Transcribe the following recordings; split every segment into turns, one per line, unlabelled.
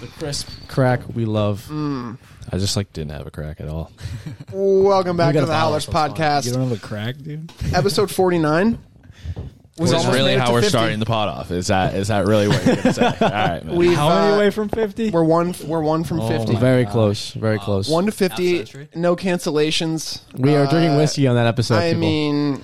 The crisp crack we love. I just like didn't have a crack at all.
Welcome back
We
to
gotta
the Howlers
follow up on it. You
podcast,
don't have a crack, dude.
episode forty nine.
Which is
almost
really
made it
how
to
we're
50.
starting the pot off. Is that is that really what you're gonna say? All right, man.
We've,
How many
uh,
away from fifty?
We're one. We're one from fifty.
Oh, Very close. Very close.
One to fifty.
Outside street.
No cancellations.
we are drinking
Uh,
whiskey on that episode.
I
people.
mean,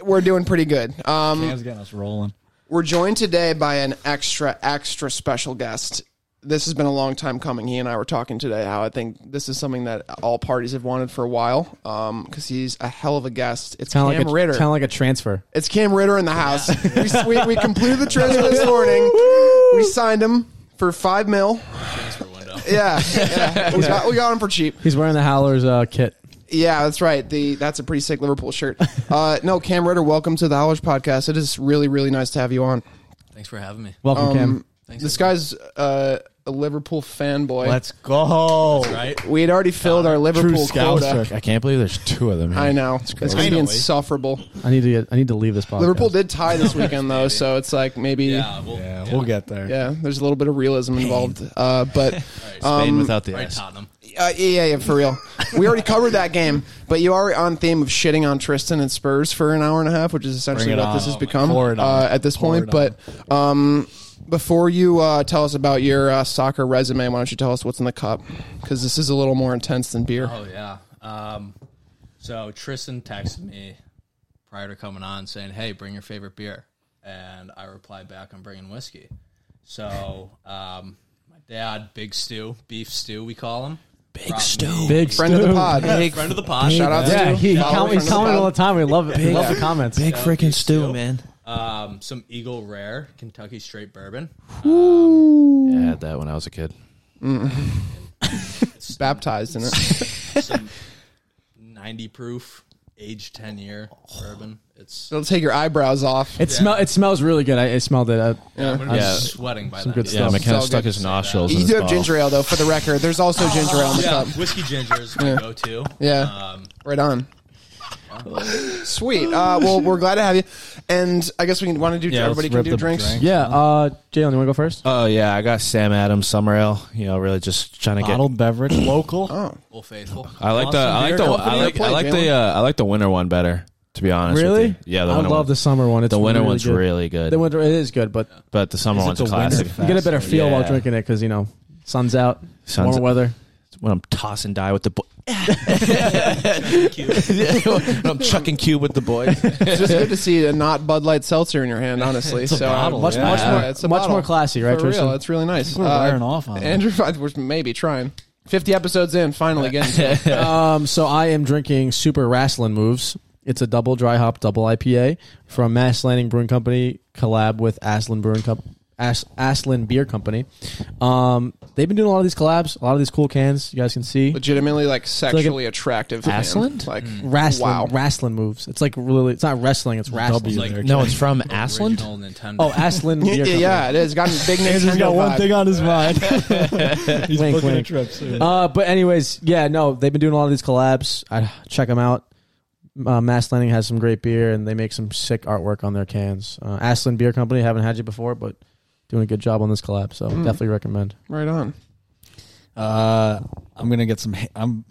we're doing pretty good. Um,
Cam's getting us rolling.
we're joined today by an extra, extra special guest. This has been a long time coming. He and I were talking today how I think this is something that all parties have wanted for a while because he's a hell of a guest. It's
Kinda
Cam
like a,
Ritter.
Kind of like a transfer.
It's Cam Ritter in the house. we, we, we completed the transfer this morning. we signed him for five mil.
Transfer window.
Yeah, yeah. We, got, we got him for cheap.
He's wearing the Howlers uh, kit.
Yeah, that's right. The that's a pretty sick Liverpool shirt. Uh, no, Cam Ritter, welcome to the Howlers podcast. It is really really nice to have you on.
Thanks for having me.
Welcome,
Um,
Cam.
Thanks,
This guy's uh, a Liverpool fanboy.
Let's go.
right?
we had already filled our Liverpool quota.
I can't believe there's two of them. Here.
I know it's going to be insufferable.
I need to. Get, I need to leave this podcast.
Liverpool did tie this weekend though, so it's like maybe yeah.
Yeah, well,
Yeah, we'll get there.
there's a little bit of realism involved, uh, but.
Spain without the
right,
S.
Tottenham.
Uh, yeah, yeah, yeah, for real. We already covered that game, but you are on theme of shitting on Tristan and Spurs for an hour and a half, which is essentially
Bring it
what this
on.
has become
Pour it on.
uh, at this
Pour
point.
it on.
But um, before you uh, tell us about your uh, soccer resume, why don't you tell us what's in the cup? Because this is a little more intense than beer.
Oh yeah. Um, so Tristan texted me prior to coming on saying, "Hey, bring your favorite beer," and I replied back, "I'm bringing whiskey." So um, my dad, Big Stew, Beef Stew, we call him. Big Stew,
Big
Friend of the
Stu.
pod.
friend of the pod.
Shout out
Yeah,
to
he, he
Follow
count,
friend
he's
of the
commenting all
pod.
the time. We love it. We love the comments.
Big
Yeah,
freaking
beef
stew,
stew.
man.
Um, some Eagle Rare Kentucky Straight Bourbon.
Yeah, I had that when I was a kid.
Baptized in it.
some 90 proof, aged 10 year bourbon. It's
It'll take your eyebrows off.
It smell. It smells really good. I, I smelled it. Uh,
yeah, I'm
Yeah.
sweating by
Some
that.
good
Yeah,
Stuff.
McKenna
It's all
stuck
good.
his nostrils.
You
in
do
his
have ginger ale though, for the record. There's also ginger ale in the
Yeah,
cup.
whiskey ginger is my go to.
Yeah.
Um,
Right on. Sweet. Uh, well, we're glad to have you. And I guess we can want to do.
let's
everybody can
rip
do
the
drinks.
drink.
Yeah. Uh, Jalen, you want to go first?
Oh yeah, I got Sam Adams summer ale. You know, really just trying to get
Bottled beverage, local.
Oh.
Old Faithful.
I like the I like the
Company
I like,
plate,
I like the uh, I like the winter one better. To be honest, with
Really?
you. yeah, the
I
winter
love
one.
the summer one. It's
the winter
really
one's
good.
really good,
The winter it is good, but
but the summer
Is it
one's
the
a
winter
classic.
fest?
you get a better feel while
Yeah.
drinking it because you know sun's out,
Sun's
warmer
out.
weather.
It's When I'm tossing die with the boy, when I'm chucking cube with the boys.
It's just good to see a not Bud Light seltzer in your hand, honestly. so uh,
bottle,
much,
yeah.
much more,
Yeah.
it's a
Much
bottle.
more classy, right,
For real,
Tristan?
it's really nice. Uh,
we're wearing off on it.
Andrew, we're maybe trying. Fifty episodes in, finally getting. To it.
Um, so I am drinking Super Wrestling Moves. It's a double dry hop, double IPA from Mass Landing Brewing Company, collab with Aslan Brewing Cup, As, Aslan Beer Company. Um, they've been doing a lot of these collabs, a lot of these cool cans. You guys can see
Legitimately, like sexually attractive. man.
Aslan?
like
Mm.
wrestling,
Wow.
wrestling moves. It's like really, it's not wrestling, it's wrestling.
W there.
No, it's from Ashland.
Original Nintendo.
Oh, Aslan Beer
Yeah,
Company.
yeah, it is. Got a big name.
Andrew's got one thing on his mind. He's
Wink,
booking
wink.
a trip soon.
Uh, but anyways, yeah, no, they've been doing a lot of these collabs. I check them out. Uh, Mass Landing has some great beer, and they make some sick artwork on their cans. Uh, Aslan Beer Company, haven't had you before, but doing a good job on this collab, so definitely recommend.
Right on.
Uh, I'm gonna get some. ha- I'm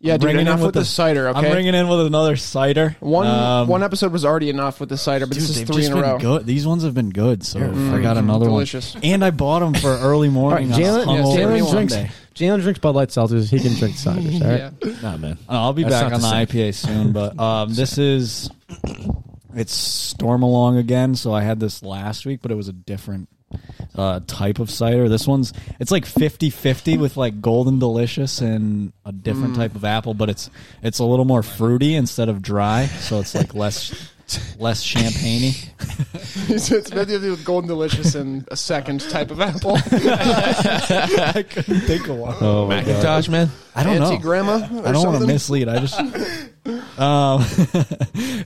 Yeah, dude.
bringing in
Enough with
with
the,
the-
cider. Okay.
I'm bringing in with another cider.
one
Um,
one episode was already enough with the cider, but
Dude,
this is
they've
three
just
in a
been
row.
good. These ones have been good, so I got
freaking
another
delicious.
one. And I bought them for early morning.
All right, Jalen-
on a
yeah,
hungover
Jalen
drinks-
Sunday.
Jalen drinks Bud Light seltzers. He can drink ciders. All right?
Yeah.
Nah, man.
Uh, I'll be
That's
back
not
on the
the same.
IPA soon, but um, this is it's storm along again. So I had this last week, but it was a different uh, type of cider. This one's it's like 50-50 with like golden delicious and a different type of apple, but it's it's a little more fruity instead of dry, so it's like less less champagne
it's it's meant to do with Golden Delicious and a second type of apple.
I couldn't think of one.
Oh my
Macintosh, man.
I don't
Auntie
know.
Grandma.
I don't want to mislead. I just, um,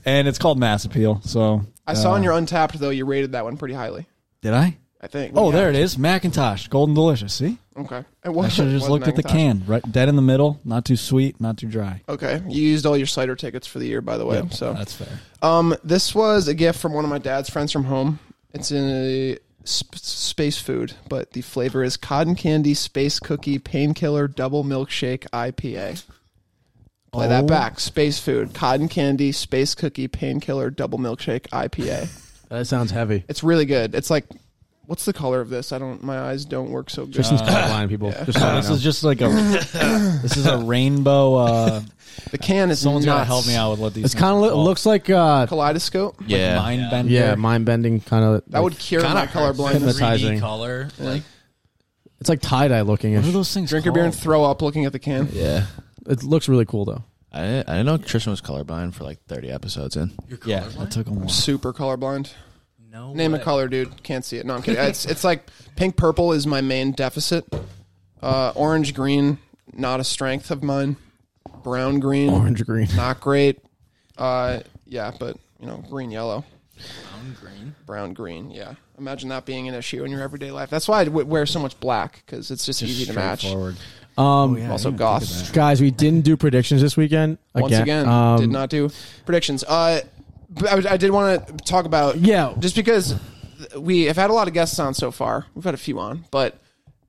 and it's called Mass Appeal. So
I saw
uh,
on your Untapped though you rated that one pretty highly.
Did I?
I think.
Oh, there it is. Macintosh, golden delicious. See,
Okay. It was,
I should have just
was
looked at the
Oh, Macintosh.
can. Right, dead in the middle. Not too sweet. Not too dry.
Okay. You used all your cider tickets for the year, by the way. so
that's fair.
Um, this was a gift from one of my dad's friends from home. It's in a sp- space food, but the flavor is cotton candy, space cookie, painkiller, double milkshake IPA. Play
Oh.
that back. Space food, cotton candy, space cookie, painkiller, double milkshake IPA.
That sounds heavy.
it's really good. It's like, what's the color of this? I don't. My eyes don't work so good.
Tristan's colorblind, people. Just so you
this
know.
is just like a. this is a rainbow. Uh,
the can is
someone's got to
nuts.
help me out with what these.
It's kind of lo- looks like uh,
Kaleidoscope.
Yeah.
mind bender.
yeah, mind bending kind of.
That would cure
Kinda
my
hurts.
colorblindness.
Hypnotizing.
3D color. Like
It's like tie dye looking.
What are
It
those things?
Drink your beer and
called?
throw up looking at the can.
Yeah.
looks really cool though.
I didn't, I didn't know Tristan was colorblind for like 30 episodes in.
your color.
yeah, that took a while.
Super colorblind.
No.
Name
way.
a color, dude. Can't see it. No, I'm kidding. It's it's like pink purple is my main deficit. Uh, orange green, not a strength of mine. Brown green,
Orange green.
not great. Uh, yeah, but you know, green yellow,
Brown, green.
brown green. Yeah, imagine that being an issue in your everyday life. That's why I w- wear so much black because it's just, easy to match.
Straightforward.
Um,
Oh, Yeah, I
Also,
didn't
goth.
think of that.
guys, we didn't do predictions this weekend.
Once again,
um,
did not do predictions. Uh, but I, was- I did want to talk about
Yeah.
just because we have had a lot of guests on so far. We've had a few on, but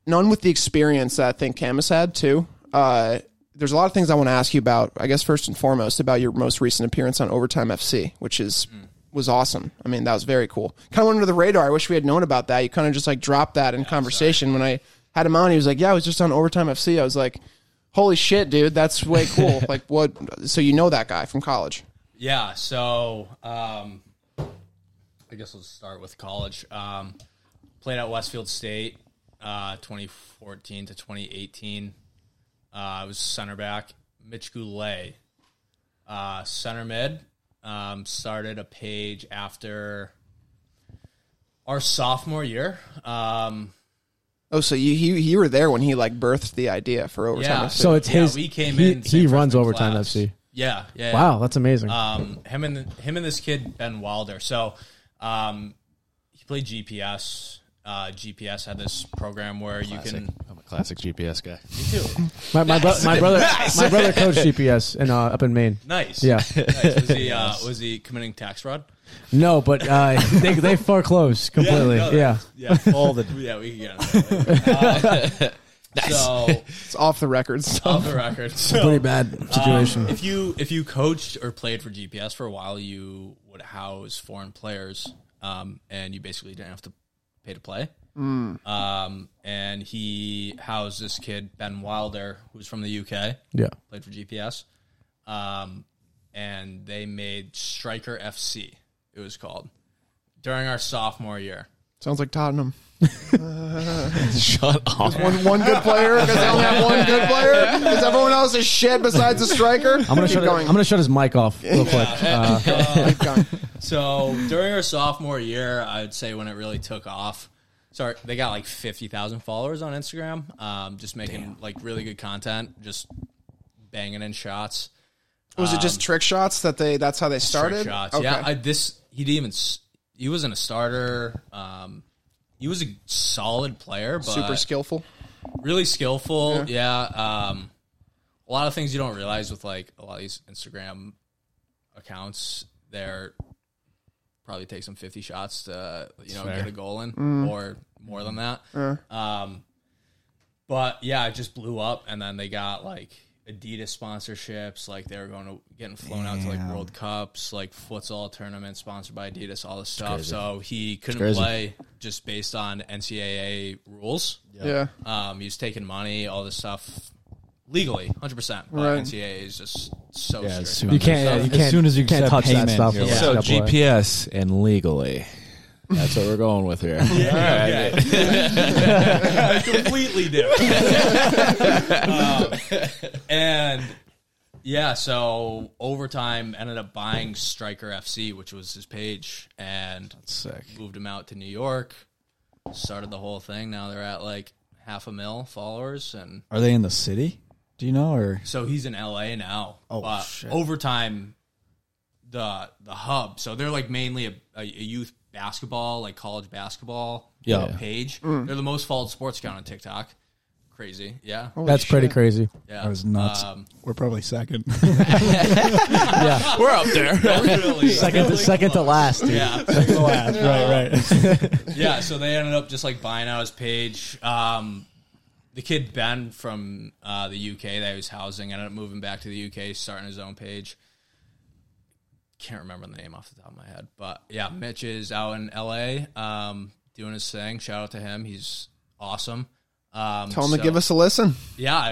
none with the experience that I think Cam has had too. Uh, there's a lot of things I want to ask you about. I guess first and foremost about your most recent appearance on Overtime FC, which is was awesome. I mean, that was very cool. Kind of went under the radar. I wish we had known about that. You kind of just like dropped that in conversation when I had him on. He was like, "Yeah, I was just on Overtime FC." I was like, "Holy shit, dude, that's way cool!" like, what? So you know that guy from college?
Yeah. So um, I guess let's start with college. Um, played at Westfield State, uh, 2014 to 2018. Uh, I was center back. Mitch Goulet, uh, center mid, um, started a page after our sophomore year. Um,
Oh, so you you, you were there when he like birthed the idea for overtime.
yeah.
FC.
So it's
yeah,
his-
We came
he-
in.
he
same
runs
freshman
Overtime
class.
FC.
Yeah. Yeah. yeah.
Wow, that's amazing.
um, him and him and this kid Ben Wilder. So um, he played GPS. Uh, GPS had this program where you
Classic.
can
I'm a classic GPS guy.
my, my, bro- my brother, my brother coached GPS in, uh, up in Maine.
nice.
Yeah,
nice. Was he uh, was he committing tax fraud?
no, but uh, they they foreclosed completely. Yeah,
no, Yeah, all the yeah we can get into that later. Um, So
it's off the records.
off the record, so,
pretty bad situation.
Um, If you if you coached or played for GPS for a while, you would house foreign players, um, and you basically didn't have to pay to play. Um, and he housed this kid Ben Wilder, who's from the UK,
yeah,
played for GPS, um, and they made Striker FC. It was called during our sophomore year.
Sounds like Tottenham.
Shut up.
One, one good player because they only have one good player because everyone else is shit besides the striker.
I'm gonna shut. it- I'm gonna shut his mic off real quick. Uh,
So during our sophomore year, I'd say when it really took off. Sorry, they got like fifty thousand followers on Instagram. Um, just making like really good content, just banging in shots,
was it just trick shots that they? That's how they
straight
started.
shots. Yeah, I, this he didn't even s- he wasn't a starter. Um, he was a solid player, but
super skillful.
really skillful. Yeah. Um, a lot of things you don't realize with like a lot of these Instagram accounts, they're probably take some 50 shots to, you know, get a goal in or more than that. Um, but yeah, it just blew up. And then they got like Adidas sponsorships. Like they were going to getting flown out to like
Damn.
World Cups, like futsal tournaments sponsored by Adidas, all this stuff. So he couldn't
crazy.
play just based on NCAA rules.
Yeah.
Um, he was taking money, all this stuff legally, hundred percent. But
Right.
NCAA is just so
Yeah, it's
strict.
too
you can't.
So
yeah, you
as
can't.
soon as you
can't
accept
touch
payment,
that stuff.
you're
Yeah.
So
Yeah.
GPS and legally. That's what we're going with here.
completely different. um, and Yeah, so overtime ended up buying Striker FC, which was his page, and
Sick.
moved him out to New York. Started the whole thing. Now they're at like half a mil followers, and
Are they in the city? Do you know or
so he's in LA now.
Oh,
but
shit.
overtime, the the hub. So they're like mainly a, a, a youth basketball, like college basketball
Yeah.
uh, page.
Mm.
They're the most followed sports account on TikTok. Crazy, yeah,
That's pretty crazy.
yeah.
I was nuts?
Um,
We're probably second.
We're up there.
definitely.
Second, to, second to last. Dude.
yeah,
right, right.
yeah, so they ended up just like buying out his page. Um, the kid Ben from uh, the UK that he was housing ended up moving back to the UK, starting his own page. Can't remember the name off the top of my head, but yeah, Mitch is out in LA um, doing his thing. Shout out to him; he's awesome. Um,
Tell him to give us a listen.
yeah, I,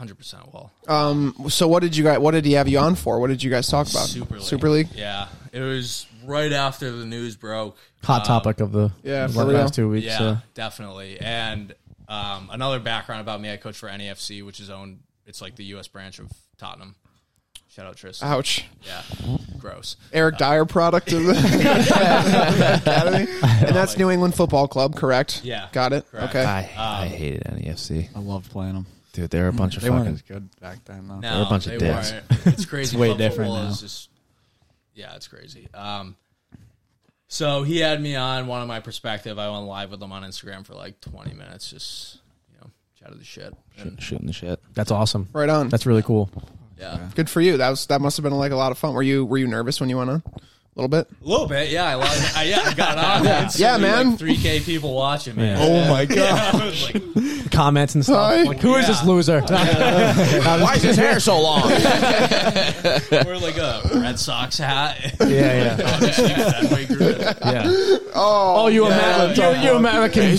I 100% will.
Um, so what did you guys? What did he have you on for? What did you guys talk about?
Super League.
Super League.
Yeah, it was right after the news broke.
Hot topic of the
Yeah,
of
for
the
real.
last two weeks.
Yeah,
so.
definitely. And um, another background about me, I coach for NEFC, which is owned. It's like the U.S. branch of Tottenham. Shout out Tristan.
Ouch.
Yeah, gross.
Eric Dyer product of the academy, and that's New England Football Club, correct?
Yeah,
got it.
correct.
Okay.
I, I hated NEFC.
I love playing them.
Dude, they're a bunch of
They
fucking.
weren't good back then. Though.
No,
They're a bunch of
they
dicks.
weren't. It's crazy.
way
club
different
football
now.
is just- yeah, it's crazy. Um, so he had me on one of my perspective. I went live with him on Instagram for like 20 minutes, just you know, chatted the shit. And,
Shooting the shit.
That's awesome.
Right on.
That's really cool.
yeah,
Good for you. That was that must have been like a lot of fun. Were you were you nervous when you went on? A little bit.
a little bit. Yeah, I, lied. I yeah, I got on.
Yeah, man.
Three K people watching me.
Yeah.
Oh my god.
I was like,
Comments and
Hi.
stuff. Like, who is
Yeah.
this loser?
Why is his hair so long?
wear like a Red Sox hat.
yeah, yeah,
Fenway group.
yeah. Oh, you American?
yeah.
You, you American?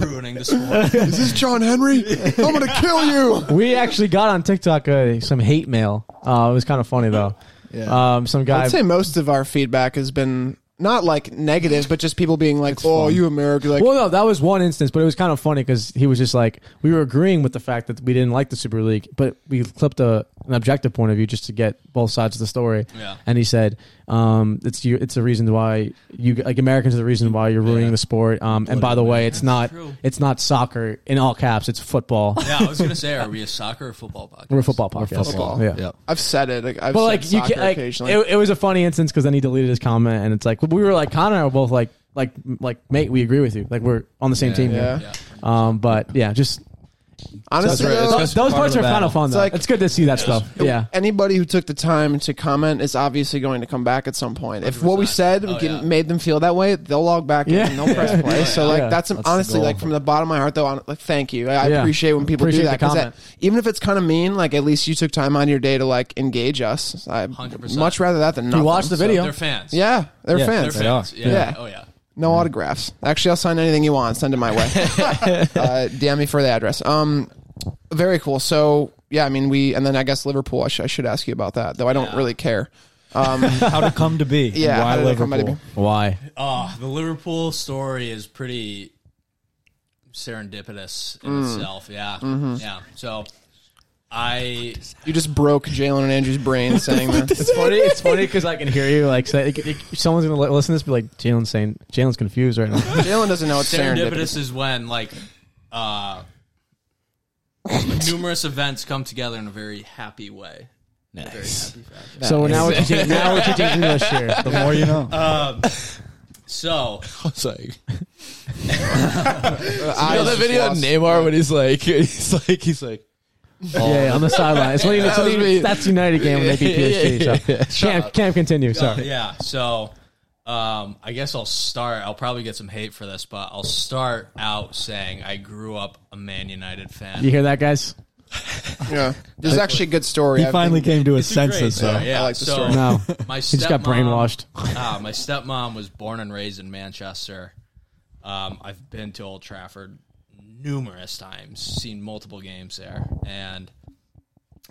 ruining the sport.
Is this John Henry? I'm gonna kill you.
We actually got on TikTok uh, some hate mail. Uh, it was kind of funny though.
Yeah.
Um, some guy.
I'd say most of our feedback has been not like negative, but just people being like, "Oh, you American." Like,
Well, no, that was one instance, but it was kind of funny because he was just like, we were agreeing with the fact that we didn't like the Super League, but we clipped a, an objective point of view just to get both sides of the story.
Yeah.
And he said, um, it's you, it's the reason why you like Americans are the reason why you're ruining
Yeah.
the sport. Um, and by the way, it's not
true.
it's not soccer in all caps. It's football.
Yeah, I was gonna say, are we a soccer or football podcast?
We're a football podcast.
football.
Yeah.
I've said it. Like, I've
But
said
like you
soccer
can, like it,
occasionally.
it was a funny instance because then he deleted his comment and it's like we were like Connor and I were both like like like mate we agree with you like we're on the same team here.
yeah.
Yeah.
Um, but yeah, just
Honestly,
That's right.
though,
those, parts are kind of fun. Though.
like-
it's good to see that stuff. Yeah,
anybody who took the time to comment is obviously going to come back at some point. If what we said
Oh,
get-
yeah.
made them feel that way, they'll log back
Yeah.
in and they'll press play. So like
Yeah.
that's,
That's the
honestly
goal.
like from the bottom of my heart though. hon- Like thank you. I, I
Yeah.
appreciate when people
Appreciate
do that,
the
'cause that-
comment.
even if it's kind of mean. Like at least you took time on your day to like engage us. I
100%.
much rather that than nothing.
you watch the
So
video.
they're fans.
Yeah, they're
Yeah,
they're
fans.
they are.
fans. Yeah.
Yeah.
Oh yeah.
No autographs. Actually, I'll sign anything you want. Send it my way. uh, DM me for the address. Um, very cool. So yeah, I mean we, and then I guess Liverpool. I, sh- I should ask you about that, though. I don't
Yeah.
really care. Um,
How to come to be?
Yeah, how
Why
did it come to
Liverpool?
Why?
Oh, the Liverpool story is pretty serendipitous in itself. Yeah. Yeah. So I
you just broke Jalen and Andrew's brain saying that.
It's funny. It's funny because I can hear you like say like, like, someone's gonna li- listen to this be like Jalen's saying Jalen's confused right now.
Jalen doesn't know it's serendipitous.
serendipitous is when like uh numerous events come together in a very happy way.
Nice.
so now we're teaching, now we're teaching English here.
The more you know.
Uh, So
I was like,
I
you know the
just
video of
lost-
Neymar when he's like, he's like, he's like,
Yeah, yeah, on the sideline. It's when you, it's when you-
was me.
that's United game when they beat PSG. So can't can't continue.
Uh,
Sorry.
yeah. So um, I guess I'll start. I'll probably get some hate for this, but I'll start out saying I grew up a Man United fan.
You hear that, guys?
Yeah, this is actually a good story.
He
I've
finally
been-
came to his senses,
Great.
though.
yeah.
I like the
so
story.
No,
My
he just got brainwashed.
Uh, my stepmom was born and raised in Manchester. Um, I've been to Old Trafford numerous times, seen multiple games there, and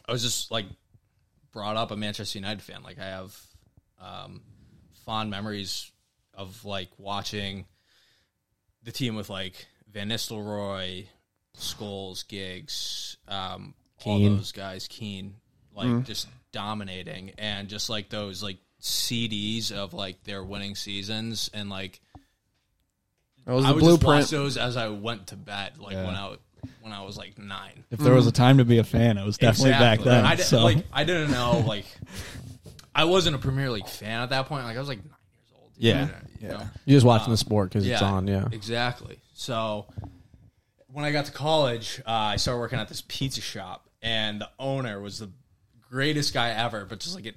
I was just like brought up a Manchester United fan. Like I have um, fond memories of like watching the team with like Van Nistelrooy, Scholes, Giggs, um, all
Keen.
those guys, Keen, like just dominating, and just like those like CDs of like their winning seasons, and like
That was
I
the
would
blueprint.
just watch those as I went to bed, like when I when I was like nine.
If there was a time to be a fan, it was definitely back then.
And I, di-
so
like, I didn't know, like, I wasn't a Premier League fan at that point. Like, I was like nine years old.
Yeah.
You know?
You're just watching the sport because it's on. Yeah.
Exactly. So when I got to college, uh, I started working at this pizza shop, and the owner was the greatest guy ever, but just like an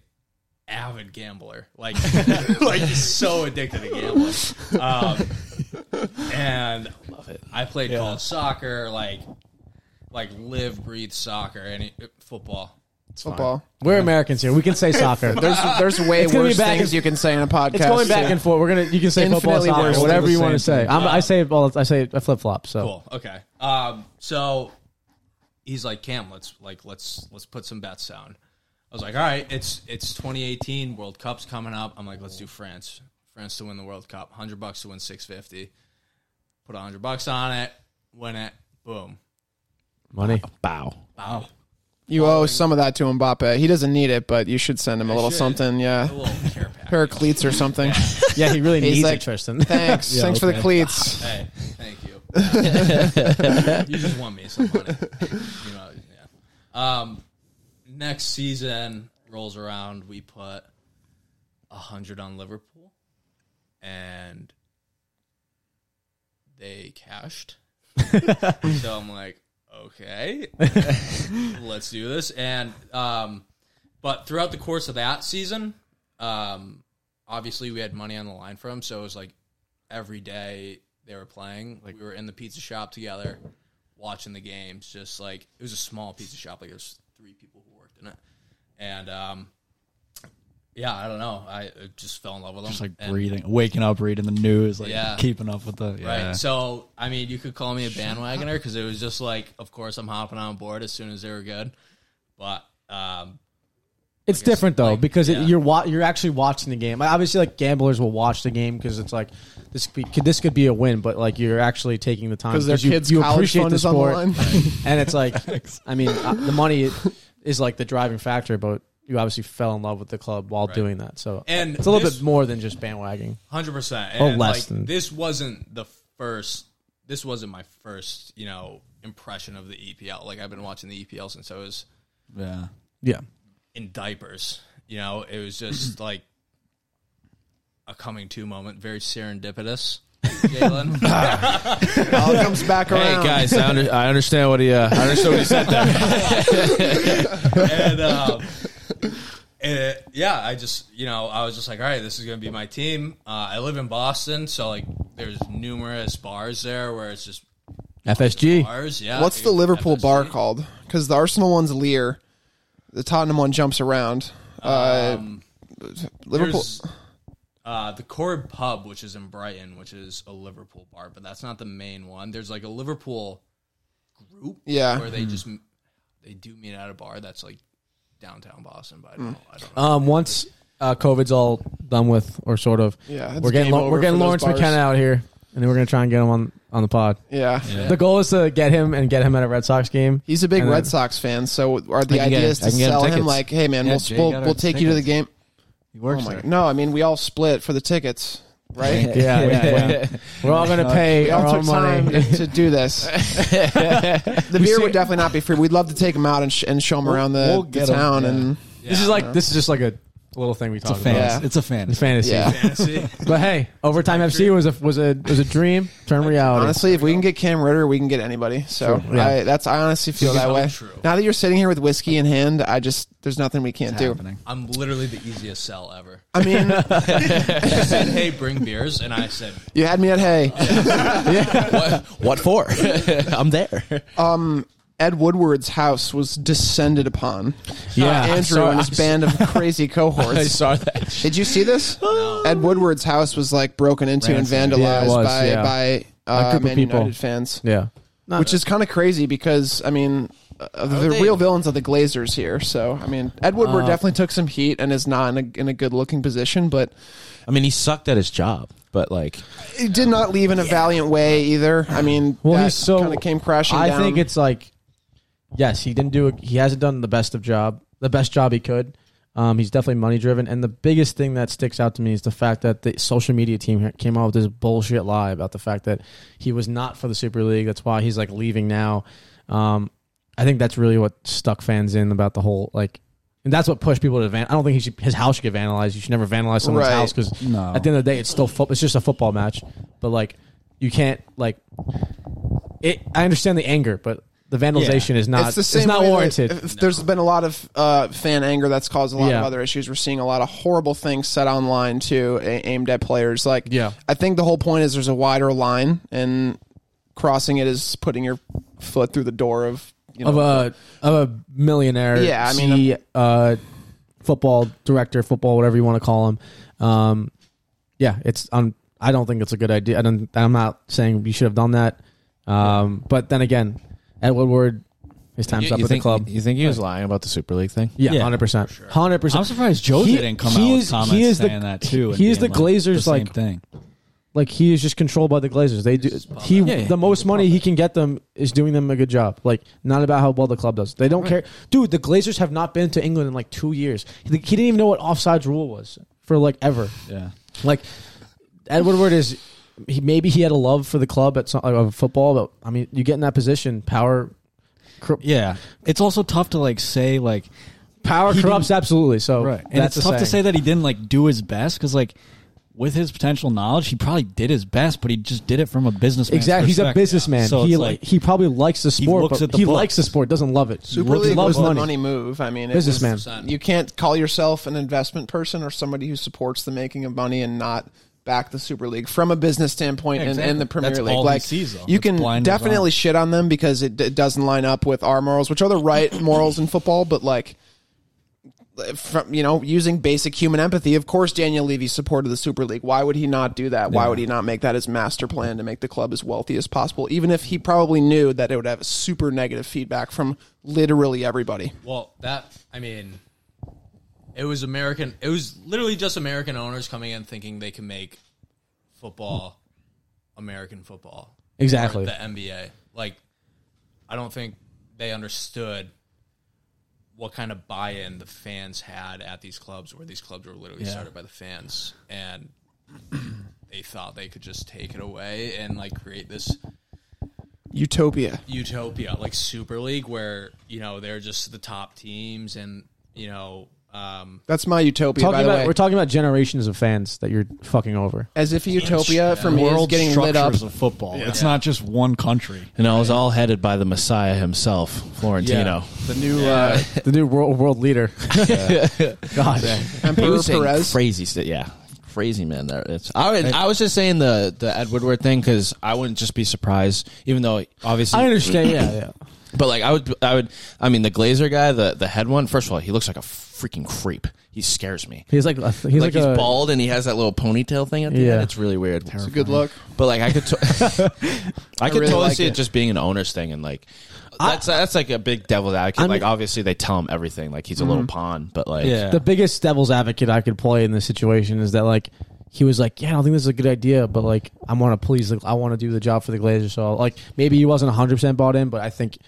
avid gambler, like like he's so addicted to gambling. Um, and I played college soccer, like like live, breathe soccer and it- football.
It's football.
We're Americans here. We can say soccer.
There's there's way
It's gonna be
worse
back
things
and-
you can say in a podcast.
It's going back and forth. We're gonna. You can say football,
Infinitely worse
soccer,
than
whatever
the
you want to
same
say. I'm, I say all. I say I flip flop. So
Cool. Okay. Um, so he's like, Cam, let's like let's let's put some bets down. I was like, all right, it's it's 2018 World Cup's coming up. I'm like, let's do France. France to win the World Cup. Hundred bucks to win 650. Put hundred bucks on it. Win it. Boom.
money. Bow.
Wow.
You owe some of that to Mbappe. He doesn't need it, but you should send him a little
should.
something. Yeah,
A little care pack.
pair of cleats or something.
Yeah, he really
He's
needs
like-
it, Tristan.
Thanks, thanks for the cleats.
Hey, thank you. you just won me some money. You know, yeah. Um, next season rolls around. We put a hundred on Liverpool, and they cashed. so I'm like, okay, let's do this. And um, but throughout the course of that season, um, obviously we had money on the line for him, so it was like every day they were playing. Like we were in the pizza shop together, watching the games. Just like it was a small pizza shop. Like there's three people who worked in it, and um, yeah, I don't know. I uh, just fell in love with him.
just like
And-
reading, waking up, reading the news, like
Yeah.
keeping up with the
Right.
yeah.
So, I mean, you could call me a bandwagoner because it was just like, of course, I'm hopping on board as soon as they were good. But um,
It's different though
like,
because
yeah.
it, you're wa- you're actually watching the game. Like, Obviously, like gamblers will watch the game because it's like this could, be, could this could be a win, but like you're actually taking the time
'Cause their
you,
kid's
you
college
appreciate
fund
the
is on the
sport,
line.
and it's like I mean uh, the money is like the driving factor, but you obviously fell in love with the club while doing that. So
And
it's a little
this-
bit more than just bandwagoning.
hundred percent.
Oh,
And
less
like,
than-
this wasn't the first. This wasn't my first, you know, impression of the EPL. Like I've been watching the EPL since I was
yeah.
Yeah,
in diapers. You know, it was just like a coming to moment, very serendipitous. Jalen,
All comes back
Hey
around.
guys, I, under, I understand what he. Uh, I understand what he said there.
and um, eh, yeah, I just you know I was just like, all right, this is gonna be my team. Uh, I live in Boston, so like there's numerous bars there where it's just
FSG.
bars. Yeah,
What's the
you-
Liverpool
FSG.
bar called? Because the Arsenal one's Lear, the Tottenham one jumps around. Uh,
Um,
Liverpool.
There's, uh, the Corb Pub, which is in Brighton, which is a Liverpool bar, but that's not the main one. There's like a Liverpool group,
Yeah. Hmm.
where they just they do meet at a bar that's like downtown Boston, but I don't, know, I don't know.
Um, once uh, COVID's all done with, or sort of,
Yeah, it's
we're getting
game
Lo-
over
we're getting
for those
Lawrence
bars.
McKenna out here, and then we're gonna try and get him on on the pod.
Yeah.
The goal is to get him and get him at a Red Sox game.
He's a big
And
Red
then-
Sox fan, so are the
I can get-
ideas
I
to
can get him
sell him
tickets.
like, "Hey man,
Yeah,
we'll
Jay
we'll,
got
we'll
our
take you to the
tickets.
game."
He works
Oh my!
there.
No, I mean we all split for the tickets, right?
Yeah, yeah, yeah. we're all gonna pay
We
our
all took
own
time
money.
to do this. the beer would definitely not be free. We'd love to take him out and, sh- and show him around the,
we'll
the
get him,
town.
yeah.
And
This is like this is just like a little thing we
It's a
talk
fan.
about.
Yeah.
It's a fan.
It's fantasy.
Yeah.
Fantasy.
But hey, overtime FC was a was a was a dream turned reality.
honestly, if we can get Cam Ritter, we can get anybody. So
True, yeah.
I, that's I honestly feel
So
that way.
true.
Now that you're sitting here with whiskey in hand, I just there's nothing we can't do.
happening.
I'm literally the easiest sell ever.
I mean,
She said, "Hey, bring beers," and I said,
you had me at hey.
what, what for? I'm there.
Ed Woodward's house was descended upon.
Yeah, I
Andrew
saw-
and his
I
band of crazy
I
cohorts.
saw that.
Did you see this? Ed Woodward's house was like broken into and vandalized
Uh, Yeah, it was,
by
yeah.
by
A
uh,
group of
Man
people.
United fans,
yeah.
which is kind of crazy because I mean, uh, the
they-
real villains are the Glazers here. So I mean, Ed
Uh,
Woodward definitely took some heat and is not in a, in a good looking position, but
I mean, he sucked at his job, but like,
it did not leave in a valiant way either. I mean,
Well,
that
he's so
kind of came crashing.
I
down.
think it's like yes, he didn't do. A, he hasn't done the best of job, the best job he could. Um, he's definitely money driven, and the biggest thing that sticks out to me is the fact that the social media team here came out with this bullshit lie about the fact that he was not for the Super League. That's why he's like leaving now. Um, I think that's really what stuck fans in about the whole like, and that's what pushed people to van. I don't think he should, his house should get vandalized. You should never vandalize someone's
Right.
house because
No.
at the end of the day, it's still football. It's just a football match, but like you can't like it. I understand the anger, but the vandalization is not. It's,
it's the same.
not
way that-
warranted.
if- if There's been a lot of uh, fan anger that's caused a lot
Yeah.
of other issues. We're seeing a lot of horrible things said online too, a- aimed at players. Like,
Yeah.
I think the whole point is there's a wider line, and crossing it is putting your foot through the door of you know
of a of a millionaire.
Yeah, I mean,
C, uh, football director, football, whatever you want to call him. Um, yeah, it's. Um, I don't think it's a good idea. I don't. I'm not saying you should have done that. Um, but then again, Ed Woodward, his time's up
you
at
think,
the club.
You think he was lying about the Super League thing?
Yeah,
Yeah.
hundred percent, hundred percent.
I'm surprised Joe didn't come out with comments saying that too. and
He is the
being
Glazers'
the same
like
thing.
like he is just controlled by the Glazers. They do he
Yeah, yeah.
the most money he can get them is doing them a good job. Like not about how well the club does. They don't care, dude. The Glazers have not been to England in like two years. He, he didn't even know what offsides rule was for like ever.
Yeah.
Like Ed Woodward is he maybe he had a love for the club at some, of football, but I mean you get in that position, power, cor-
Yeah. It's also tough to like say like
power
He
corrupts
didn't-
absolutely. So
right, and
that's
it's tough to say
that.
that he didn't like do his best because like with his potential knowledge, he probably did his best, but he just did it from a businessman.
Exactly, he's a businessman.
So
he
it's
like,
like
he probably likes the sport,
looks
but
at the
he
books.
likes the sport, doesn't love it.
Super League
loves
was the
money.
money move. I mean, it was-
Businessman.
You can't call yourself an investment person or somebody who supports the making of money and not back the Super League from a business standpoint
Yeah,
and, and
exactly.
the Premier
That's
League.
all he
like
sees, though.
you
It's
can
blinders
definitely
on.
shit on them because it, d- doesn't line up with our morals, which are the right morals in football, but like from you know using basic human empathy of course daniel levy supported the super league why would he not do that why would he not make that his master plan to make the club as wealthy as possible even if he probably knew that it would have super negative feedback from literally everybody
Well, that I mean, it was American. It was literally just American owners coming in thinking they can make football American football.
Exactly.
Or the NBA. Like, I don't think they understood what kind of buy-in the fans had at these clubs, where these clubs were literally started by the fans, and they thought they could just take it away and like create this
utopia
utopia, like Super League, where you know they're just the top teams, and you know, um,
That's my utopia,
Talking
by the
about-
way.
we're talking about generations of fans that you're fucking over.
As if utopia for me is
world
getting lit up.
structures of football. It's not just one country.
And I was all headed by the Messiah himself, Florentino.
The new uh,
the new world world leader. God,
He
Emperor
was saying
Perez.
crazy shit. Yeah, crazy man. There, it's. I, would- I was just saying the the Ed Woodward thing because I wouldn't just be surprised, even though obviously
I understand. Yeah, yeah.
But like I would, I would, I mean, the Glazer guy, the the head one. First of all, he looks like a freaking creep. He scares me.
He's like a- he's like,
like, he's
a,
bald and he has that little ponytail thing at the
Yeah.
end. It's really weird.
It's a good look.
But like I could, to- I could
really
totally
like
see it.
it.
just being an owner's thing and like that's that's like a big devil's advocate.
I'm-
like obviously they tell him everything. Like he's a little pawn, but like
Yeah.
The biggest devil's advocate I could play in this situation is that like he was like, yeah, I don't think this is a good idea, but like I want to please, like, I want to do the job for the Glazers. So like maybe he wasn't 100 percent bought in, but I think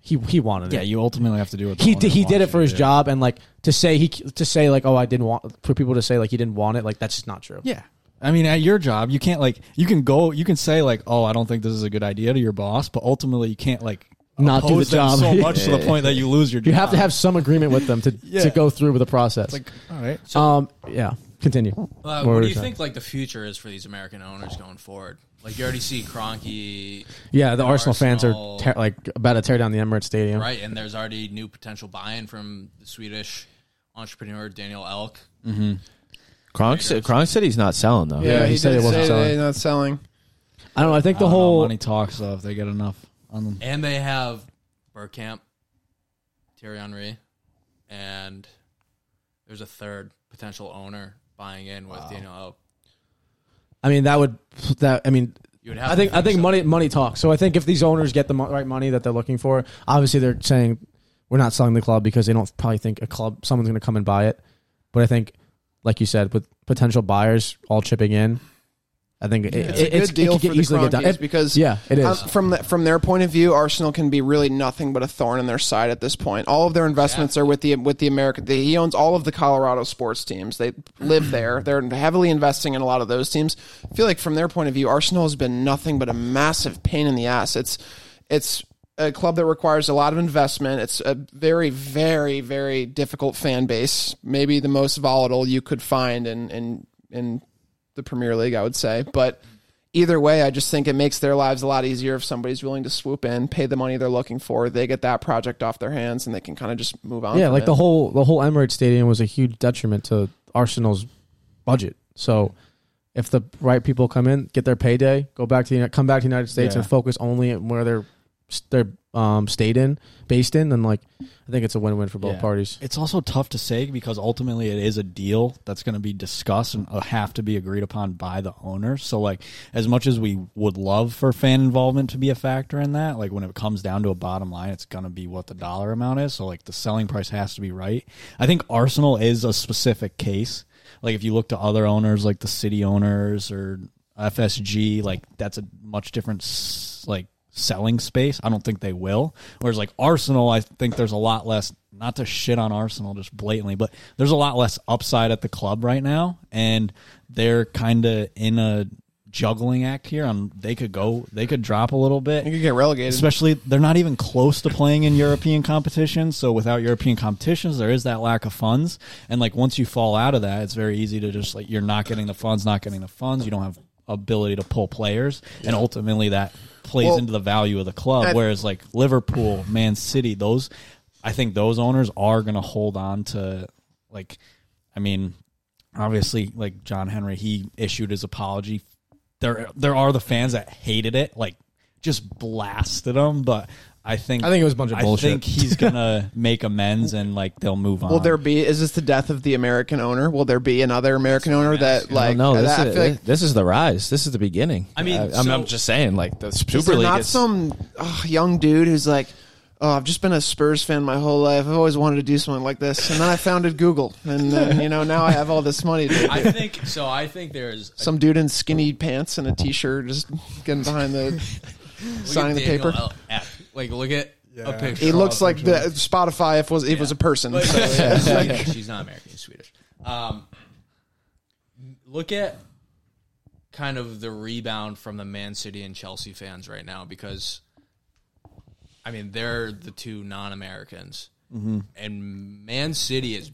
he he wanted
Yeah,
it.
you ultimately have to do it.
He did, he did it for his job, and like to say he to say like oh I didn't want for people to say like he didn't want it like that's just not true.
Yeah. I mean, at your job, you can't like you can go you can say like, "Oh, I don't think this is a good idea" to your boss, but ultimately you can't like
Not do
oppose
the
them
job.
so much to the point that you lose your job.
You have to have some agreement with them to, to
Yeah.
go through with the process.
like, all right.
um, yeah, continue.
uh, what do you think like the future is for these American owners going forward? Like you already see Kroenke,
Yeah, the Arsenal,
Arsenal.
fans are tear like about to tear down the Emirates Stadium.
right? And there's already new potential buy-in from the Swedish entrepreneur Daniel Elk.
Kronk, said- Kronk said he's not selling though.
Yeah, he said
did
it wasn't
say
selling.
they're not selling.
I don't know. I think the
I don't know,
whole
money talks though if they get enough on them.
And they have Burkamp, Thierry Henry, and there's a third potential owner buying in with Daniel Elk.
I mean, that would that. I mean,
You would
I
have to
think I
think
think
so.
money money talks. So I think if these owners get the mo- right money that they're looking for, obviously they're saying we're not selling the club because they don't probably think a club someone's going to come and buy it. But I think, like you said, with potential buyers all chipping in, I think it, it,
It's a good
it's- it
deal
could get
for the
easily get done.
Cronkies
It-
because
yeah, it is.
um, from the, from their point of view, Arsenal can be really nothing but a thorn in their side at this point. All of their investments are with the with the American. The, he owns all of the Colorado sports teams. They live there. They're heavily investing in a lot of those teams. I feel like from their point of view, Arsenal has been nothing but a massive pain in the ass. It's it's a club that requires a lot of investment. It's a very, very, very difficult fan base. Maybe the most volatile you could find in in in the Premier League, I would say. But either way, I just think it makes their lives a lot easier if somebody's willing to swoop in, pay the money they're looking for. They get that project off their hands, and they can kind of just move on.
yeah,
from
like the
it.
whole the whole Emirates Stadium was a huge detriment to Arsenal's budget. So if the right people come in, get their payday, go back to the come back to the United States
Yeah.
and focus only on where they're they're um, stayed in, based in, then like I think it's a win win for both
Yeah.
parties.
It's also tough to say because ultimately it is a deal that's going to be discussed and uh, have to be agreed upon by the owner. So, like, as much as we would love for fan involvement to be a factor in that, like, when it comes down to a bottom line, it's going to be what the dollar amount is. So, like, the selling price has to be right. I think Arsenal is a specific case. Like, if you look to other owners, like the city owners or FSG, like, that's a much different, s- like, selling space. I don't think they will. Whereas like Arsenal, I think there's a lot less. Not to shit on Arsenal just blatantly, but there's a lot less upside at the club right now, and they're kind of in a juggling act here. On they could go, they could drop a little bit.
you could get relegated.
Especially, they're not even close to playing in European competitions. So, without European competitions, there is that lack of funds. And like once you fall out of that, it's very easy to just like you're not getting the funds, not getting the funds. You don't have ability to pull players, and ultimately that plays
Well,
into the value of the club.
I-
Whereas like Liverpool, Man City, those I think those owners are going to hold on to like, I mean, obviously like John Henry, he issued his apology. There, there are the fans that hated it, like just blasted him. But I think
I think it was a bunch of bullshit.
I think he's gonna make amends and like they'll move on.
Will there be? Is this the death of the American owner? Will there be another American owner that like?
no, this
that, I
is
feel like
this is the rise. This is the beginning.
I mean,
I, am
so-
I'm just saying, like the Super
They're
League.
not
is-
some ugh, young dude who's like, oh, I've just been a Spurs fan my whole life. I've always wanted to do something like this, and then I founded Google, and then you know now I have all this money. To
I think so. I think there's a-
Some dude in skinny pants and a t-shirt just getting behind the
look at
signing the
Daniel
paper.
L. F. Like look at a picture.
He looks
of
like the Spotify if was if was a person.
But-
so, yeah.
she's, Swedish. she's not American. She's Swedish. Um, look at kind of the rebound from the Man City and Chelsea fans right now because, I mean, they're the two non-Americans,
Mm-hmm.
and Man City has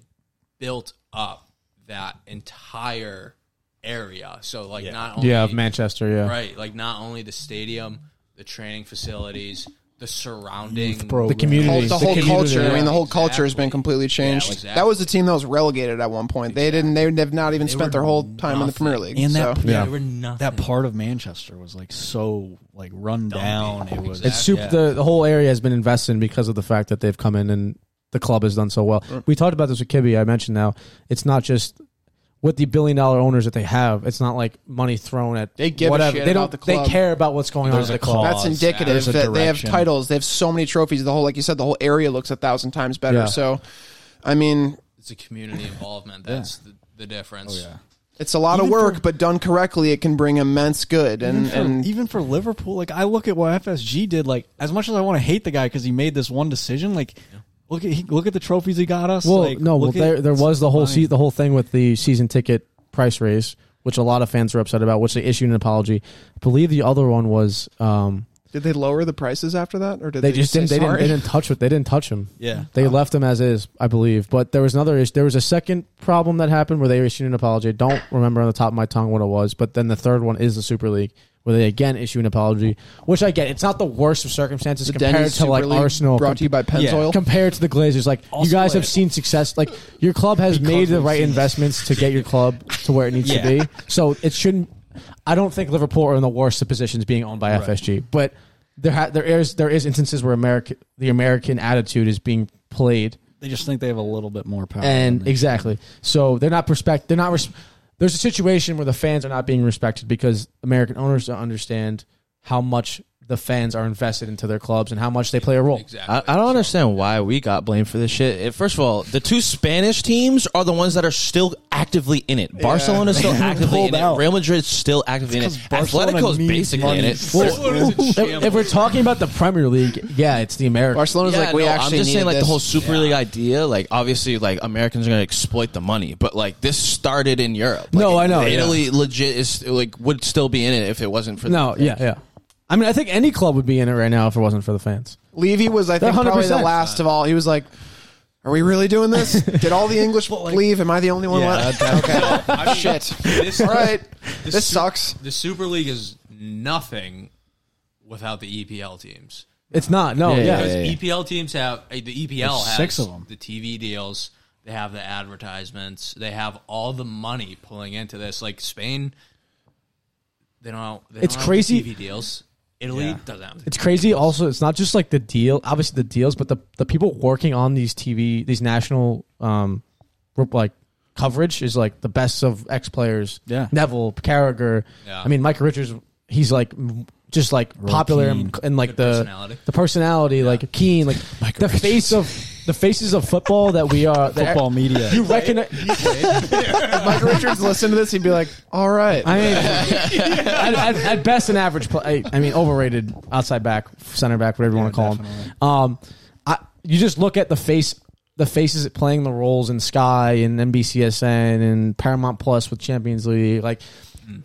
built up that entire area. So like, not only
Yeah, of Manchester. Yeah,
right, like not only the stadium, the training facilities, the surrounding
the community,
the whole culture. I mean, the
yeah.
whole culture has
Exactly.
been completely changed.
Yeah, exactly.
That was a team that was relegated at one point. They didn't. They have not even spent
were
their whole time in the Premier League.
And
so.
that
They were nothing.
that part of Manchester was like so like run down. It was
It's super. The, the whole area has been invested in because of the fact that they've come in and the club has done so well.
Mm.
We talked about this with Kibbe. I mentioned now it's not just with the billion dollar owners that they have. It's not like money thrown at
They give a
whatever.
shit
they
about
don't.
the
They
club.
care about what's going
There's
on
a
at the club.
That's
cause.
indicative
There's a
that they have
direction.
titles. They have so many trophies. The whole, like you said, the whole area looks a thousand times better.
Yeah.
So, I mean,
it's the community involvement that's the, the difference.
yeah.
it's a lot of work, but done correctly, it can bring immense good. And
even for- E-
and
even for Liverpool, like I look at what FSG did. Like as much as I want to hate the guy because he made this one decision, like look at he, look at the trophies he got us.
Well,
like,
no, well,
look at-
there there was the whole
Fine.
se- the whole thing with the season ticket price raise, which a lot of fans were upset about, which they issued an apology. I believe the other one was um,
did they lower the prices after that, or did
they just
say
didn't they, didn't
sorry?
they didn't touch it. They didn't touch him.
Yeah.
They left him as is, I believe. But there was another issue. There was a second problem that happened where they issued an apology. I don't remember on the top of my tongue what it was. But then the third one is the Super League where they again issue an apology, which I get. It's not the worst of circumstances compared
Denny's
to like
Super League
Arsenal.
brought to you by Pennzoil.
Compared to the Glazers, like you
Also,
guys have
like-
seen success. Like your club has made the
we've
right
seen it.
investments to get your club to where it needs
Yeah.
to be. So it shouldn't. I don't think Liverpool are in the worst of positions being owned by FSG, but there ha- there is there is instances where America the American attitude is being played,
They just think they have a little bit more power.
and
than
exactly. So they're not respect. They're not. Res- there's a situation where the fans are not being respected because American owners don't understand how much the fans are invested into their clubs and how much they play a role.
Exactly.
I, I don't understand why we got blamed for this shit. It- first of all, the two Spanish teams are the ones that are still actively in it. Barcelona's still actively in
pulled out.
it. Real Madrid's still actively in it.
'cause Barcelona
Atletico's
needs
basically in
money.
it.
Barcelona's in
if, if we're talking about the Premier League, yeah, it's the American.
Barcelona's like we
no,
actually
I'm just saying
needed
like the
this.
whole Super League idea. Like obviously, like Americans are going to exploit the money, but like this started in Europe. Like,
No, I know,
Italy legit is like would still be in it if it wasn't for
No,
the,
yeah, yeah. I mean, I think any club would be in it right now if it wasn't for the fans.
Levy was, I think, probably the
100%.
last of all. He was like, "Are we really doing this? Did all the English leave? Am I the only one left?" okay,
I mean,
shit.
This,
all right.
the
This
Su-
sucks.
The Super League is nothing without the EPL teams.
It's not. No, yeah.
Because EPL teams have uh, the EPL has
six of 'em.
The TV deals, they have the advertisements, they have all the money pulling into this. Like Spain, they don't. They
It's
don't have
crazy.
the TV deals. Italy doesn't have. The
It's crazy. Also, it's not just like the deal, obviously the deals, but the the people working on these TV, these national, um, group, like coverage is like the best of ex players.
Yeah.
Neville, Carragher.
Yeah.
I mean, Mike Richards. He's like m- just like popular and, and like
Good
the
personality.
the personality, like keen, like the face of the faces of football that we are. that-
Football media.
You recognize?
If Mike Richards listened to this, he'd be like, "All right."
I mean, at, at, at best, an average. Play, I mean, overrated outside back, center back, whatever you want to call him. Um, I, you just look at the face, the faces playing the roles in Sky and NBCSN and Paramount Plus with Champions League, like,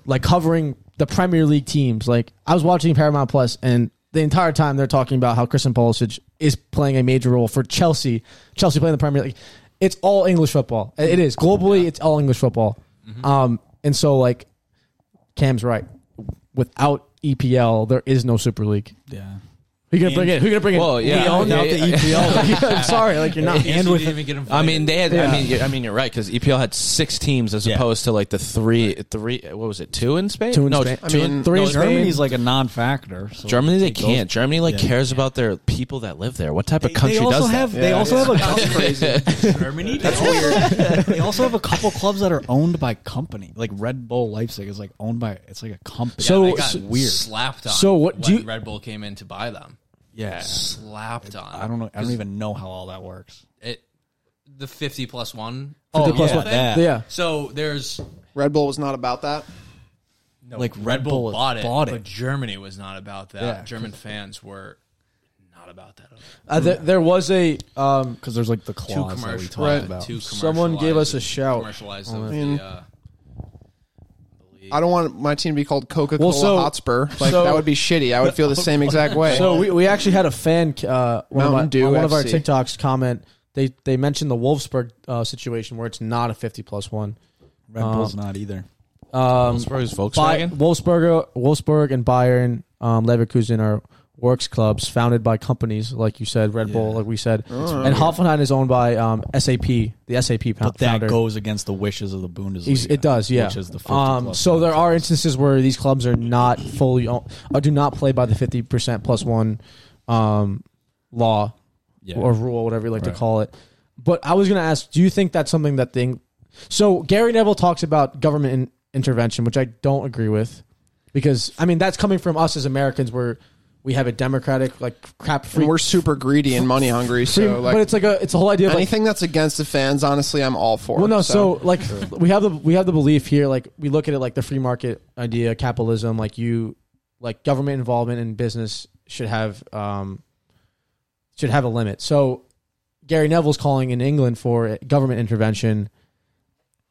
like covering the Premier League teams. Like, I was watching Paramount Plus and. The entire time they're talking about how Christian Pulisic is playing a major role for Chelsea. Chelsea playing the Premier League. It's all English football. It is globally. It's all English football. Um, and so like Cam's right. Without EPL, there is no Super League.
yeah.
Who gonna bring it? Who gonna bring it?
Well, yeah.
We own
Yeah,
out
yeah,
the
E
EPL. I'm sorry, like you're not.
and with even get
I
invited.
mean, they had. I mean, you- I mean, you're right because EPL had six teams as
Yeah.
opposed to like the three, three. What was it? Two in Spain.
Two in
no,
Spain.
Two
I
in,
mean,
Three
no,
in
Spain.
Germany's like a non-factor. So
Germany, they
It goes-
can't. Germany like
Yeah.
cares about their people that live there. What type of country
they also
does that?
have. They also have a. couple-
Germany. That's weird.
they also have a couple clubs that are owned by company. Like Red Bull Leipzig is like owned by. It's like a company.
So-
they got
so-
weird. slapped on.
So what do
when
you-
Red Bull came in to buy them?
yeah.
Slapped on.
I don't know. I don't even know how all that works.
It, the fifty plus one.
Oh, plus
yeah,
one.
that.
Yeah.
So there's
Red Bull was not about that.
No,
Like,
Red,
Red
Bull,
Bull
bought, it,
bought it.
but Germany was not about that.
Yeah.
German fans were not about that. at all.
Uh, there, there was a um,
Because there's like the clause that we
commercial-
talked
Right.
about.
To
Someone gave us a
commercialize it-
shout.
Commercialize the,
mean-
the, uh,
I don't want my team to be called Coca Cola
Well, so-
Hotspur. Like
so-
that would be shitty. I would feel the same exact way.
So we, we actually had a fan, uh, one, of
Mountain
our,
Dew
on one of our
FC.
TikToks comment. They they mentioned the Wolfsburg uh, situation where it's not a 50 plus one.
Red Bull's not either.
Wolfsburg's
By,
Volkswagen.
Wolfsburg, Wolfsburg and Bayern um, Leverkusen are works clubs founded by companies like you said, Red Bull, like we said, and Hoffenheim is owned by um, SAP, the SAP fou-
But that
founder.
goes against the wishes of the Bundesliga.
Ex- It does, yeah.
Which is the 50
um,
plus
so
one.
there are instances where these clubs are not fully own- or do not play by the fifty percent plus one um, law
Yeah.
or rule, whatever you like
Right.
to call it. But I was going to ask, do you think that's something that thing? So Gary Neville talks about government in- intervention, which I don't agree with, because I mean that's coming from us as Americans, where we have a democratic like crap free.
and we're super greedy and money hungry. So
but
like
it's like a it's a whole idea of like
anything that's against the fans, honestly, I'm all for.
Well, no.
so
So, like, we have the we have the belief here. Like, we look at it like the free market idea, capitalism. Like you, like government involvement in business should have um should have a limit. So, Gary Neville's calling in England for government intervention.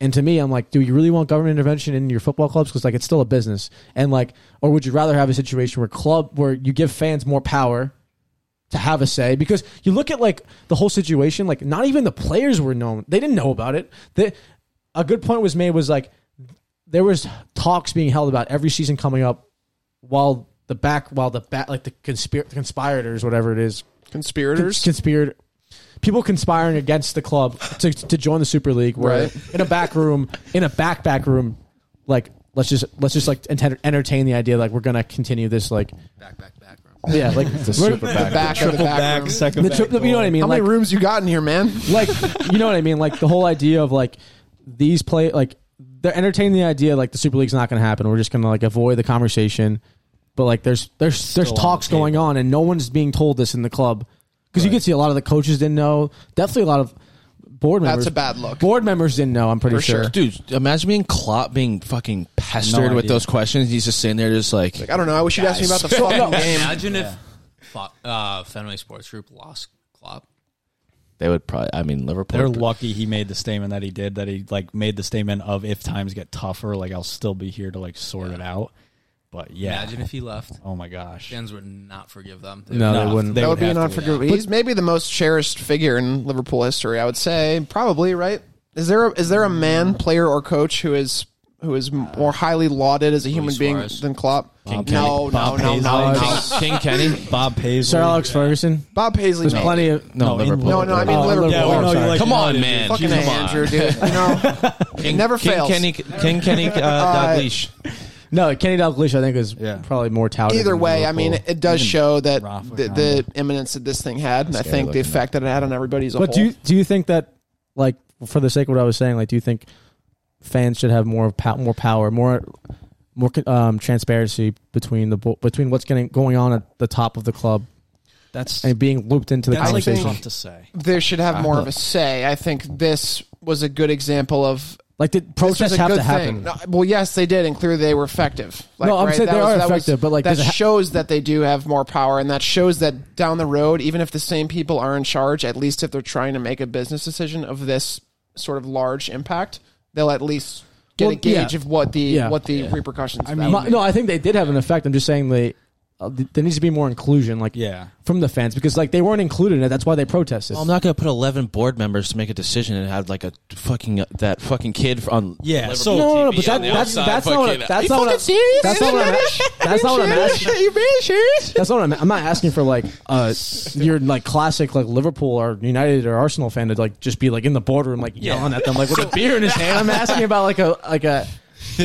And to me, I'm like, do you really want government intervention in your football clubs? Because like, it's still a business. And like, or would you rather have a situation where club where you give fans more power? to have a say because you look at like the whole situation like not even the players were known they didn't know about it they, a good point was made was like there was talks being held about every season coming up while the back while the back like the conspir- conspirators whatever it is
conspirators.
conspired people conspiring against the club to, to join the super league where
Right.
in a back room in a back back room like let's just let's just like enter- entertain the idea like we're gonna continue this like
back, back, back. room.
yeah like the super
the back of the back, room.
second.
the, tri- you know what i mean
How
like
many rooms you got in here, man?
like you know what I mean? Like the whole idea of like these play like they're entertaining the idea like the Super League's not going to happen. We're just going to like avoid the conversation. But like there's there's there's
on the
talks going on and no one's being told this in the club because you can see a lot of the coaches didn't know. Definitely a lot of board members.
a bad look.
Board members didn't know. I'm pretty
For
sure.
sure.
Dude, imagine being Klopp being fucking pestered
No
with
idea.
those questions. He's just sitting there, just like,
I don't know. I wish you'd ask me about the fucking game.
Imagine if Fo- uh, Fenway Sports Group lost Klopp.
they would probably. I mean, Liverpool.
They're lucky he made the statement that he did. That he like made the statement of if times get tougher, like I'll still be here to like sort it out. But yeah,
Imagine if he left.
oh my gosh,
Fans would not forgive them.
No, they wouldn't.
That would be an
have to
unforgivable. He's maybe the most cherished figure in Liverpool history. I would say probably right. Is there a, is there a man, player, or coach who is who is m- more highly lauded as a human being
Suarez.
than Klopp? no, no,
Bob
no, no,
Paisley.
King
no.
Kenny.
Bob Paisley.
Sir Alex Ferguson.
Bob Paisley.
There's
maybe.
plenty of
No,
in-
Liverpool.
No, no, I mean
Oh,
Liverpool.
Liverpool.
Yeah, we
I'm
know
sorry.
you like
Come on,
United,
man.
Fucking
Come on.
Andrew, dude. You know,
King,
never fails.
King Kenny. King Kenny. Uh, Dalglish.
No, Kenny Dalglish. I think is
Yeah.
probably more touted.
Either
than
way, I mean,
Liverpool.
it does show that
Rafa
the, the imminence that this thing had, and I think the
looking.
effect that it had on everybody's.
But do you, do you think that like for the sake of what I was saying, like do you think fans should have more pow- more power, more more um, transparency between the bo- between what's getting going on at the top of the club
That's
and being looped into the
that's like
conversation?
tough to say.
they should have more of a say. I think this was a good example of
like did
This was
protests
a
have
good
to happen?
thing. No, well, yes, they did, and clearly they were effective. Like,
No, I'm saying
That
they
was-
are
that was-
effective, but, like,
that
does it ha-
shows that they do have more power, and that shows that down the road, even if the same people are in charge, at least if they're trying to make a business decision of this sort of large impact, they'll at least get
Well,
a gauge
yeah.
of what the
Yeah.
what the repercussions. I
My- no, I think they did have an effect. I'm just saying they uh, th- there needs to be more inclusion, like
Yeah.
from the fans because like they weren't included in it. That's why they protested.
Well, I'm not gonna put 11 board members to make a decision and have like a fucking uh, that fucking kid on.
Yeah,
Liverpool
so-
TV
no, no, no, but
on
that,
the
that's
outside
that's not what
fucking-
that's
You
not what I'm
fucking serious?
That's not what I'm asking. That's not what I'm asking.
you being serious?
That's not what I'm. I'm not asking for like uh, your like classic like Liverpool or United or Arsenal fan to like just be like in the boardroom like yelling at them like with a beer in his hand. I'm asking about like a like a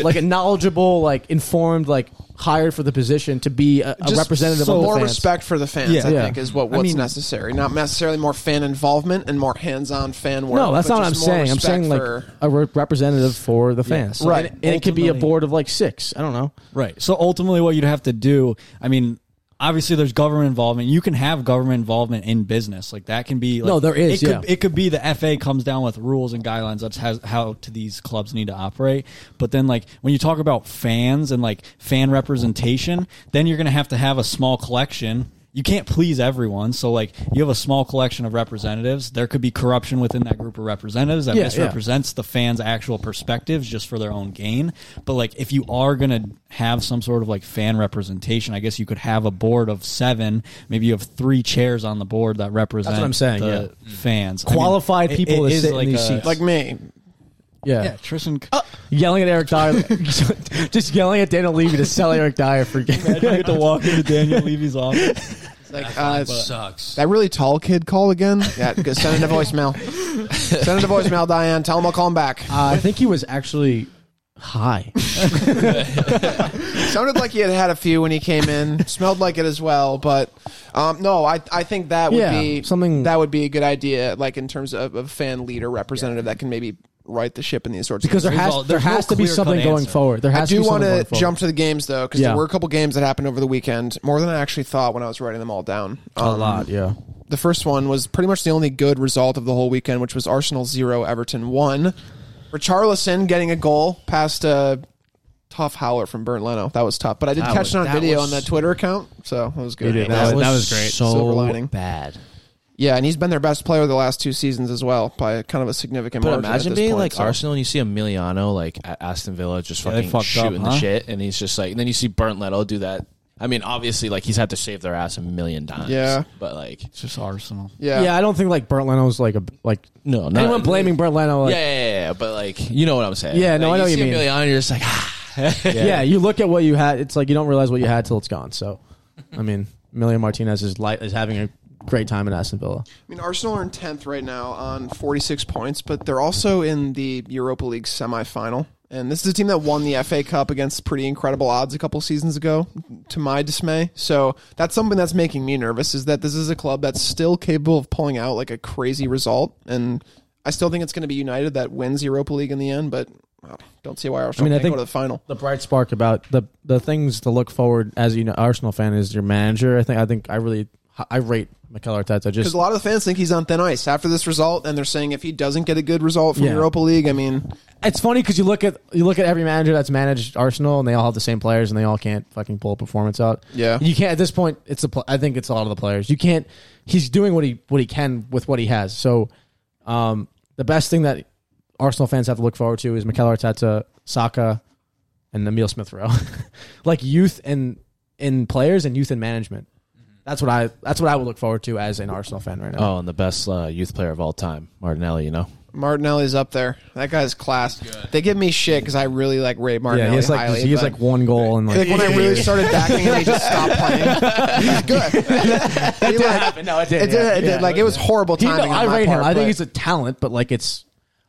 like a knowledgeable like informed like hired for the position to be a, a
Just
representative
so
of the
more
fans.
respect for the fans
Yeah.
i
Yeah.
think is what
I
what's
mean-
necessary not necessarily more fan involvement and more hands-on fan work
No, that's
but
not what I'm
just more
saying. I'm
respect
saying like
for-
a re- representative for the fans,
so
right?
it-
And, it could be a
ultimately-
board of like six. I don't know.
Right. So ultimately, what you'd have to do, I mean, obviously there's government involvement. You can have government involvement in business, like that can be. Like,
No, there is,
It
yeah.
could, it could be the FA comes down with rules and guidelines. That's how, how to these clubs need to operate. But then, like when you talk about fans and like fan representation, then you're gonna have to have a small collection. You can't please everyone, so like you have a small collection of representatives. There could be corruption within that group of representatives that
Yeah, yeah.
misrepresent represents the fans' actual perspectives just for their own gain. But like, if you are gonna have some sort of like fan representation, I guess you could have a board of seven. Maybe you have three chairs on the board that represent.
I'm saying,
The fans, I mean,
Qualified
it-
people
it
to
is
sit in these
a-
seats.
like me
Yeah,
yeah, Tristan.
yelling at Eric Dyer, just yelling at Daniel Levy to sell Eric Dyer for.
you get to walk into Daniel Levy's office.
like uh,
Sucks.
That really tall kid call again? Yeah, go send it to voicemail. Uh, send it to voicemail, Diane. Tell him I'll call him back.
Uh, I think he was actually high.
Sounded like he had had a few when he came in. Smelled like it as well, but um, no, I I think that would
Yeah,
be
something-
that would be a good idea, like in terms of a fan leader representative that can maybe right the ship in these sorts
because there
of things.
has
all-
there
there's no
has to be
clear-cut
something going
answer.
forward. There
I
has to
do
be
want
something
to
going forward.
jump to the games though, because
Yeah.
there were a couple games that happened over the weekend, more than I actually thought when I was writing them all down.
a
Um,
lot. Yeah,
the first one was pretty much the only good result of the whole weekend, which was Arsenal zero, Everton one. Richarlison getting a goal past a tough howler from Burn Leno. That was tough, but I did
That
catch
was-
it on
that
video
was-
on the Twitter account, so it was good.
That was-
great.
Silver lining.
bad.
yeah, and he's been their best player the last two seasons as well by kind of a significant.
But
margin at
imagine
this
being
point,
like
so.
Arsenal and you see Emiliano like at Aston Villa just
they
fucking
fucked up,
shooting the
huh?
shit, and he's just like, and then you see Burnt Leto do that. I mean, obviously, like he's had to save their ass a million times.
Yeah.
but like,
It's just Arsenal.
Yeah,
yeah. I don't think like Burt Leno's like a like
no, not,
anyone blaming Burt Leno. Like,
yeah, yeah, yeah, yeah, but like, you know what I'm saying?
Yeah, no,
Like,
I know what you
see
mean.
Emiliano, you're just like,
yeah, You look at what you had. It's like you don't realize what you had till it's gone. So, I mean, Emilio Martinez is light is having a great time at Aston Villa.
I mean Arsenal are in tenth right now on forty six points, but they're also in the Europa League semifinal. And this is a team that won the FA Cup against pretty incredible odds a couple seasons ago, to my dismay. So that's something that's making me nervous is that this is a club that's still capable of pulling out like a crazy result. And I still think it's going to be United that wins Europa League in the end, but I don't see why Arsenal
I mean, I
can't
think-
go to the final.
The bright spark about the the things to look forward as you know Arsenal fan is your manager. I think I think I really h- I rate Mikel Arteta.
Because
Just
a lot of the fans think he's on thin ice after this result, and they're saying if he doesn't get a good result from
Yeah.
Europa League, I mean,
it's funny because you look at you look at every manager that's managed Arsenal, and they all have the same players, and they all can't fucking pull a performance out.
Yeah.
you can't at this point. It's a pl- I think it's a lot of the players. You can't. He's doing what he what he can with what he has. So, um, the best thing that Arsenal fans have to look forward to is Mikel Arteta, Saka, and Emil Smith Rowe, like youth and in players and youth and management. That's what I. That's what I would look forward to as an Arsenal fan right now.
Oh, and the best uh, youth player of all time, Martinelli. You know,
Martinelli's up there. That guy's class. They give me shit because I really like Ray Martinelli
Oh, yeah, he has like
highly.
he has
but-
like one goal and
Like
like
when I really started backing him, he just stopped playing. He's good. He, like-
No, it
It did. It did. Like it was horrible
He- no,
timing.
I
on my
rate him.
part,
I think
but-
he's a talent, but like it's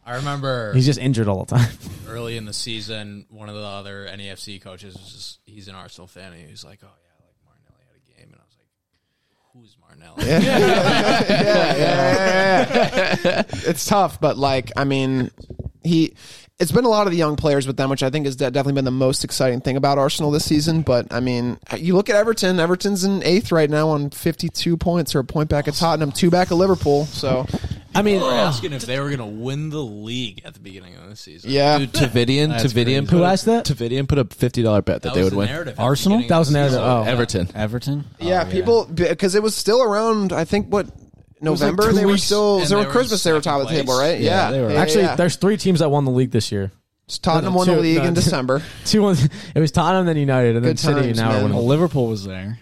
I remember
he's just injured all the time.
early in the season, one of the other NEFC coaches was just, he's an Arsenal fan, and he was like, "Oh yeah, like Martinelli had a game," and I was like, "Who's Martinelli?"
yeah, yeah, yeah, yeah. It's tough, but like, I mean, he. It's been a lot of the young players with them, which I think has de- definitely been the most exciting thing about Arsenal this season. But I mean, you look at Everton. Everton's in eighth right now on fifty-two points, or a point back at Tottenham, two back at Liverpool. So
I mean,
They were asking if they were going to win the league at the beginning of the season.
yeah,
dude, Tavidian,
That's crazy.
Tavidian.
Who asked that?
Tavidian put a fifty dollar bet that,
that
they
was
would
the
win.
narrative. at the
Arsenal?
beginning
That
of
was
the
another-
season.
oh.
Everton.
Everton.
Oh, yeah, people because it was still around. I think what. November,
two
they were
weeks,
still.
and
They were
they were
Christmas. They were
second
top of the
place.
table, right? Yeah,
Yeah, they were.
Yeah,
actually,
yeah.
there's three teams that won the league this year.
Tottenham won the
two-
league
no,
in
two-
December.
Two ones. It was Tottenham, then United, and then
Good
City.
times,
now
man.
are winning.
Well, Liverpool was there.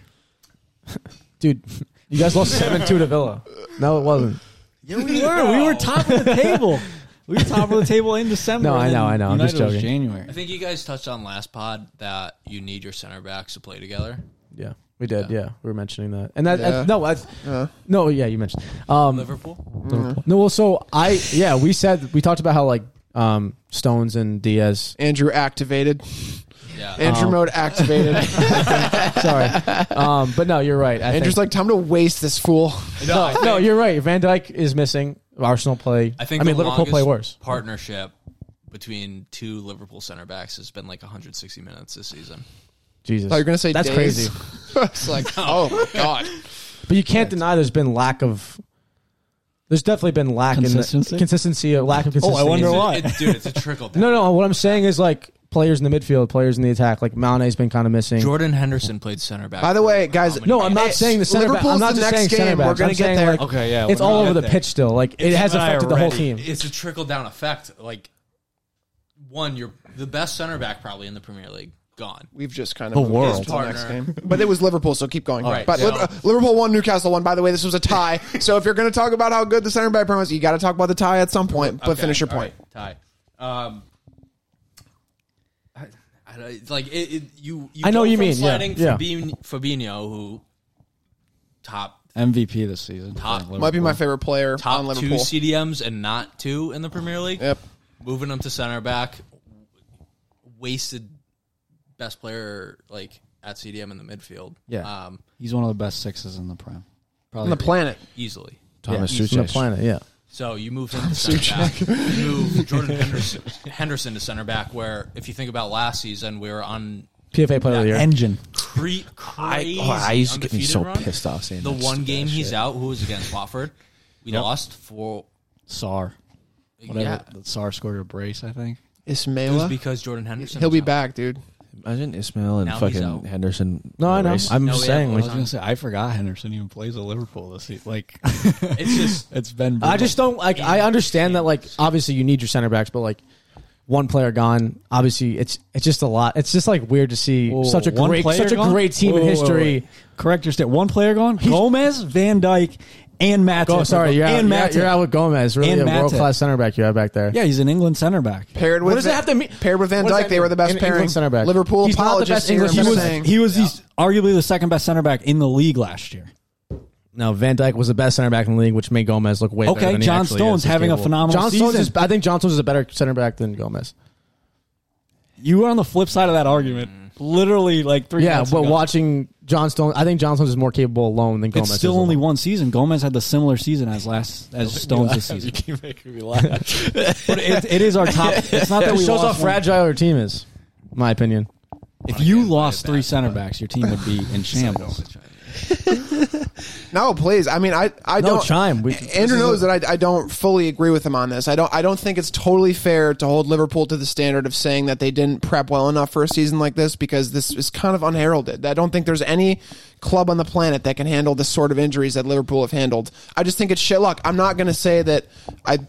dude, you guys lost seven two to Villa. No, it wasn't.
Yeah, we were. We were top of the table. We were top of the table in December.
No, I
and
know,
then
I know. I'm just
United was
joking.
January.
I think you guys touched on last pod that you need your center backs to play together.
Yeah, we did. Yeah, we were mentioning that, and that
Yeah.
uh, no, I,
Uh-huh.
no, yeah, you mentioned. Um,
Liverpool.
No, well, so I yeah, we said we talked about how like um, Stones and Diaz
Andrew activated.
Yeah.
Andrew mode activated.
Sorry, um, but no, you're right. I
Andrew's
think,
like, time to waste this fool.
No, I think-
no, you're right. Van Dyke is missing. Arsenal play.
I think.
I mean,
the
Liverpool play worse.
longest Partnership between two Liverpool center backs has been like 160 minutes this season.
Jesus,
Thought you were gonna say
that's
days.
crazy.
it's like, oh god.
But you can't deny there's been lack of. There's definitely been lack in
Consistency?
the consistency, a
Oh,
lack of consistency.
wonder
It's a-
why.
it's- dude, it's a trickle down.
No, no. What I'm saying is like players in the midfield, players in the attack. Like Mane's been kind of missing.
Jordan Henderson played center back.
By the way, guys,
no, I'm not
It's-
saying the center. Back.
Liverpool's
I'm not
the
just
next
saying
game.
center backs.
We're gonna
I'm
get
saying,
there.
like,
Okay, yeah,
It's
we're
all
gonna
over
get
the
there.
pitch still. Like it has
and I are
affected the whole
ready.
team.
it's a trickle down effect. Like one, you're the best center back probably in the Premier League. Gone.
we've just kind of
The
moved
world.
on to the
Partner.
next game. But it was Liverpool, so keep going.
right,
but
so-
Liver- Liverpool won, Newcastle won. By the way, this was a tie. so if you're gonna talk about how good the center back premise, you got to talk about the tie at some point. But
Okay,
finish your
all
point.
right, Ty. Um, I, I, don't- it's like it, it, you, you.
I know
go
you
from
mean, yeah,
sliding
yeah.
Fabin- Fabinho, who top
MVP this season.
Top-
for
Might be my
Liverpool.
favorite player on
top two
Liverpool.
CDMs and not two in the Premier League.
Yep.
Moving him to center back, wasted best player like at CDM in the midfield.
Yeah.
um,
He's one of the best sixes in the prime. Probably
on the planet.
easily.
Thomas
From the
Suchek.
planet, yeah.
So you move him to center back. You move Jordan Henderson, Henderson to center back. Where if you think about last season, we were on
PFA player of the year.
engine.
cre- crazy
oh, I used to get me
undefeated
so
run.
pissed off seeing
the
that
one
stupid
game
ass
he's
shit.
out, who was against Watford, we lost for
Sar.
yeah.
Whatever. Sar scored a brace, I think.
It was
Ismaila.
because Jordan Henderson.
He'll
was
be
out.
back, dude.
Imagine Ismail and
Now he's out.
fucking Henderson.
No, I know.
Race.
I'm
No,
just
we have
saying.
a
I
Like,
was gonna say I forgot Henderson even plays at Liverpool this season. Like
It's just
it's been.
I just don't like. I understand that. Like, obviously, you need your center backs, but like, one player gone. Obviously, it's it's just a lot. It's just like weird to see such a
One
great
player
such a
gone?
great team
Whoa,
in
whoa,
history.
whoa, whoa. Correct your stat. One player gone. Gomez, Van Dyke, and Matt.
Go, sorry, you're out,
and
you're,
Matt.
out- you're out with Gomez. Really,
And
a
Matip.
world class center back you have back there.
yeah, he's an England center back.
Paired with
What does that have to mean?
Paired with Van
What does
Dyke,
that
they
mean?
were the best
An
pairing.
England center back.
Liverpool
He's not the
apologists
best
here.
English
He
I'm
center
was
saying.
he was the, arguably the second best center back in the league last year.
No, Van Dyke was the best center back in the league, which made Gomez look way better.
Okay,
than he
John
actually
Stones
is. He's
having a
capable.
phenomenal
John Stones
season.
is, I think John Stones is a better center back than Gomez.
You were on the flip side of that argument, literally like three.
Yeah,
months
but
ago.
watching John Stones, I think John Stones is more capable alone than Gomez.
It's
is
still only
alone.
one season. Gomez had the similar season as last as Stones this season.
keep making me laugh.
But it, it is our top. It's not that
It
we
shows
lost
how
one-
fragile your team is, in my opinion.
If you
Again,
lost
play it
three
back,
center
but-
backs, your team would be in shambles.
No, please. I mean, I, I
No,
don't
chime. We- this
Andrew knows that I, I don't fully agree with him on this. I don't. I don't think it's totally fair to hold Liverpool to the standard of saying that they didn't prep well enough for a season like this because this is kind of unheralded. I don't think there's any club on the planet that can handle this sort of injuries that Liverpool have handled. I just think it's shit luck. I'm not going to say that I.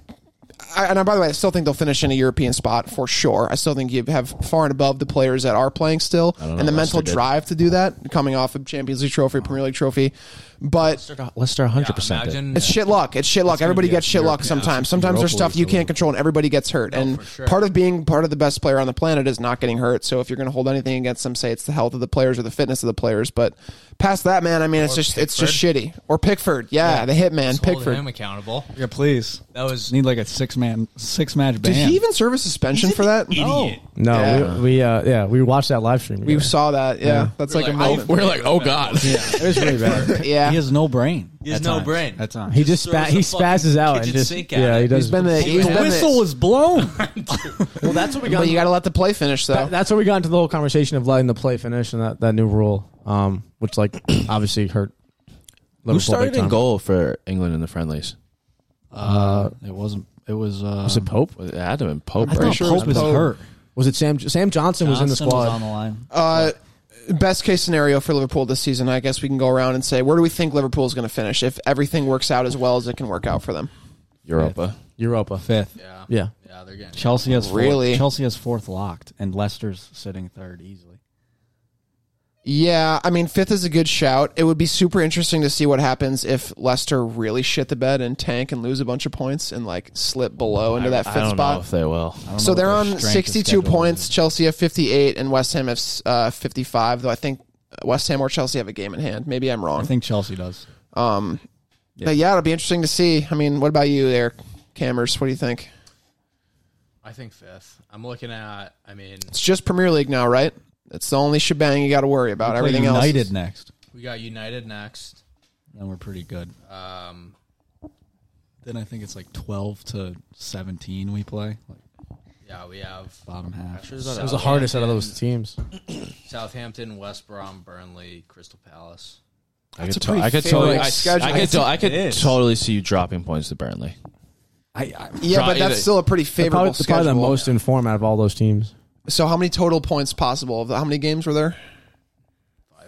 I, and I, by the way, I still think they'll finish in a European spot for sure. I still think you have far and above the players that are playing still,
don't know,
and the
Leicester
mental
did.
drive to do that, coming off of Champions League trophy, Premier League trophy. But
Leicester 100%.
Yeah,
did.
imagine
it's shit luck. It's shit luck. Everybody
be
gets
a
shit luck
European-
sometimes. Sometimes there's stuff you can't control and everybody gets hurt. and
sure.
part of being part of the best player on the planet is not getting hurt. So if you're going to hold anything against them, say it's the health of the players or the fitness of the players. But past that, man, I mean, it's just it's just shitty. Or Pickford, yeah, the hitman
hold him
Pickford.
accountable.
Yeah, please.
That was
Need like a six man, six match ban.
Did he even serve a suspension for that?
idiot.
No,
Yeah.
we, we uh, yeah, we watched that live stream.
We
together.
saw that. Yeah, that's like, a
like,
moment.
oh,
We're like, oh God.
it was really bad.
yeah,
He has no brain.
He has
at
no
times.
brain.
At times.
He just
Throws
spa-
a
he
fucking
spazzes out and
kitchen
just
sink at
yeah
it.
he does.
he's been the he's
the
been
whistle
the,
was blown.
well, that's what we
but you got to let the play finish though.
that's where we got into the whole conversation of letting the play finish and that, that new rule, um, which like obviously hurt.
Who
Liverpool
started
big
in
time.
goal for England in the friendlies?
Uh, it wasn't. It was. Uh,
Was it Pope?
Well, It had to have been Pope,
I
right?
thought
sure it was
Pope is
Pope.
hurt.
Was it Sam? Sam Johnson, was in the
Johnson was
squad.
on the line.
Uh, best case scenario for Liverpool this season, I guess we can go around and say where do we think Liverpool is going to finish if everything works out as well as it can work out for them.
Europa.
Europa.
Fifth.
Yeah.
Yeah.
Yeah, they're getting
Chelsea has fourth.
Really?
Chelsea has fourth locked, and Leicester's sitting third easily.
Yeah, I mean fifth is a good shout. It would be super interesting to see what happens if Leicester really shit the bed and tank and lose a bunch of points and like slip below into that
I
fifth
don't know
spot.
if they will.
I don't know
So
what
they're
their
on
strength of
62
schedule
points.
is.
Chelsea have 58 and West Ham have uh, 55. Though I think West Ham or Chelsea have a game in hand. Maybe I'm
I
wrong.
think Chelsea does.
But yeah, it'll be interesting to see. I mean, what about you there, Cammers? What do you think?
I think fifth. I'm looking at I mean
It's just Premier League now, right? It's the only shebang you got to worry about. Everything
Play United
else. is-
next,
we got United next.
and we're pretty good.
Um
Then I think it's like twelve to seventeen we play, like
yeah, we have
bottom half.
It was the hardest out of those teams.
Southampton, West Brom, Burnley, Crystal Palace.
I could,
a
to-
pretty
I could
fair
totally, I,
schedule.
I could, to- I
It
could
is.
totally see you dropping points to Burnley.
I, I,
Yeah, but
Probably
that's
the-
still a pretty favorable
Probably, probably the
schedule.
most informed out of all those teams.
So how many total points possible? How many games were there?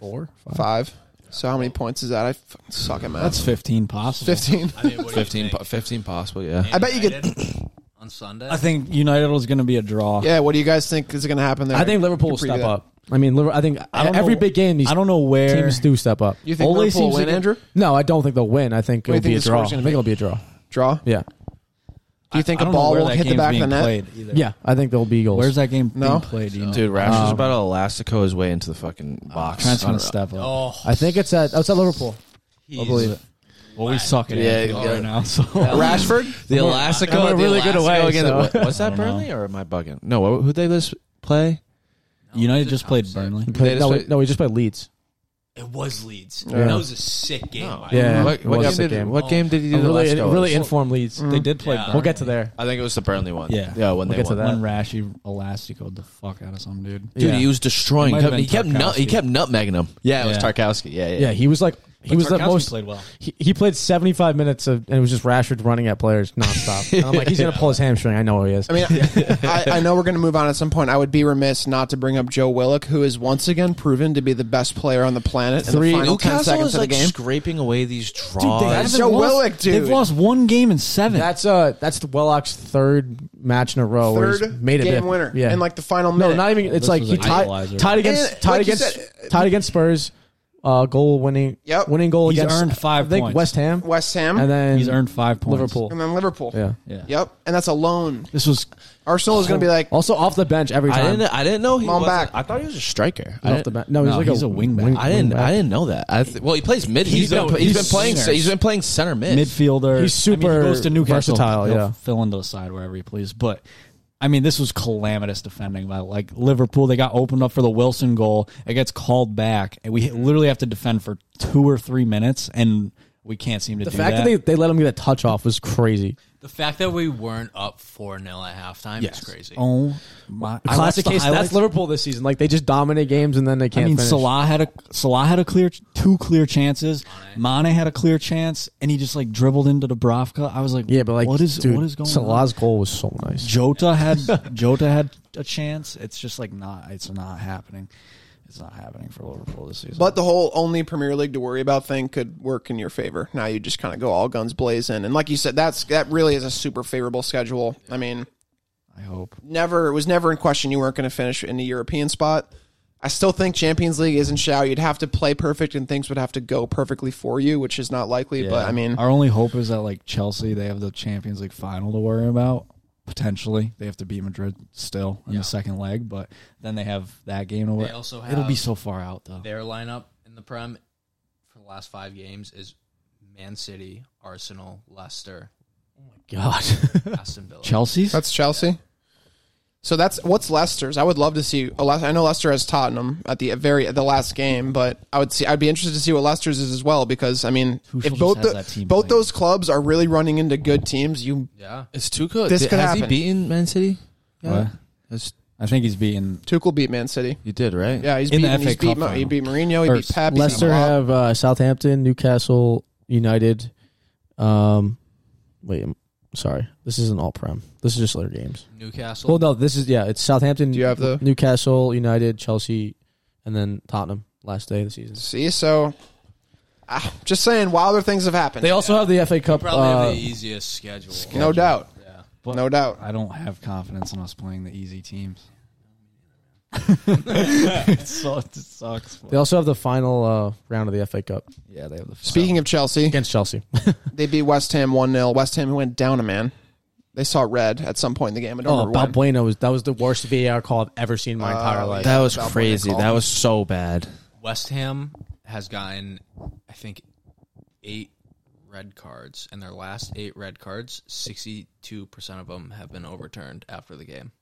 Four, five.
Five. So how many points is that? I fucking suck at math.
that's fifteen possible.
fifteen.
I mean, what do you
15,
think?
po- 15 possible, yeah.
I bet you could-
United on Sunday.
I think United was going to be a draw.
yeah. What do you guys think is going to happen there?
I think Liverpool will
You're pretty
step
good.
up. I mean, Liver- I think
I don't
every
know-
big game these
I don't know where.
teams do step up.
You think
Ole
Liverpool will
seems
win,
like a-
Andrew?
No, I don't think they'll win. I think
What
it'll
do
be
you
a
think the score's
draw. I
gonna
think
be?
it'll be a draw.
Draw.
Yeah,
Do you think a
I don't know
ball
where
will
that
hit the
game's
back of the
being
net?
played either.
yeah. I think there'll be goals.
Where's that game
No?
being played? do you know?
Dude, Rash
um,
is about to elastico his way into the
uh,
fucking box.
Trent's going
On-
to step up.
oh,
I think it's at. Oh, it's at Liverpool.
he's,
believe it.
Well, we suck at
Yeah,
yeah,
yeah.
right now. So
Rashford.
The Elastico,
I'm a
the
really good
Elastico
away,
again.
so-
What- Was that
don't know.
Burnley or am I bugging? No, who they just play?
United
It's a
just
top
played
six.
Burnley.
They just
no,
play-
we, no, we just played Leeds.
It was Leeds.
Yeah.
That was a sick game. by
Yeah.
them.
What,
it was
what,
a
game
sick
did,
game.
what game did he do?
A
to
really,
Lascaux?
really informed Leeds.
Mm-hmm.
They did play.
Yeah.
Burnley.
We'll get to there.
I think it was the Burnley one.
Yeah.
yeah. When they
We'll get to
won.
that.
When Rashi elasticoed the fuck out of some dude.
Dude,
Yeah.
he was destroying. He
It might have
kept, he kept,
been
nut, he
Tarkowski.
kept nutmegging him. Yeah, it was
Yeah.
Tarkowski. Yeah, yeah.
Yeah, he was like he was the most.
played well.
He, he played seventy five minutes of, and it was just Rashford running at players nonstop. And I'm like, he's gonna pull his hamstring. I know he is.
I mean, I, I know we're going to move on at some point. I would be remiss not to bring up Joe Willock, who is once again proven to be the best player on the planet
Three-
in the final ten
Newcastle
seconds
is
of the
like
game.
scraping away these draws.
Oh,
haven't Joe
lost-
Willock, dude.
They've lost one game in seven.
that's uh that's the Wellock's third match in a row. where he's
Third
made a
game
dip.
winner.
Yeah,
in like the final
no,
minute.
not even. It's
This
like
was
he
an
tied,
equalizer.
tied against
And,
tied
like you
against
said-
tied against Spurs. Uh, goal winning.
Yep.
winning goal.
He's
against,
earned five
I think
points.
West Ham,
West Ham,
and then
He's earned five points.
Liverpool.
and then Liverpool.
Yeah.
Yeah.
Yep, and that's a loan.
This was
Arsenal is going to be like
also off the bench every
I
time.
didn't. I didn't know he
Come on
was
back.
I thought he was a striker. I
off
didn't,
the bench. No, he's
No,
like a
he's a wingback.
I didn't.
wingback.
I didn't know that. I th- well, he plays mid.
He's
he's been.
a-
he's been
he's
playing.
singer.
He's been playing center mid.
He's
midfielder. I mean,
super
he goes to Newcastle.
versatile,
He'll
yeah.
fill into the side wherever he please. But I mean, this was calamitous defending by like Liverpool. They got opened up for the Wilson goal. It gets called back, and we literally have to defend for two or three minutes, and we can't seem to
The
do
fact that
that.
they, they let him get a touch off was crazy.
the The fact that we weren't up four 0 at halftime
Yes.
is crazy.
Oh my! I watched
Classic
the
case.
highlights.
That's Liverpool this season. Like they just dominate games and then they
I
can't.
mean,
finish.
Salah had a Salah had a clear two clear chances. Mane. had a clear chance, and he just like dribbled into Dubravka. I was like,
Yeah, but like,
what is
dude,
what is going on?
Salah's goal was so nice.
Jota had Jota had a chance. It's just like not. It's not happening. It's not happening for Liverpool this season.
But the whole only Premier League to worry about thing could work in your favor. Now you just kind of go all guns blazing, and like you said, that's that really is a super favorable schedule. I mean,
I hope
never it was never in question you weren't going to finish in the European spot. I still think Champions League isn't shout. You'd have to play perfect, and things would have to go perfectly for you, which is not likely. But I mean,
our only hope is that like Chelsea, they have the Champions League final to worry about. Potentially, they have to beat Madrid still in the second leg, but then they have that game to worry.
also
It'll be
have-
so far out though.
Their lineup in the Prem for the last five games is Man City, Arsenal, Leicester,
God,
Aston Villa.
Chelsea's
that's Chelsea. So that's what's Leicester's. I would love to see. I know Leicester has Tottenham at the very at the last game, but I would see. I'd be interested to see what Leicester's is as well because I mean,
Tuchel
if
just
both
has
the,
that team
both
playing.
those clubs are really running into good teams, you
yeah,
It's too good.
This
Did-
could
has he
happen.
beaten Man City?
What?
That's-
I think he's beaten.
Tuchel beat Man City.
you did right.
Yeah, he's
In the
beaten,
FA
he's beat,
Cup
Mo- he
final.
beat Mourinho. He
Or
beat Pep. he's beat
Leicester
Klopp.
have uh, Southampton, Newcastle, United. Um, wait, I'm sorry, this isn't all prem. This is just later games.
Newcastle.
Well, no, this is yeah, it's Southampton.
Do you have the-
Newcastle, United, Chelsea, and then Tottenham last day of the season.
See, so ah, just saying, wilder things have happened.
They also have the FA Cup.
Probably
uh,
have the easiest schedule.
no doubt,
Yeah.
no doubt.
I don't have confidence in us playing the easy teams. it, sucks, it sucks.
They also have the final uh, round of the FA Cup
Yeah, they have the
Speaking of Chelsea,
against Chelsea.
they beat West Ham one 0 West Ham went down a man. They saw red at some point in the game. I don't
oh,
remember when.
Balbuena was that was the worst VAR call I've ever seen in my entire life.
That was
Southwood
crazy.
called
That
him.
was so bad.
West Ham has gotten, I think, eight red cards, and their last eight red cards, sixty-two percent of them have been overturned after the game.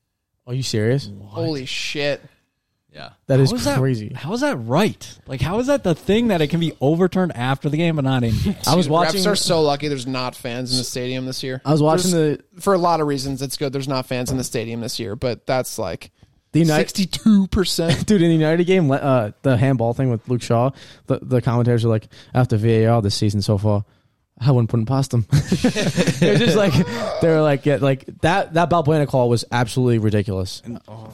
Are you serious?
Holy shit!
Yeah,
That is
that
crazy.
How is that right? Like, how is that the thing that it can be overturned after the game but not in? game?
I was watching.
Refs are so lucky. There's not fans in the stadium this year.
I was watching
There's- for a lot of reasons. It's good. There's not fans in the stadium this year, but that's like
the United
sixty-two percent.
dude in the United game. le- Uh, the handball thing with Luke Shaw. The the commentators are like, after VAR this season so far, I wouldn't put him past them. They're just like they were like yeah, like that that Balbuena call was absolutely ridiculous.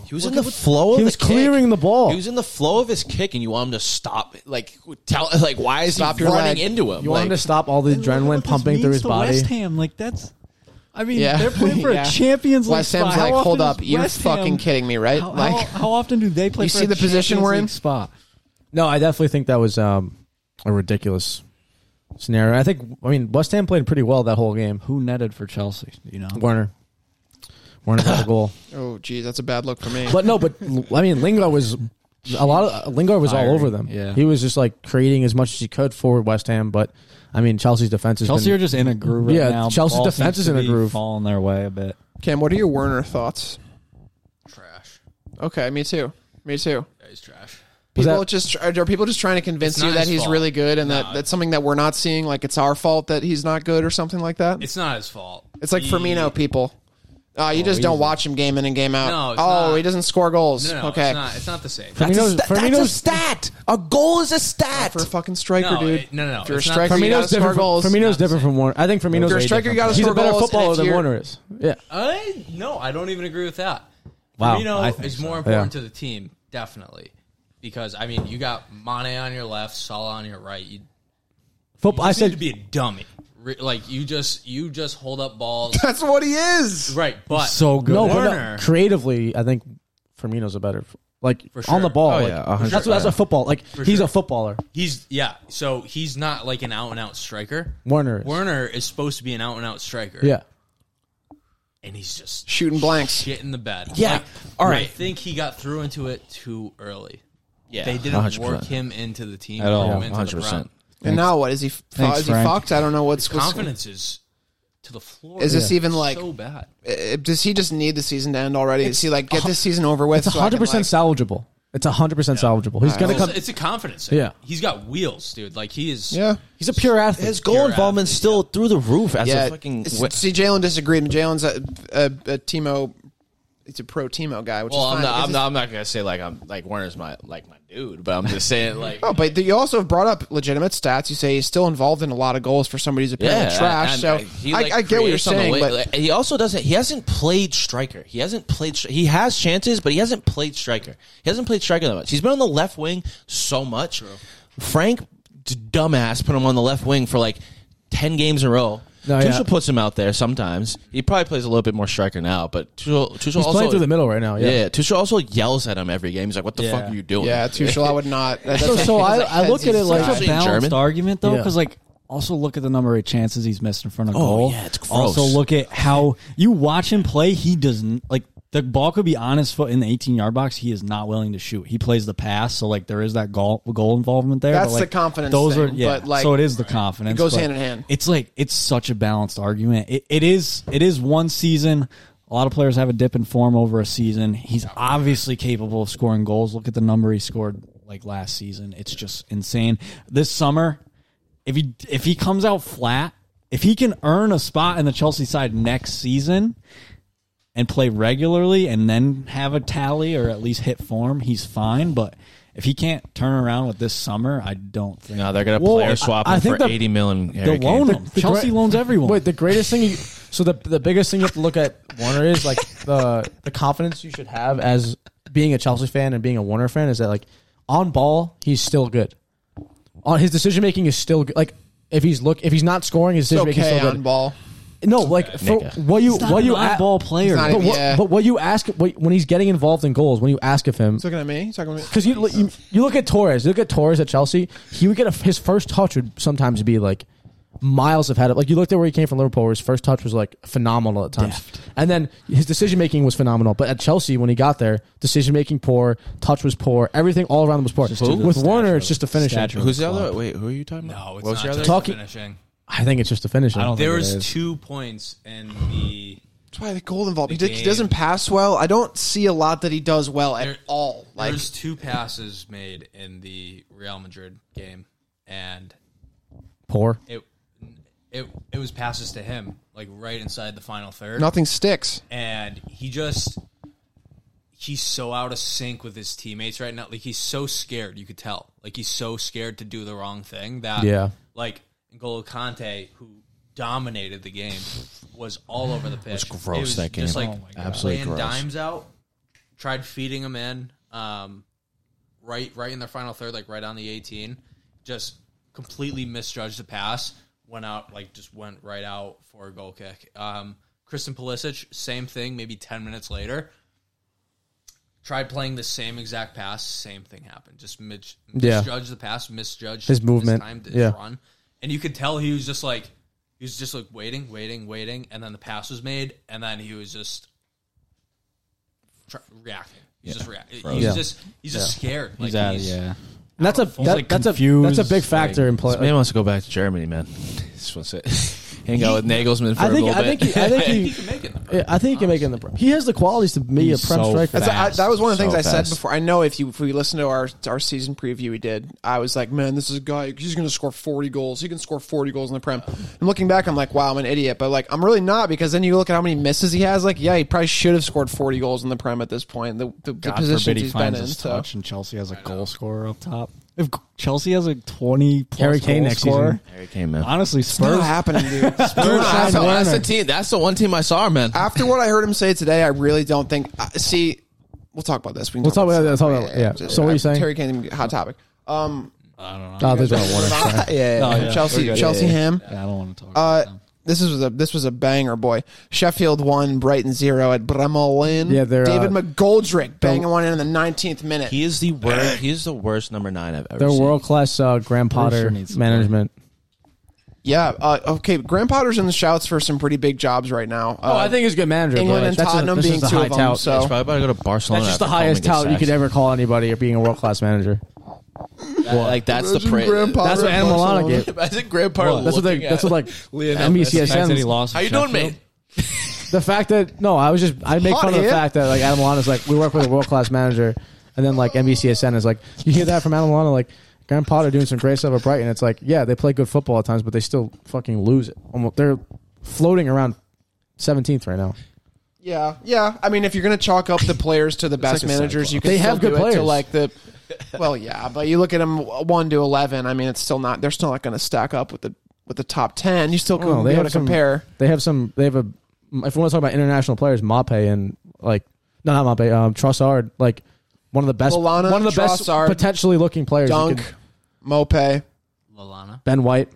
He was in the flow. Of
He
oh, the
was
kick.
clearing the ball.
He was in the flow of his kick, and you want him to stop. it. Like tell, like why is
Stop
he
your
running
leg.
into him?
You want him to
Like,
stop all the adrenaline pumping through his body.
West Ham, like that's. I mean,
Yeah.
they're playing for
Yeah.
a Champions League.
West Ham's
spot. How
like,
often
hold
is
up, you're
West
fucking
Ham-
kidding me, right?
How,
Like-
how, how often do they play?
You
for
see
a
the position
Champions
we're in?
League Spot.
No, I definitely think that was um, a ridiculous scenario. I think I mean West Ham played pretty well that whole game.
Who netted for Chelsea? You know,
Werner, Werner got the goal,
Oh, geez, that's a bad look for me.
but no, but I mean Lingard was a lot of Lingard was all
Tiring,
over them.
yeah.
he was just like creating as much as he could for West Ham. But I mean Chelsea's defense is
Chelsea are just in a groove right
Yeah,
now.
Chelsea's
Ball
defense is
seems
in
to
a
be
groove.
falling their way a bit.
Cam, what are your Werner thoughts?
trash.
Okay, me too. Me too.
That is trash.
Was
People
that-
just are people just trying to convince
It's
you
not
that
his
he's
fault.
really good and that
No.
that's something that we're not seeing. Like it's our fault that he's not good or something like that. It's,
It's not his fault.
like
He-
Firmino people. Uh,
Oh,
you just don't watch him game in and game out.
No, it's
oh,
not.
he doesn't score goals.
No, no,
okay,
it's not. It's not the same.
That's a,
Firmino's-
sta- that's a
Firmino's-
stat. A goal is a stat.
for a fucking striker,
No,
dude.
it- no, no, no,
If you're a
it's not-
striker, you gotta
Firmino's
score
different.
goals.
Firmino's different from Warner. I think Firmino's
you're a
way
striker, you gotta
different. He's
score
a better
goals, and
footballer
if
than
you're-
Warner is. Yeah,
I no, I don't even agree with that.
Wow,
Firmino
I think
is
so.
more important
Yeah.
to the team, definitely, because I mean, you got Mane on your left, Salah on your right. You,
football. I
I said
said
to be a dummy, Re- like you just you just hold up balls,
That's what he is.
right? But
so Oh, good.
no, but
Warner.
no, creatively, I think Firmino's a better. Like
For
on the
sure.
ball,
Oh,
like,
yeah, a hundred
that's what that's a
percent.
football. Like he's a footballer.
He's yeah. So he's not like an out and out striker.
Werner is.
Werner is supposed to be an out and out striker.
Yeah,
and he's just
Shooting blanks.
shit in the bed.
Yeah.
Like,
All right.
I think he got through into it too early.
yeah,
They didn't work him into the team at
all.
One hundred percent.
And now what is he? f-
Thanks,
is he
Frank.
fucked? I don't know what's what's-
Confidence is to the floor.
Is this
Yeah.
even, like-
so bad?
eh, uh, Does he just need the season to end already? Is he like get this season over with?
it's
so I
hundred
can,
percent
like-
salvageable. It's hundred percent salvageable. He's gonna
It's,
come.
it's a confidence. thing.
Yeah.
he's got wheels, dude. Like he is.
Yeah.
He's a pure athlete.
His goal involvement's still through the roof as
Yeah.
a fucking.
S- See, Jalen disagreed. Jalen's a, a, a Timo. It's a pro Timo guy, which
Well,
is fine.
I'm
because
not, I'm,
it's-
not, I'm not gonna say like I'm like Werner's my like my dude, but I'm just saying like
Oh, but you also have brought up legitimate stats. You say he's still involved in a lot of goals for somebody who's a
yeah,
yeah, trash.
and-
so
and he,
I,
like,
I get what you're
creates on the
saying,
way-
but
like, he also doesn't. He hasn't played striker. He hasn't played. stri- He has chances, but he hasn't played striker. He hasn't played striker that much. He's been on the left wing so much. Frank, d- dumbass, put him on the left wing for like ten games in a row.
No,
Tuchel
yeah.
puts him out there sometimes. He probably plays a little bit more striker now, but Tuchel, Tuchel
He's
also
playing through the middle right now.
Yeah.
Oh, Yeah.
Tuchel also yells at him every game. He's like, "What the
Yeah.
fuck are you doing?"
yeah, Tuchel, I would not. That's
So, so I, I look at it like
It's a
Especially in
balanced
German.
argument though,
Yeah.
because like also look at the number of chances he's missed in front of
Oh,
goal.
yeah, it's gross.
Also look at how you watch him play. He doesn't like the ball could be on his foot in the 18 yard box. He is not willing to shoot. He plays the pass, so like there is that goal goal involvement there.
That's
but, like,
the confidence
Those
thing,
are yeah.
but, like,
so it is the confidence.
it goes
but
hand in hand.
It's like it's such a balanced argument. It, it is it is one season. A lot of players have a dip in form over a season. He's obviously capable of scoring goals. Look at the number he scored like last season. It's just insane. This summer, if he if he comes out flat, if he can earn a spot in the Chelsea side next season and play regularly and then have a tally or at least hit form, he's fine. But if he can't turn around with this summer, I don't think
No, they're gonna
Well,
player swap
I- I
him
think
for
the-
eighty million.
they'll loan him.
The
Chelsea
great-
loans everyone.
Wait, the greatest thing. you So the the biggest thing you have to look at Warner is like the the confidence you should have as being a Chelsea fan and being a Warner fan is that like on ball he's still good. On his decision making is still good. Like if he's look if he's not scoring his
it's
decision making is
okay
still
on
good.
ball.
No, like for
Nigga.
what you what you a-
ball
He's
player?
not
But what,
Yeah.
but what you ask what, when he's getting involved in goals, when you ask of him,
He's looking at me. He's talking to me.
because you, look- you you look at Torres, you look at Torres at Chelsea, he would get a, his first touch would sometimes be like miles ahead of like you looked at where he came from Liverpool, where his first touch was like phenomenal at times, and then his decision making was phenomenal. But at Chelsea, when he got there, decision making poor, touch was poor, everything all around was poor. With Warner, it's just a finishing.
Stature.
Who's the other? Wait, who are you talking about?
No, it's
What was
not
your
just
other?
Talking-
finishing.
I think it's just a finishing.
I don't think
There
it
was
is.
two points in the.
That's why the goal involved. He,
The
did, he
game.
doesn't pass well. I don't see a lot that he does well at
There-
all. Like
There's two passes made in the Real Madrid game, and
poor.
it it it was passes to him like right inside the final third,
nothing sticks.
and he just he's so out of sync with his teammates right now. Like he's so scared, you could tell. Like he's so scared to do the wrong thing that
Yeah.
Like N'Golo Kante, who dominated the game, was all over the pitch. It was
gross, that game.
Just like
Oh my God. Absolutely
laying
gross.
dimes out, tried feeding him in. Um, right right in their final third, like right on the 18, just completely misjudged the pass, went out, like just went right out for a goal kick. Um, Kristen Pulisic, same thing, maybe 10 minutes later. Tried playing the same exact pass, same thing happened. Just mid-
Yeah.
misjudged the pass, misjudged
His movement,
timed his
yeah.
run. And you could tell he was just like, he was just like waiting, waiting, waiting, and then the pass was made, and then he was just tr- reacting. He's just reacting. He's
Yeah.
just he's just scared. Like,
Yeah, yeah.
And that's a that,
like,
that's a
confused,
that's a big factor in play.
This man wants to go back to Germany, man. Just wants to hang out with Nagelsmann for
I
a
think
little
I think
bit.
he, I think
He
he.
can make it. in the
Yeah, I think he can make it in the prem. He has the qualities to be
He's
a prem
so
striker.
fast.
That's I, uh, that was one of the
so
things I said
fast.
before. I know if you if we listen to our our season preview we did, I was like, man, this is a guy. He's going to score forty goals. He can score forty goals in the prem. And looking back, I'm like, wow, I'm an idiot. But like, I'm really not because then you look at how many misses he has. Like, yeah, he probably should have scored forty goals in the prem at this point. The the, the
God
positions
forbid he
he's been
finds
in.
his
So
touch and Chelsea has a goal scorer up top. If Chelsea has a 20 plus
Harry Kane
goal
next
scorer,
season.
Harry Kane, man.
honestly,
not
Spurs.
happening, dude.
Dude, that's, the,
Werner.
that's the team. That's the one team I saw, man.
After what I heard him say today, I really don't think. I see, we'll talk about this. We can
We'll talk about that. Talk about- yeah. So what are you saying?
Terry Kane, hot topic. Um,
Oh, there's no water.
yeah, yeah,
Oh, yeah.
Chelsea,
We're good.
Chelsea
Yeah, yeah.
Ham.
Yeah, I don't want to talk.
Uh,
about them.
this was a this was a banger, boy. Sheffield one, Brighton zero at Bramall Lane.
Yeah, they're,
David
uh,
McGoldrick banging one in in the nineteenth minute.
He is the worst. He is the worst number nine I've ever
They're
seen.
world class uh, Grand Potter
needs support.
management.
yeah, uh, okay. Grand Potter's in the shouts for some pretty big jobs right now.
Oh, I
Uh,
think he's a good manager. but,
England
like,
and
that's a-
Tottenham
this is
being
a
two
high
of them,
tout.
so-
He's probably about to go to Barcelona.
That's just the
after Coleman
highest
gets
talent you could
sacked.
ever call anybody of being a world class manager.
That- like that's the
Imagine
praise.
Grand Potter
That's what
at
Anna Milano
Barcelona.
gave.
Imagine grandpa.
That's what they.
looking
That's
at-
what like
Fact that he
NBCSN.
lost
How you
to
doing,
Sheffield.
mate?
The fact that no, I was just I make
Hot
fun of the
here.
fact that like Adam Lallana's like we work with a world class manager, And then like NBCSN is like, you hear that from Atalanta, like Grand Potter doing some great stuff at Brighton. It's like, yeah, they play good football at times, but they still fucking lose it. Almost, they're floating around 17th right now.
Yeah, yeah. I mean, if you're going to chalk up the players to the best
like a
managers, you can
They
still
have good
do it to,
players.
like the. Well, yeah, but you look at them one to eleven. I mean, it's still not. They're still not going to stack up with the with the top ten. You still can
Well,
be
Oh, they
able
have
to
some-
compare.
They have some. They have a. If we want to talk about international players, Mape and like no, not Mape. Um, Trossard, like one of the best,
Lallana,
one of the
Trossard,
best potentially looking players. you
Dunk,
could-
Mope.
Lalana.
ben White,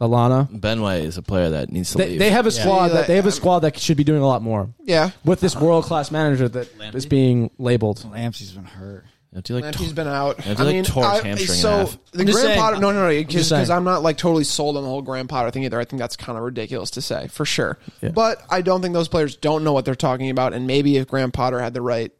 Alana.
Benway is a player that needs to
They,
leave.
they have a squad
Yeah,
that they have a
I'm-
squad that should be doing a lot more
Yeah,
with this world class manager that is
Lamptey?
being labeled.
Lampsey's been hurt.
do you like
Lamptey's been out.
I feel like tore his hamstring in
so
half.
the
I'm just
Graham
saying.
Potter. No, no, no.
just
Because
saying.
I'm not like totally sold on the whole Graham Potter thing either. I think that's kind of ridiculous to say for sure. But I don't think those players don't know what they're talking about. And maybe if Graham Potter had the right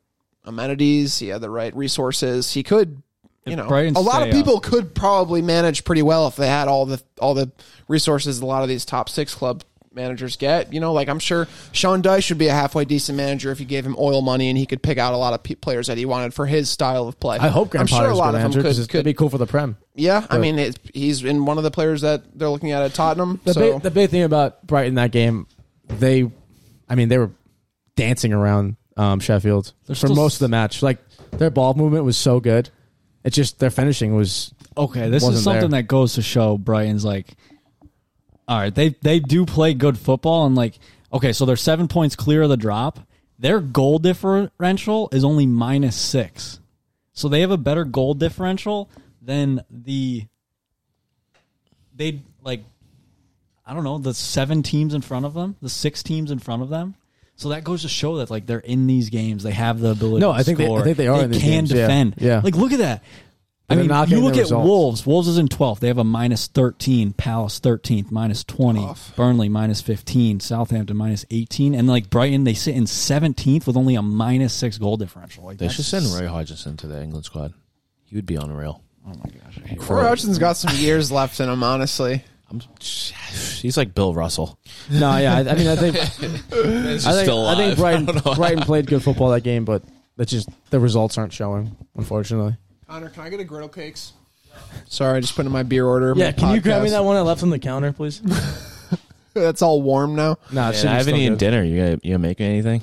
amenities, he had the right resources, he could. You know,
Brighton
a lot
stay
of
up.
people could probably manage pretty well if they had all the all the resources. A lot of these top six club managers get. You know, like I'm sure Sean Dyche would be a halfway decent manager if you gave him oil money and he could pick out a lot of pe- players that he wanted for his style of play.
I hope Graham
I'm sure a lot of them could.
it'd
could
be cool for the Prem.
yeah, I mean, it, he's in one of the players that they're looking at at Tottenham.
The,
so
big, the big thing about Brighton that game, they, I mean, they were dancing around um, Sheffield for
still
most
s-
of the match. Like their ball movement was so good. It's just their finishing was
Okay, this
Wasn't
is something
there.
that goes to show Brighton's like, all right, they they do play good football and like, okay, so they're seven points clear of the drop. Their goal differential is only minus six, so they have a better goal differential than the they like, I don't know, the seven teams in front of them, the six teams in front of them. So that goes to show that like they're in these games, they have the ability.
No,
to
I think they- I
score.
think they are in these
can
games, yeah.
defend.
Yeah.
like look at that. I
They're
mean,
not
you
getting
look
the
at
results.
Wolves. Wolves is in 12th. They have a minus 13. Palace 13th, minus 20. Burnley minus 15. Southampton minus 18. And like Brighton, they sit in 17th with only a minus six goal differential. Like
They should
that's-
send Roy Hodgson to the England squad. He would be on a rail.
Oh my gosh. I hate
Roy Hodgson's got some years left in him, honestly.
I'm, he's like Bill Russell.
no, yeah. I, I mean, I think I think,
still
I
alive.
think Brighton Brighton played good football that game, but that's just the results aren't showing, unfortunately.
Connor, can I get a griddle cakes? Sorry, I just put in my beer order.
Yeah,
my
can you grab me
podcast.
that one I left on the counter, please? no,
That's all warm now.
nah,
Man, I haven't eaten dinner. You gonna, you gonna make me anything?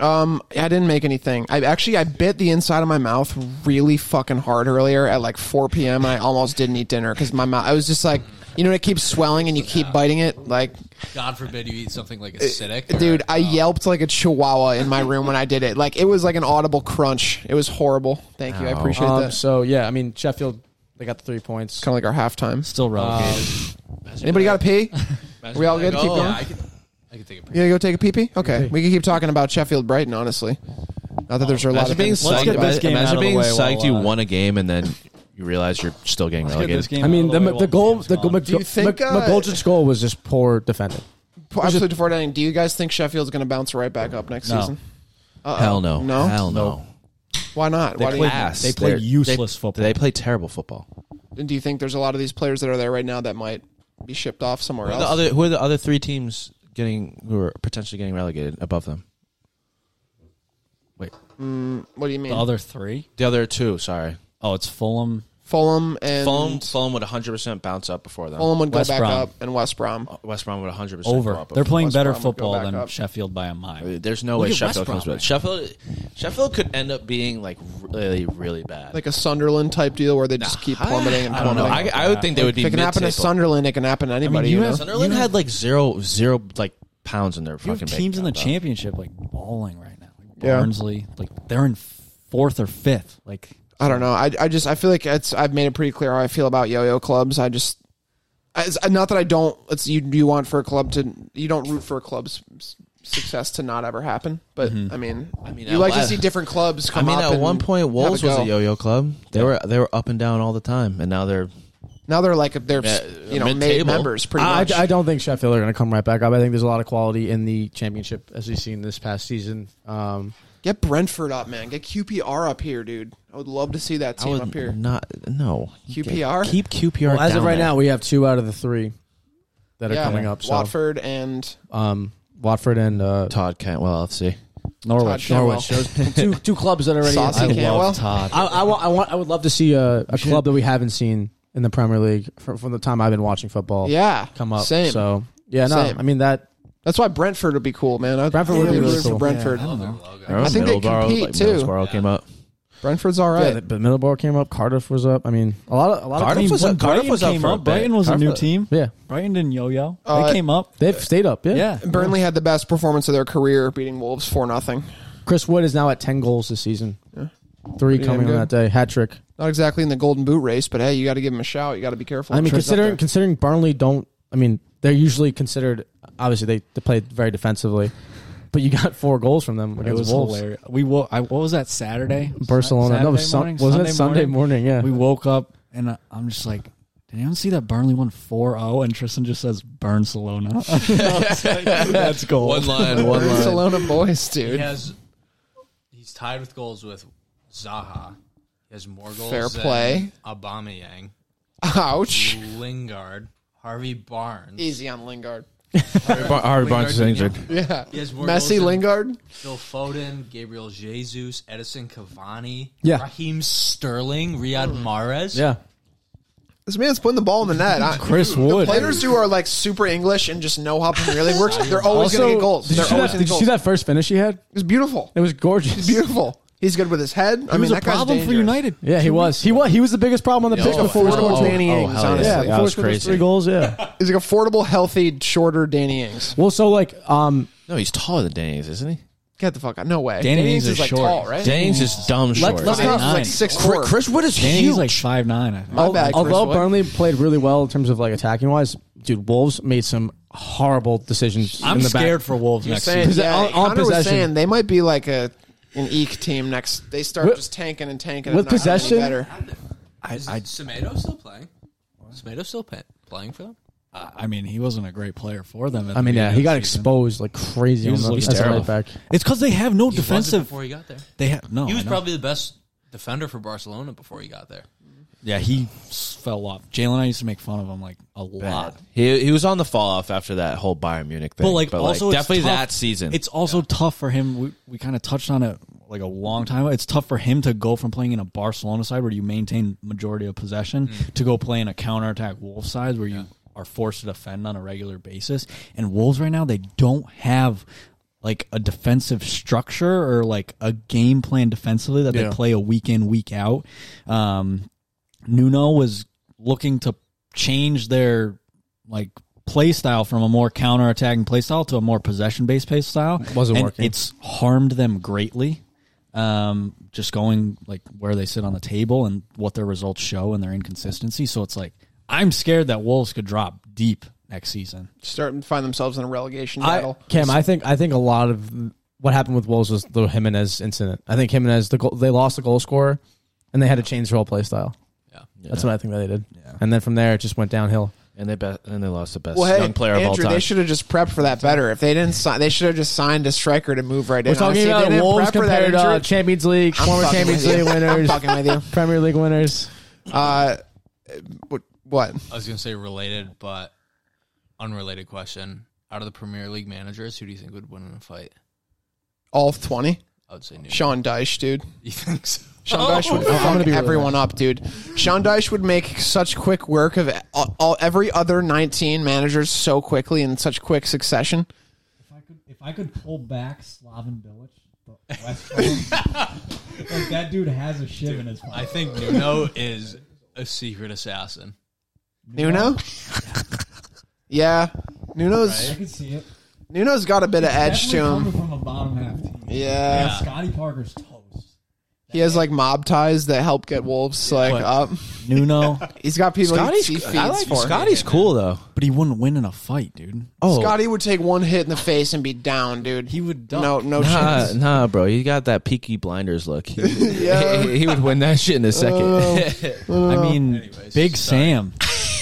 Um, I didn't make anything. I actually I bit the inside of my mouth really fucking hard earlier at like 4 p.m. and I almost didn't eat dinner because my mouth. I was just like, you know, it keeps swelling and you keep biting it. Like,
God forbid you eat something like acidic,
dude,
or-
I yelped like a chihuahua in my room when I did it. Like, it was like an audible crunch. It was horrible. Thank you, I
Ow.
appreciate
Um,
that.
so yeah, I mean Sheffield, they got the three points.
Kind of like our halftime.
Still relegated.
Anybody got a pee? we all good? Keep
Oh,
going.
yeah, I could, I could take a picture.
You gotta go take a pee pee? Okay. We can keep talking about Sheffield Brighton, honestly. Not that there's a lot
Imagine
of
being
things.
psyched.
Let's get this
imagine-
game
imagine
out of the
being
way while,
psyched. You
uh,
won a game and then you realize you're still getting
Let's get
relegated.
this game
I mean
out
the
of way
the
while
goal
game's
the
gone.
Do you think, uh,
McGoldrick's goal was just poor defending.
Absolutely before that, do you guys think Sheffield's gonna bounce right back up next
No.
season?
Hell no.
No?
Hell no.
Why not? Why do you,
play- they play
They're-
useless
they-
football.
They play terrible football.
and do you think there's a lot of these players that are there right now that might be shipped off somewhere
Who are
else?
the other who are the other three teams getting who are potentially getting relegated above them? Wait,
what do you mean?
The other three?
the other two. Sorry,
Oh, it's Fulham.
Fulham and
Fulham. Fulham would 100 percent bounce up before them.
Fulham would go
West
back
Brom.
up and West Brom.
West Brom would 100 percent Go
Over.
up
They're
before
playing
West
better
Brom would go
football
back
than
up.
Sheffield by a mile.
There's no
Look
way
at West
Sheffield comes
Brom.
back. Sheffield, Sheffield could end up being like really, really bad.
Like a Sunderland type deal where they just keep plummeting and
I don't
plummeting.
know. I, I would think they would be.
if it can happen to
mid-table.
Sunderland, it can happen to anybody.
you
you
have-
know?
Sunderland had like zero, zero like pounds in their
You
fucking.
have teams in the
bank account,
championship like balling right now. Like
Yeah.
Barnsley, like they're in fourth or fifth. Like
I don't know. I, I just I feel like it's I've made it pretty clear how I feel about yo-yo clubs. I just it's, not that I don't. It's you you want for a club to you don't root for a club's s- success to not ever happen. But I mean, I
Mm-hmm. mean,
mean, you
at
like to
la-
see different clubs
though. I
come.
mean,
up
at
and
one point,
have
Wolves was
go.
a yo-yo club. They were they were up and down all the time, and now they're
Now they're like they're
Yeah,
you know made
mid-table.
members pretty
I,
much.
I don't think Sheffield are going to come right back up. I think there's a lot of quality in the championship as we've seen this past season. Um,
Get Brentford up, man. Get QPR up here, dude. I would love to see that
I
team
would
up here.
not no
QPR?
Keep QPR
well, as
down
of right
there.
now, we have two out of the three that are
yeah,
coming up. So
Watford and
um, Watford and uh,
Todd Cantwell FC.
Norwich.
Todd Norwich.
Those two two clubs that are already.
Saucy
I
Cantwell.
love Todd.
I, I, wa- I want I would love to see a, a club that we haven't seen in the Premier League from, from the time I've been watching football.
Yeah,
come up.
Same.
So yeah, no,
Same.
I mean that
That's why Brentford would be cool, man. I'd
Brentford would
really
be really
root for
cool.
Brentford.
I
think they compete, too.
Middlesbrough came up.
Brentford's all right.
Yeah, but Middleborough came up. Cardiff was up. I mean, a lot of a lot
Cardiff
of teams.
was up.
When
Cardiff was up
came
for a
up.
bit.
Brighton was a
Cardiff
new
was-
team.
Yeah,
Brighton didn't yo-yo.
Uh,
they came up.
they've stayed up. Yeah.
Yeah.
Burnley had the best performance of their career, beating Wolves four nothing.
Chris Wood is now at ten goals this season. Three
Pretty
coming
damn
on that
good.
day, hat trick.
Not exactly in the Golden Boot race, but hey, you got to give him a shout. You got to be careful.
I mean,
Trent's up
considering
there.
considering Burnley don't. I mean, they're usually considered. Obviously, they, they play very defensively, but you got four goals from them
It
against
was
Wolves.
hilarious. We wo- I, what was that Saturday?
Barcelona.
Saturday
no, it was sun-
morning?
wasn't it Sunday morning? Yeah,
We woke up and I- I'm just like, did anyone see that Burnley won 4-0? And Tristan just says Barcelona. That's gold.
One line, one line.
Barcelona boys,
He
dude.
has he's tied with goals with Zaha. He has more goals.
Fair
than
play.
Aubameyang,
Ouch.
Lingard, Harvey Barnes.
Easy on Lingard.
Harvey Barnes is injured.
Yeah.
He has
Messi,
more goals than
Lingard.
Phil Foden, Gabriel Jesus, Edison Cavani,
Yeah.
Raheem Sterling, Riyad Mahrez.
yeah.
This man's putting the ball in the net. I-
Chris Wood.
Players who are like super English and just know how Premier League works, they're always
Also,
going to get goals.
Did you,
They're
see
always
that, did
going to get
you
goals.
see that first finish he had?
It's beautiful.
It was gorgeous.
It's beautiful. He's good with his head. I
He
mean,
was a
that guy's
problem for
dangerous.
United.
Yeah, he was. He was. He was the biggest problem on the pitch
He's like
before.
a affordable
Oh,
Danny
oh,
Ings,
hell yeah.
honestly.
Yeah,
That
before
was
he scored those
crazy.
Three goals. Yeah.
He's like affordable, healthy, shorter Danny Ings.
well, so like, um,
No, he's taller than Danny's, isn't he?
Get the fuck out. No way.
Danny Ings is
like
short.
tall, right?
Danny's just dumb short.
let's
Danny Ings is
Nine.
like six
Chris, Chris Wood is
Danny's
huge.
like 5'9", I think.
My bad, Chris
although
Wood.
Burnley played really well in terms of like attacking wise, dude, Wolves made some horrible decisions.
I'm
in the
scared
Back.
for Wolves next
saying,
Possess-
season.
yeah,
on- on
Connor was
possession.
saying they might be like a an eek team next. They start
With-
just tanking and tanking.
with
and not getting
possession-
better.
Is Semedo still playing? Semedo still pa- playing for them?
I mean, he wasn't a great player for them. at
I
the
mean, yeah,
beginning
he
of
got
the season.
exposed like crazy.
He was
on the,
looking
as a
terrible.
right back.
It's because they have no
He wasn't
defensive.
before he got there.
They have no.
He
Oh,
was
I know.
probably the best defender for Barcelona before he got there.
yeah. He s- fell off. Jalen, I used to make fun of him like a lot.
He, he was on the fall off after that whole Bayern Munich thing.
But like, also it's
definitely
tough-
that season.
It's also tough for him. We, we kind of touched on it like a long time. ago. It's tough for him to go from playing in a Barcelona side where you maintain majority of possession to go play in a counterattack Wolves side where you are forced to defend on a regular basis. And Wolves right now they don't have like a defensive structure or like a game plan defensively that
Yeah.
they play a week in week out. Um, Nuno was looking to change their like play style from a more counter-attacking play style to a more possession based play style.
Wasn't
and
working.
It's harmed them greatly. Um, just going like where they sit on the table and what their results show and their inconsistency. So it's like I'm scared that Wolves could drop deep next season.
Starting to find themselves in a relegation
I,
battle.
Cam, I think I think a lot of what happened with Wolves was the Jimenez incident. I think Jimenez the goal, they lost the goal scorer, and they had to change their whole play style.
Yeah.
That's what I think that they did. And then from there, it just went downhill.
and they be, and they lost the best
Well, hey,
young player
Andrew,
of all time.
they should have just prepped for that better. If they didn't sign, they should have just signed a striker to move right in.
We're talking
Honestly, if
about
they didn't
Wolves
prep for that
compared to uh,
injury-
Champions League,
I'm
former
fucking
Champions
with you.
League winners,
I'm fucking with you.
Premier League winners.
Uh, what? what?
I was going to say related, but unrelated question. Out of the Premier League managers, who do you think would win in a fight?
All of twenty?
I would say Nuno.
Sean Dyche, dude.
You think so?
Sean Dyche
Oh. I'm
would
gonna
fuck
be really
everyone up, dude. Sean Dyche would make such quick work of all, all, every other 19 managers so quickly in such quick succession.
If I could, if I could pull back Slaven Bilic, West like that dude has a shiv in his pocket.
I think Nuno is a secret assassin.
Nuno? yeah. Nuno's
can see it.
Nuno's got a bit of edge to him.
from a bottom half team.
Yeah.
Scotty Parker's toast.
He has like mob ties that help get Wolves like
But-
up.
Nuno,
He's got people he
Scotty's,
feeds
I like,
for.
Scotty's cool though.
but he wouldn't win in a fight, dude.
Oh,
Scotty would take one hit in the face and be down, dude.
He would duck.
No, no
Nah,
chance.
nah, bro. You got that Peaky Blinders look. He, he, he would win that shit in a second.
I mean,
Anyways,
Big
sorry.
Sam,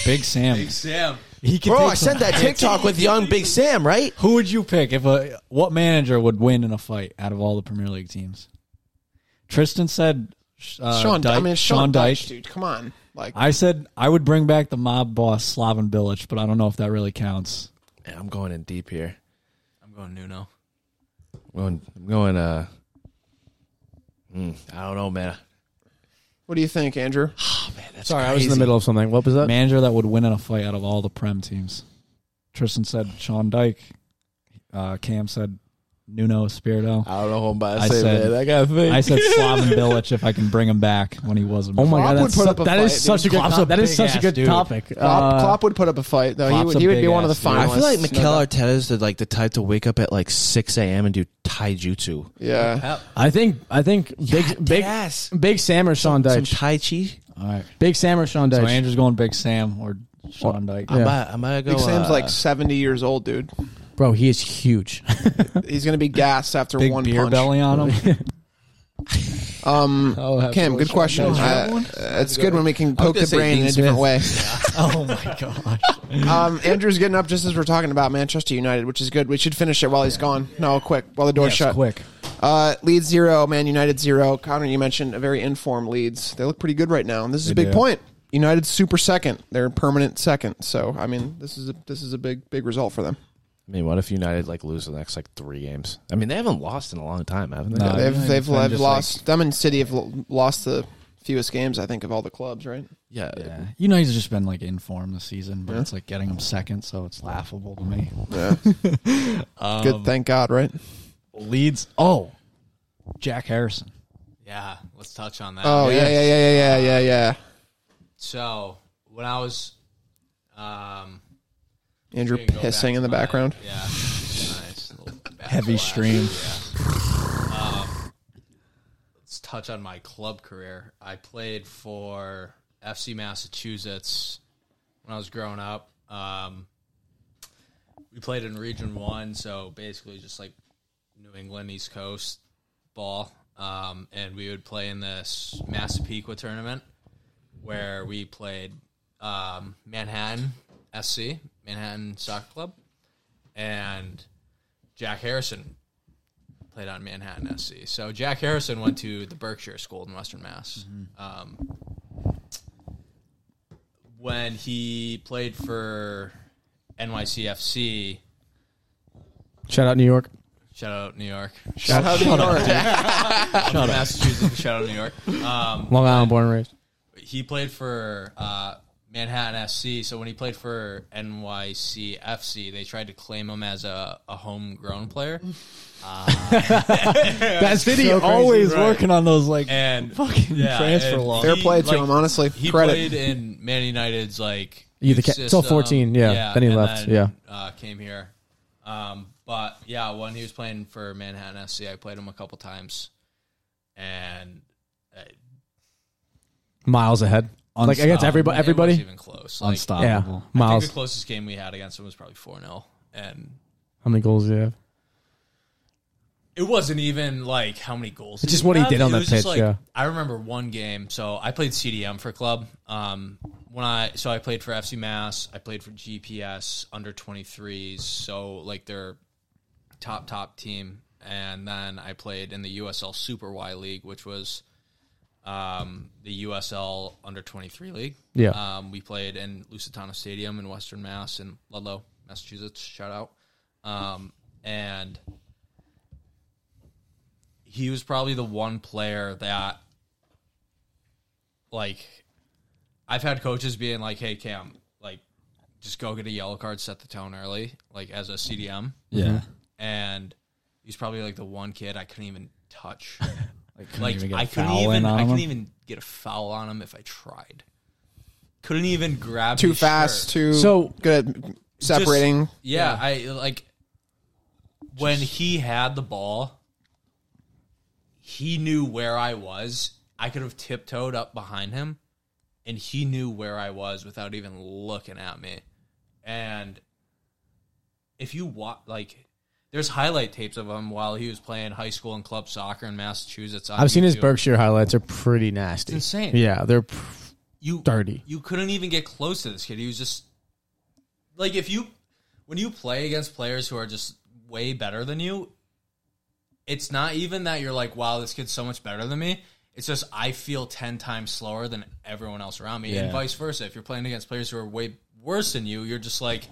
Big Sam,
Sam.
he could.
bro,
take
I
some-
sent that TikTok with young Big Sam, right?
Who would you pick if a what manager would win in a fight out of all the Premier League teams? Tristan said uh,
Sean,
Dyche,
I mean Sean,
Dyche.
Dyche, dude. Come on, like
I said I would bring back the mob boss Slaven Bilic, but I don't know if that really counts.
Man, I'm going in deep here.
I'm going Nuno.
going, I'm going. Uh, mm, I don't know, man.
What do you think, Andrew?
Sorry, I was in the middle of something. What was
Uh,
that?
Manager that would win in a fight out of all the Prem teams. Tristan said Sean Dyke. Uh, Cam said Nuno Espirito.
I don't know who I'm about to
I
say,
said-
man. I got to think.
I said Slaven Bilic if I can bring him back when he wasn't.
Oh my
Klopp
god,
would
that's
put
su-
up a
that
fight,
is such a
dude.
good
Klopp's
topic.
a
That is such a
big-ass
good
dude.
topic.
Klopp,
Uh,
Klopp would put up a fight, though. He
Klopp's
would,
a
he would be
big
one of the
ass dude.
I
finalists.
feel like
no
Mikel
doubt.
Arteta's the, like the type to wake up at like 6 a.m. and do taijutsu.
Yeah.
I think I think big big
ass.
big Sam or Sean
Some
Dyche.
tai chi.
All right.
Big Sam or Sean
So
Dyche.
Andrew's going Big Sam or Sean Dyke.
I'm about, I'm about to go.
Big Sam's
uh,
like 70 years old, dude.
Bro, he is huge.
He's going to be gassed after
Big
one
beer
punch.
belly on him. Oh,
Um,
have
Kim, good question.
Dyche.
Uh, uh, it's good when we can poke
gonna
the
say
brain in
Dean
a different
Smith.
way.
oh my gosh.
Um, Andrew's getting up just as we're talking about Manchester United, which is good. We should finish it while he's gone. No, quick, while the door's shut.
quick.
Uh, Leeds zero, Man United zero. Connor, you mentioned a very informed Leeds. They look pretty good right now, and this is a
They
big
do.
point. United's super second. They're permanent second. So I mean, this is a, this is a big big result for them.
I mean, what if United like lose the next like three games? I mean, they haven't lost in a long time, haven't they?
No. Uh,
they've
United's
they've,
been
they've
just
lost. them and City have l- lost the fewest games, I think, of all the clubs. Right?
Yeah.
Yeah. United's just been like in form this season, but it's like getting them second, so it's laughable to me. Um,
good. Thank God. Right?
Leeds. Oh, Jack Harrison.
Yeah, let's touch on that.
Oh yeah yeah yeah yeah yeah yeah yeah.
So when I was, um,
Andrew
we can go back
pissing in
to
the
my-
background.
Yeah, nice little
Heavy
backflash.
stream.
Let's touch on my club career. I played for FC Massachusetts when I was growing up. Um, we played in Region One, so basically just like New England East Coast ball, um, and we would play in this Massapequa tournament where we played um, Manhattan SC, Manhattan Soccer Club, and Jack Harrison played on Manhattan SC. So Jack Harrison went to the Berkshire School in Western Mass. Um, when he played for NYCFC,
Shout out New York.
shout out New York,
Shout out to York.
shout out Massachusetts, shout out New York. Um,
Long Island born and raised.
he played for uh, Manhattan SC. So when he played for NYCFC, they tried to claim him as a, a homegrown player.
That city always working on those like
And
fucking
yeah,
transfer
and
laws.
Fair
he,
play to
like,
him, honestly.
He
Credit.
played in Man United's like
Youth
youth
Acad- till
system.
14, yeah. Then he left,
yeah, uh, came here. Um, but yeah, when he was playing for Manhattan SC, I played him a couple times, and
Miles ahead. Like against everybody.
um, it wasn't
Everybody.
even close. Like,
Yeah.
Unstoppable.
I think
Miles.
the closest game we had against him was probably four 0 and
How many goals do you have?
it wasn't even like how many goals.
It's just what he
have.
did on
It
the
was just,
pitch,
like-
yeah.
I remember one game. So I played CDM for club. Um, when I so I played for FC Mass. I played for GPS under twenty threes. So like their top top team, and then I played in the USL Super Y League, which was um, the USL under twenty three league.
Yeah.
Um, we played in Lusitano Stadium in Western Mass in Ludlow, Massachusetts. Shout out. Um, and he was probably the one player that like I've had coaches being like, "Hey Cam, like just go get a yellow card, set the tone early, like as a CDM."
Yeah.
And he's probably like the one kid I couldn't even touch.
couldn't
like
even get a
I couldn't
foul in
even
on
I
him?
couldn't even get a foul on him if I tried. Couldn't even grab
too
his
fast,
shirt.
too
So-
good at separating.
Just- yeah, I like when he had the ball, he knew where I was. I could have tiptoed up behind him, and he knew where I was without even looking at me. And if you watch, like, there's highlight tapes of him while he was playing high school and club soccer in Massachusetts. on
I've seen his
YouTube.
Berkshire highlights are pretty nasty.
It's insane.
Yeah, they're
you
dirty.
You couldn't even get close to this kid. He was just like if you when you play against players who are just way better than you, it's not even that you're like, wow, this kid's so much better than me. It's just I feel ten times slower than everyone else around me, and
Yeah.
vice versa. If you're playing against players who are way worse than you, you're just like,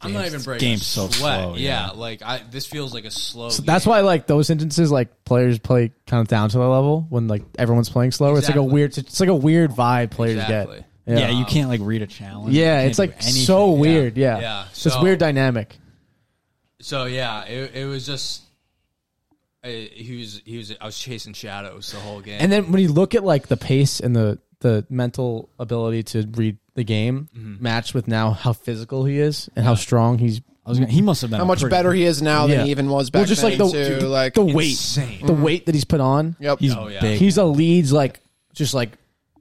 I'm not
Game's-
even breaking
game's so
sweat.
slow,
yeah.
yeah.
like I this feels like a slow.
So that's
game.
why, like those instances, like players play kind of down to their level when like everyone's playing slower. It's like
Exactly.
a weird, it's like a weird vibe players
Exactly.
get.
Yeah, you can't like read a challenge.
Yeah,
You can't
it's like
do anything.
so
Yeah.
weird. Yeah,
Yeah,
It's this
so-
weird dynamic.
So yeah, it, it was just uh, he was he was I was chasing shadows the whole game.
And then when you look at like the pace and the the mental ability to read the game, matched with now how physical he is and how strong he's.
I was gonna, he must have been
How
a
much
pretty-
better he is now than
Yeah.
he even was back
well, just like
then.
the
too. like
the weight,
insane.
the weight that he's put on.
Yep.
He's
Oh, yeah.
big.
He's a leads like just like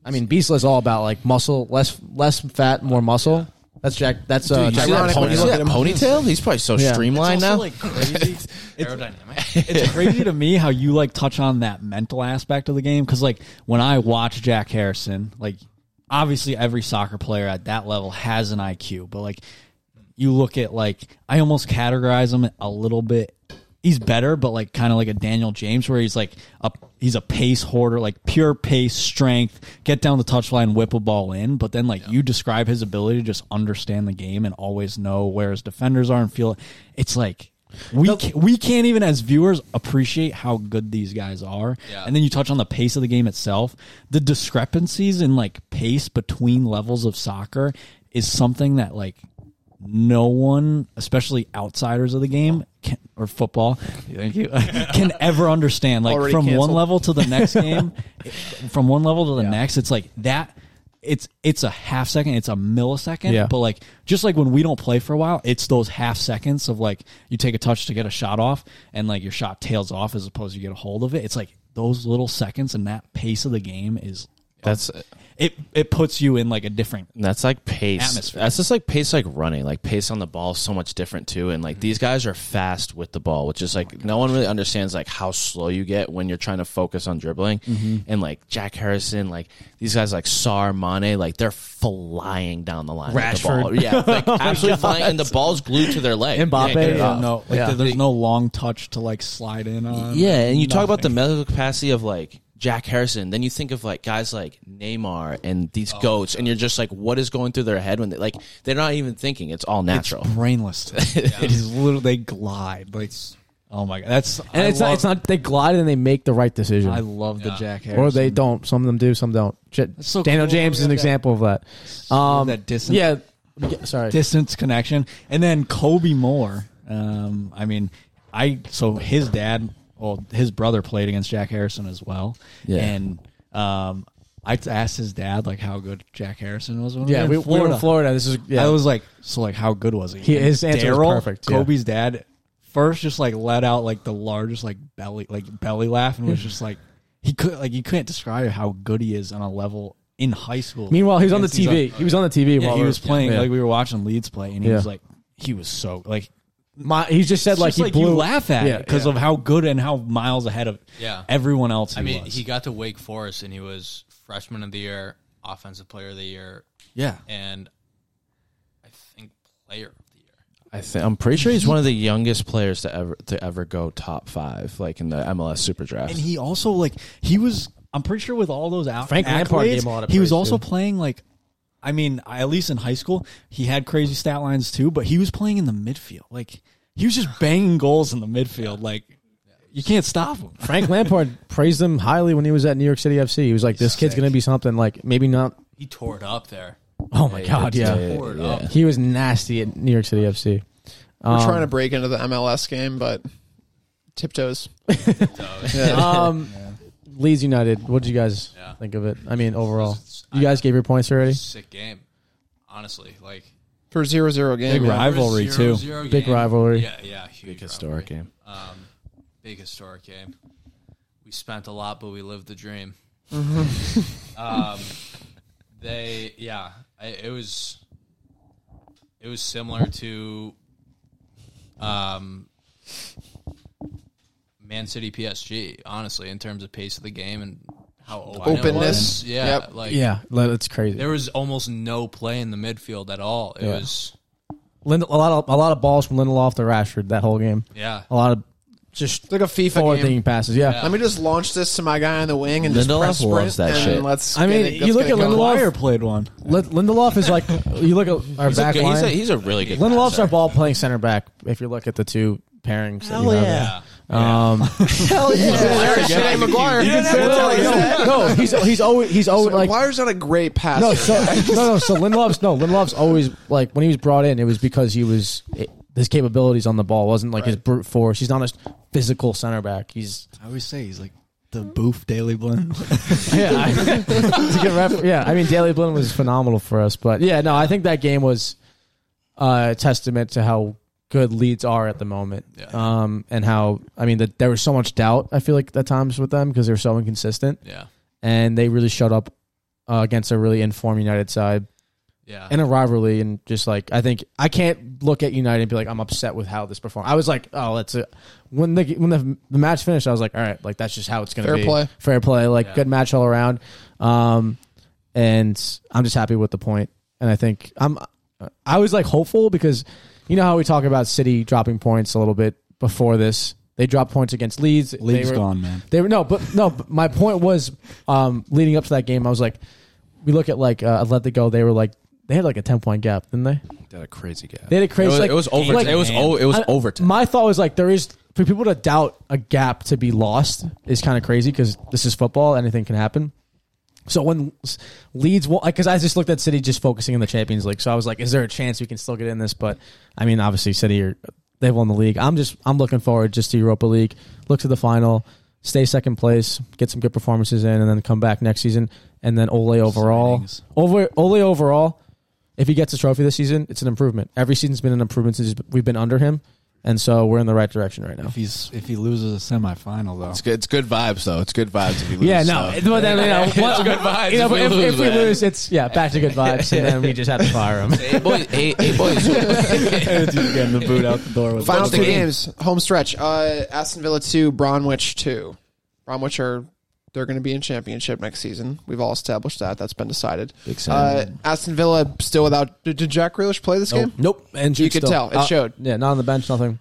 I mean, Beastla's all about like muscle, less less fat, more muscle. That's Jack. That's uh,
Dude, you
Jack
see that
ironic
pony-
when you
you see
look
that
at him.
ponytail? He's probably so
Yeah.
streamlined
it's also,
now.
Like crazy. it's,
aerodynamic.
it's crazy to me how you like touch on that mental aspect of the game because like when I watch Jack Harrison, like obviously every soccer player at that level has an IQ, but like you look at like I almost categorize him a little bit. He's better, but like kind of like a Daniel James, where he's like a he's a pace hoarder, like pure pace, strength, get down the touchline, whip a ball in. But then like you describe his ability to just understand the game and always know where his defenders are and feel it. It's like we ca- we can't even as viewers appreciate how good these guys are.
Yeah.
And then you touch on the pace of the game itself. The discrepancies in like pace between levels of soccer is something that like no one, especially outsiders of the game can, or football, thank you, can ever understand. Like
Already
from one
canceled.
level to the next game, it- from one level to the next, it's like that. It's it's a half second, it's a millisecond,
Yeah.
but like just like when we don't play for a while, it's those half seconds of like you take a touch to get a shot off, and like your shot tails off as opposed to you get a hold of it. It's like those little seconds and that pace of the game is
That's
it. It puts you in like a different
that's like pace.
Atmosphere.
That's just like pace, like running. Like pace on the ball is so much different too. And
Mm-hmm.
like these guys are fast with the ball, which is like
Oh
no one really understands like how slow you get when you're trying to focus on dribbling.
Mm-hmm.
And like Jack Harrison, like these guys like Sar Mane, like they're flying down the line. with the
Rashford.
ball. yeah, like absolutely flying, and the ball's glued to their leg.
Mbappe,
Yeah, get it
yeah.
off.
no, like
Yeah.
there- there's no long touch to like slide in on.
Yeah, and you talk about the medical capacity of like Jack Harrison, then you think of like guys like Neymar and these goats, and you're just like, what is going through their head when they like they're not even thinking? It's all natural.
brainless. It is literally they glide like. Oh my god, that's
And
I
it's
love,
not. It's not. They glide and they make the right decision,
I love the Jack Harrison.
or they don't. Some of them do. Some don't. J-
so
Daniel
cool.
James is an
Yeah.
example of that.
um,
Um,
that distance,
yeah. yeah, Sorry.
distance connection, and then Kobe Moore. Um, I mean, I so his dad, well, his brother played against Jack Harrison as well,
Yeah.
and um, I asked his dad like how good Jack Harrison was. When
yeah,
we
we,
were in
we were in Florida. This is. Yeah.
I was like, so like, how good was he?
He-
And
his answer was perfect, yeah.
Kobe's dad first just like let out like the largest like belly like belly laugh and was just like he could like you couldn't describe how good he is on a level in high school.
meanwhile, he was on the
Against these
TV.
other-
He was on the TV
yeah,
while
he
we were-
was playing
yeah.
like we were watching Leeds play, and he
Yeah.
was like he was so like
My, he just said
it's
like
just
he
like
blew.
you laugh at
yeah,
it because of how good and how miles ahead of
Yeah.
everyone else. He
I mean,
was.
he got to Wake Forest and he was freshman of the year, offensive player of the year,
yeah.
and I think player of the year.
I think I'm pretty sure he's one of the youngest players to ever to ever go top five, like in the MLS Super Draft.
and he also like he was I'm pretty sure with all those out
Frank Lampard
accolades,
gave him a lot of
he was
praise,
also
too.
playing like I mean I- at least in high school he had crazy stat lines too but he was playing in the midfield like he was just banging goals in the midfield like you can't stop him
Frank Lampard praised him highly when he was at New York City FC. He was like, "This kid's gonna be something." Like maybe not.
He tore it up there.
Oh my god! Yeah,
Tore it up.
he was nasty at New York City FC.
We're trying to break into the MLS game, but tiptoes.
Um, Leeds United. What did you guys
Yeah.
think of it? I mean, overall,
It's-
you guys gave your points already.
Sick game, honestly. Like
For zero zero game.
Big
yeah.
ride. Rivalry,
zero,
too.
zero
Big
game.
rivalry.
Yeah, yeah, huge
Big historic
rivalry.
game.
Um, big historic game. We spent a lot, but we lived the dream. um, they, yeah, I, it was, it was similar to, um, Man City PSG. Honestly, in terms of pace of the game and how open it
Openness.
was. yeah,
Yep.
like
Yeah, that's crazy.
there was almost no play in the midfield at all. It
Yeah.
was,
Lind- a lot of a lot of balls from Lindelof to Rashford that whole game.
yeah,
A lot of just
like a FIFA
forward
game.
thinking passes. Yeah.
Let me just launch this to my guy on the wing and just
Lindelof
press sprint
loves that
and
shit.
let's.
I
get
mean,
it-
you
let's
look
get
at
it going.
Lindelof.
Fire played one.
Lind- Lindelof is like you look at our
He's a,
back
good, he's,
line.
a, he's a really good.
Lindelof's
passer.
our ball playing center back. If you look at the two pairings, that you have
yeah.
there. Um,
There's Shane Maguire.
You didn't have to tell us
no, no, he's he's always he's always like
Maguire's not a great passer.
no, so, no, no. So Lindelof's no Lindelof's always like when he was brought in, it was because he was it, his capabilities on the ball wasn't like his brute force. He's not a physical center back. He's
I always say he's like the boof daily blend.
yeah, I, it's a good ref- yeah. I mean, Daley Blin was phenomenal for us, but yeah, no, I think that game was uh, a testament to how good Leeds are at the moment,
Yeah.
um, and how I mean that there was so much doubt. I feel like at times with them because they were so inconsistent,
Yeah.
and they really shut up uh, against a really informed United side.
Yeah.
in a rivalry and just like I think I can't look at United and be like I'm upset with how this performed. I was like, oh, that's it. When the when the, the match finished, I was like, all right, like that's just how it's gonna
Fair
be.
play.
fair play, like
Yeah.
good match all around. Um, and I'm just happy with the point. And I think I'm I was like hopeful because you know how we talk about City dropping points a little bit before this. They dropped points against Leeds. They
League's
were-
gone, man.
they were no, but no. But my point was, um, leading up to that game, I was like, we look at like uh, Atletico. They were like, they had like a ten point gap, didn't they?
They had a crazy guy.
They had a crazy.
It was,
like,
it was over.
like-
it was o- it was
I-
overtime.
My thought was like, there is for people to doubt a gap to be lost is kind of crazy because this is football. Anything can happen. So when S- Leeds, because I just looked at City just focusing in the Champions League, so I was like, is there a chance we can still get in this? But I mean, obviously City are they've won the league. I'm just I'm looking forward just to Europa League. Look to the final, stay second place, get some good performances in, and then come back next season. And then Ole overall,
Signings.
over Ole overall, if he gets a trophy this season, it's an improvement. Every season's been an improvement since we've been under him, and so we're in the right direction right now.
If he's if he loses a semifinal though,
It's good, it's good vibes though. It's good vibes if you lose.
Yeah, no.
so.
it- But then, you know, what-
good vibes
you know,
if
but
we
if,
lose,
if we
man.
lose, it's yeah, back to good vibes, and then we just had to fire him.
hey boys, hey, hey boys.
Dude's getting the boot out the door with
Final
What's the
two
game?
games, home stretch. Uh, Aston Villa two, Bromwich two. Bromwich are they're going to be in championship next season. We've all established that. That's been decided. Uh, Aston Villa still without. Did, did Jack Grealish play this game?
Oh, Nope. And
You could tell. It showed.
Yeah, not on the bench, nothing.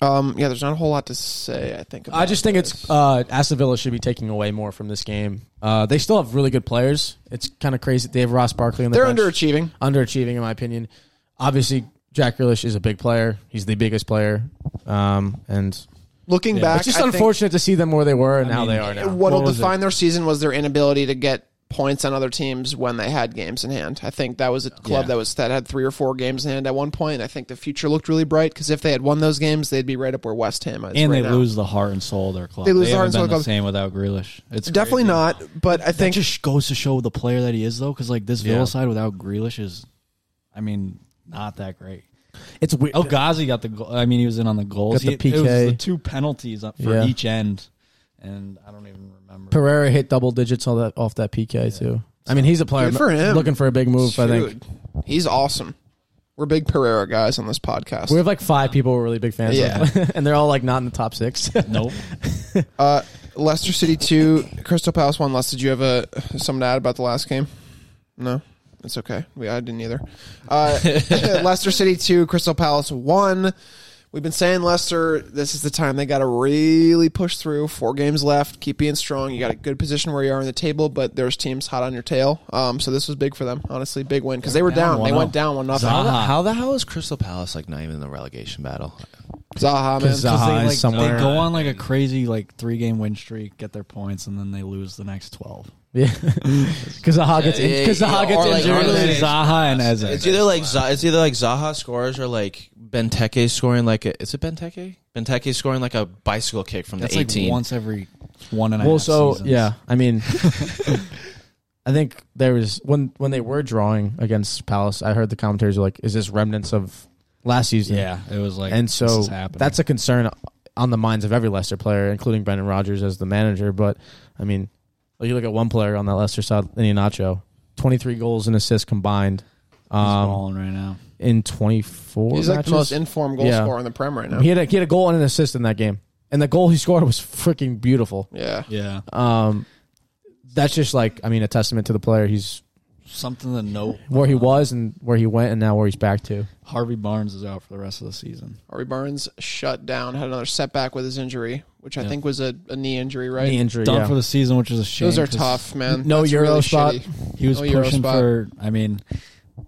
Um, yeah, there's not a whole lot to say. I think. About
I just think
this.
it's uh, Aston Villa should be taking away more from this game. Uh, they still have really good players. It's kind of crazy. They have Ross Barkley in the
they're
bench.
underachieving.
underachieving in my opinion. Obviously, Jack Grealish is a big player. He's the biggest player, um, and
Looking back,
it's just
I think
unfortunate to see them where they were and how they are now.
What'll
Uh, What was
define their season was their inability to get points on other teams when they had games in hand. I think that was a club
Yeah.
that was that had three or four games in hand at one point. I think the future looked really bright because if they had won those games, they'd be right up where West Ham is.
and
right
they
now.
lose the heart and soul of their club.
They lose the heart and
haven't
soul
been the
of the club.
same without Grealish. It's
Definitely
crazy.
not, but I
That
think
just goes to show the player that he is though, because like this Villa
Yeah.
side without Grealish is, I mean, not that great.
It's weird.
El Ghazi got the goal. I mean, he was in on the goals.
Got the
He- it was
PK.
the two penalties up for
Yeah.
each end, and I don't even remember.
Pereira hit double digits on that off that PK too. I mean, he's a player
Good for him.
looking for a big move. I think
Dude, he's awesome. We're big Pereira guys on this podcast.
we have like five people we're really big fans
Yeah.
of, and they're all like not in the top six.
Nope.
Uh, Leicester City two, Crystal Palace one. Les, did you have a something to add about the last game? No, it's okay. We I didn't either. Uh, Leicester City two, Crystal Palace one. We've been saying Leicester, this is the time they got to really push through. Four games left. Keep being strong. You got a good position where you are in the table, but there's teams hot on your tail. Um, so this was big for them, honestly, big win because they were
Down
down. They
1-0.
went down one nothing.
How the,
Zaha,
how the hell is Crystal Palace like not even in the relegation battle?
man,
'Cause Zaha
they,
is
like,
somewhere.
they go on like a crazy like three game win streak, get their points, and then they lose the next twelve.
Yeah, because Zaha gets
Yeah,
in, cause Zaha
yeah,
gets
or like-
injured.
or like-
Zaha and
It's
Eze.
either like Za- it's either like Zaha scores or like Benteke scoring like a, is it Benteke? Benteke scoring like a bicycle kick from
That's
the
like
18.
once every one and a half.
well, so
seasons.
yeah, I mean, I think there was when when they were drawing against Palace. I heard the commentators were like, "Is this remnants of last season?"
yeah, it was like,
and
this
so
is happening.
that's a concern on the minds of every Leicester player, including Brendan Rodgers as the manager. But I mean, like, you look at one player on that Leicester side, Inacho, twenty three goals and assists combined
He's
um,
balling right now.
in twenty four.
he's like the most informed goal
Yeah.
scorer in the Prem right now.
He had a, he had a goal and an assist in that game, and the goal he scored was freaking beautiful.
yeah.
Yeah,
Um, that's just like I mean a testament to the player. He's
something to note.
where he was and where he went and now where he's back to.
Harvey Barnes is out for the rest of the season.
Harvey Barnes shut down, had another setback with his injury, which I think was a, a knee injury, right?
Knee injury.
Done
yeah.
for the season, which is a shame.
Those are
'cause
tough, man.
No
That's
Euro
really
spot.
shitty.
He was
No Euro
pushing
spot.
for. I mean,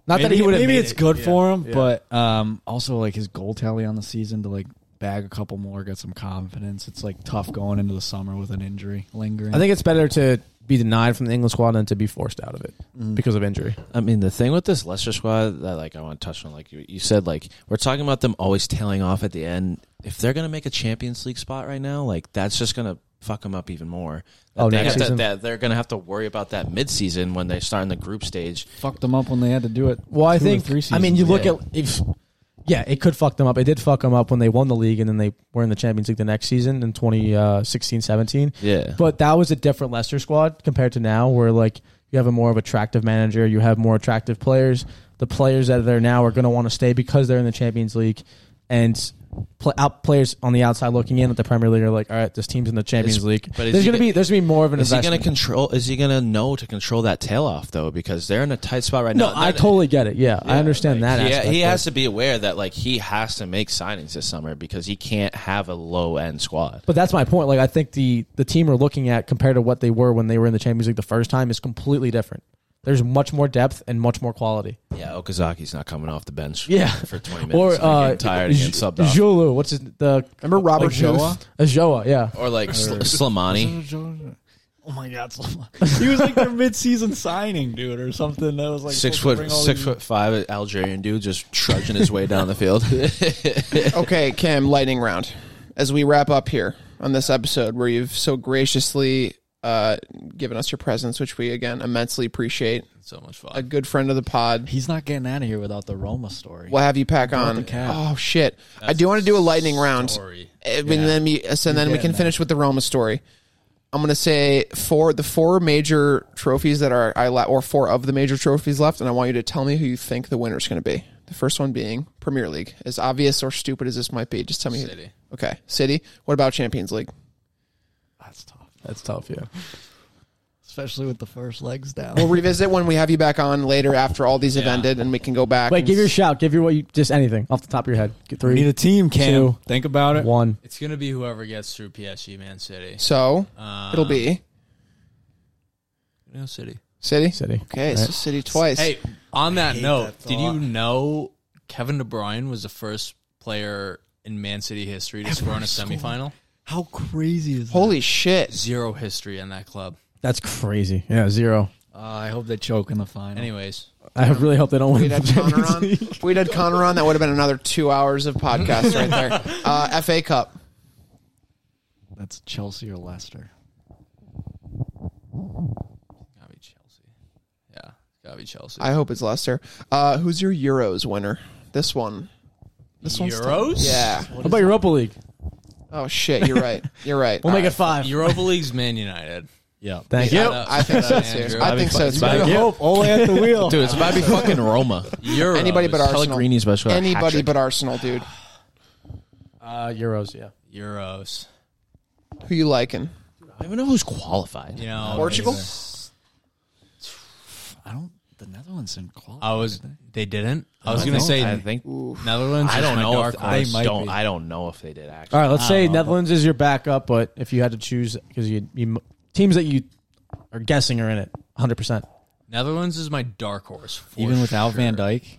Not that
maybe-
he would have
Maybe
made
it's
it.
good
Yeah.
for him,
Yeah.
but um, also like his goal tally on the season to like bag a couple more, get some confidence. It's like tough going into the summer with an injury lingering.
I think it's better to be denied from the England squad than to be forced out of it
Mm.
because of injury.
I mean, the thing with this Leicester squad that like I want to touch on, like you, you said, like we're talking about them always tailing off at the end. If they're gonna make a Champions League spot right now, like that's just gonna fuck them up even more.
Oh,
they have
next
to-
season?
that they're gonna have to worry about that mid-season when they start in the group stage.
fucked them up when they had to do it.
Well, I
two or
think.
three
I mean, you
seasons
look
ago.
at if. Yeah, it could fuck them up. It did fuck them up when they won the league and then they were in the Champions League the next season in 2016 17.
Yeah,
But that was a different Leicester squad compared to now, where like you have a more of attractive manager, you have more attractive players. The players that are there now are going to want to stay because they're in the Champions League, and pl- out players on the outside looking in at the Premier League are like, all right, this team's in the Champions
Is-
League.
but is he
there's going to
gonna-
be there's going to be more of an
is he
investment.
gonna control? Is he gonna know to control that tail off though? Because they're in a tight spot right
no,
now.
I
That-
totally get it. Yeah, I understand
like,
that.
he-
aspect,
he
but-
has to be aware that like he has to make signings this summer because he can't have a low end squad.
But that's my point. Like I think the the team we're looking at compared to what they were when they were in the Champions League the first time is completely different. There's much more depth and much more quality.
Yeah, Okazaki's not coming off the bench.
Yeah.
for twenty minutes.
Or
and I'm
uh,
getting tired and getting
J-
subbed off.
Julu, what's his the
Remember Robert Joa?
Ajoa, yeah.
or like Sl- Slimani.
Oh my God! Slomani. He was like their mid-season signing, dude, or something. That was like
Six
supposed to
foot,
bring all
six
these-
foot five Algerian dude just trudging his way down the field.
okay, Cam, lightning round. As we wrap up here on this episode where you've so graciously uh, given us your presence, which we again immensely appreciate.
So much
A
fun.
good friend of the pod.
He's not getting out of here without the Roma story.
We'll have you pack on.
the cap.
Oh shit! I do want to do a lightning round,
story.
Uh, and then we so then we
getting
can finish with the Roma story. I'm gonna say four the four major trophies that are I la- or four of the major trophies left, and I want you to tell me who you think the winner's gonna be. The first one being Premier League. As obvious or stupid as this might be, just tell me. who-
City.
Okay, City. What about Champions League?
That's tough,
That's tough, yeah.
especially with the first legs down.
We'll revisit when we have you back on later after all these have
Yeah.
ended, and we can go back.
Wait,
and
give your
s-
shout, give your what you just anything off the top of your head. Get
we need
three,
a team, Cam.
Two.
Think about it.
one.
It's gonna be whoever gets through PSG, Man City.
so
Um,
it'll be
Man City.
City.
City.
Okay, so
Right.
City twice.
Hey, on that note, did you know Kevin De Bruyne was the first player in Man City history to score in a semifinal?
How crazy is
Holy shit!
Zero history in that club.
That's crazy. Yeah, zero.
that? Uh, I hope they choke in the final.
Anyways,
I really hope they don't win.
We'd had Connor on. If We'd had Connor on. That would have been another two hours of podcast right there. Uh, FA Cup.
That's Chelsea or Leicester.
gotta be Chelsea. Yeah, gotta be Chelsea.
I hope it's Leicester. Uh, who's your Euros winner? This one. This one's
Euros?
Yeah.
What about Europa League?
Oh shit! You're right. You're right.
We'll
All
make it
right.
five.
Europa League's Man United.
Yeah.
Thank
Yeah,
you.
I think so too.
Andrew.
I think so
It's
too.
about-
I hope Ole at the wheel.
Dude, it's about to be fucking Roma.
Euros.
Anybody but Arsenal.
Pellegrini special.
Anybody but Arsenal, dude.
Uh, Euros, yeah.
Euros.
Who you liking?
I don't even know who's qualified.
You know,
Portugal.
I don't. The Netherlands didn't qualify.
I was. They didn't. I was
I
gonna
don't-
say
I think
Netherlands.
I
is
don't
my
know.
dark
If, I
horse.
might
don't.
be.
I don't know if they did actually.
All right, let's say
don't know.
Netherlands is your backup, but if you had to choose, because you, you teams that you are guessing are in it, 100%.
Netherlands is my dark horse. for
even without
sure.
Van Dyke.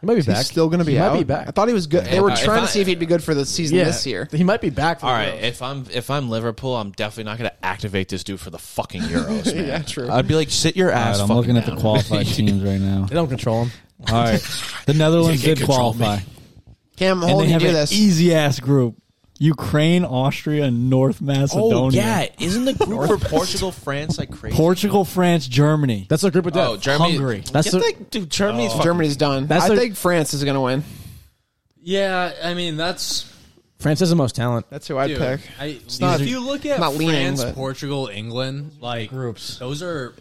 He might be back.
He's still gonna be
he
out.
Might be back.
I thought he was good. They were
If
trying
I-
to see if he'd be good for the season
yeah,
this year.
He might be back. For
All
the
right,
Euros.
if I'm if I'm Liverpool, I'm definitely not going to activate this dude for the fucking Euros, man.
Yeah, true.
I'd be like, sit your
All
ass.
right, I'm
fucking
looking at the
down.
qualified teams right now.
they don't control him.
All right, the Netherlands did qualify,
Cam, I'm
and they
holding you
have
to
an
this.
easy ass group: Ukraine, Austria, and North Macedonia.
Oh yeah, isn't the group for Portugal, France like crazy?
Portugal, France, Germany.
That's a group of death.
oh, Germany,
Hungary.
That's
Get
the-
that- dude, Germany's fucking-
Oh. Germany's done.
That's
I
the-
think France is gonna win.
Yeah, I mean that's
France has the most talent.
That's who I'd
Dude,
pick.
I,
not-
if you look at
not leaning,
France,
but-
Portugal, England, like
Groups.
those are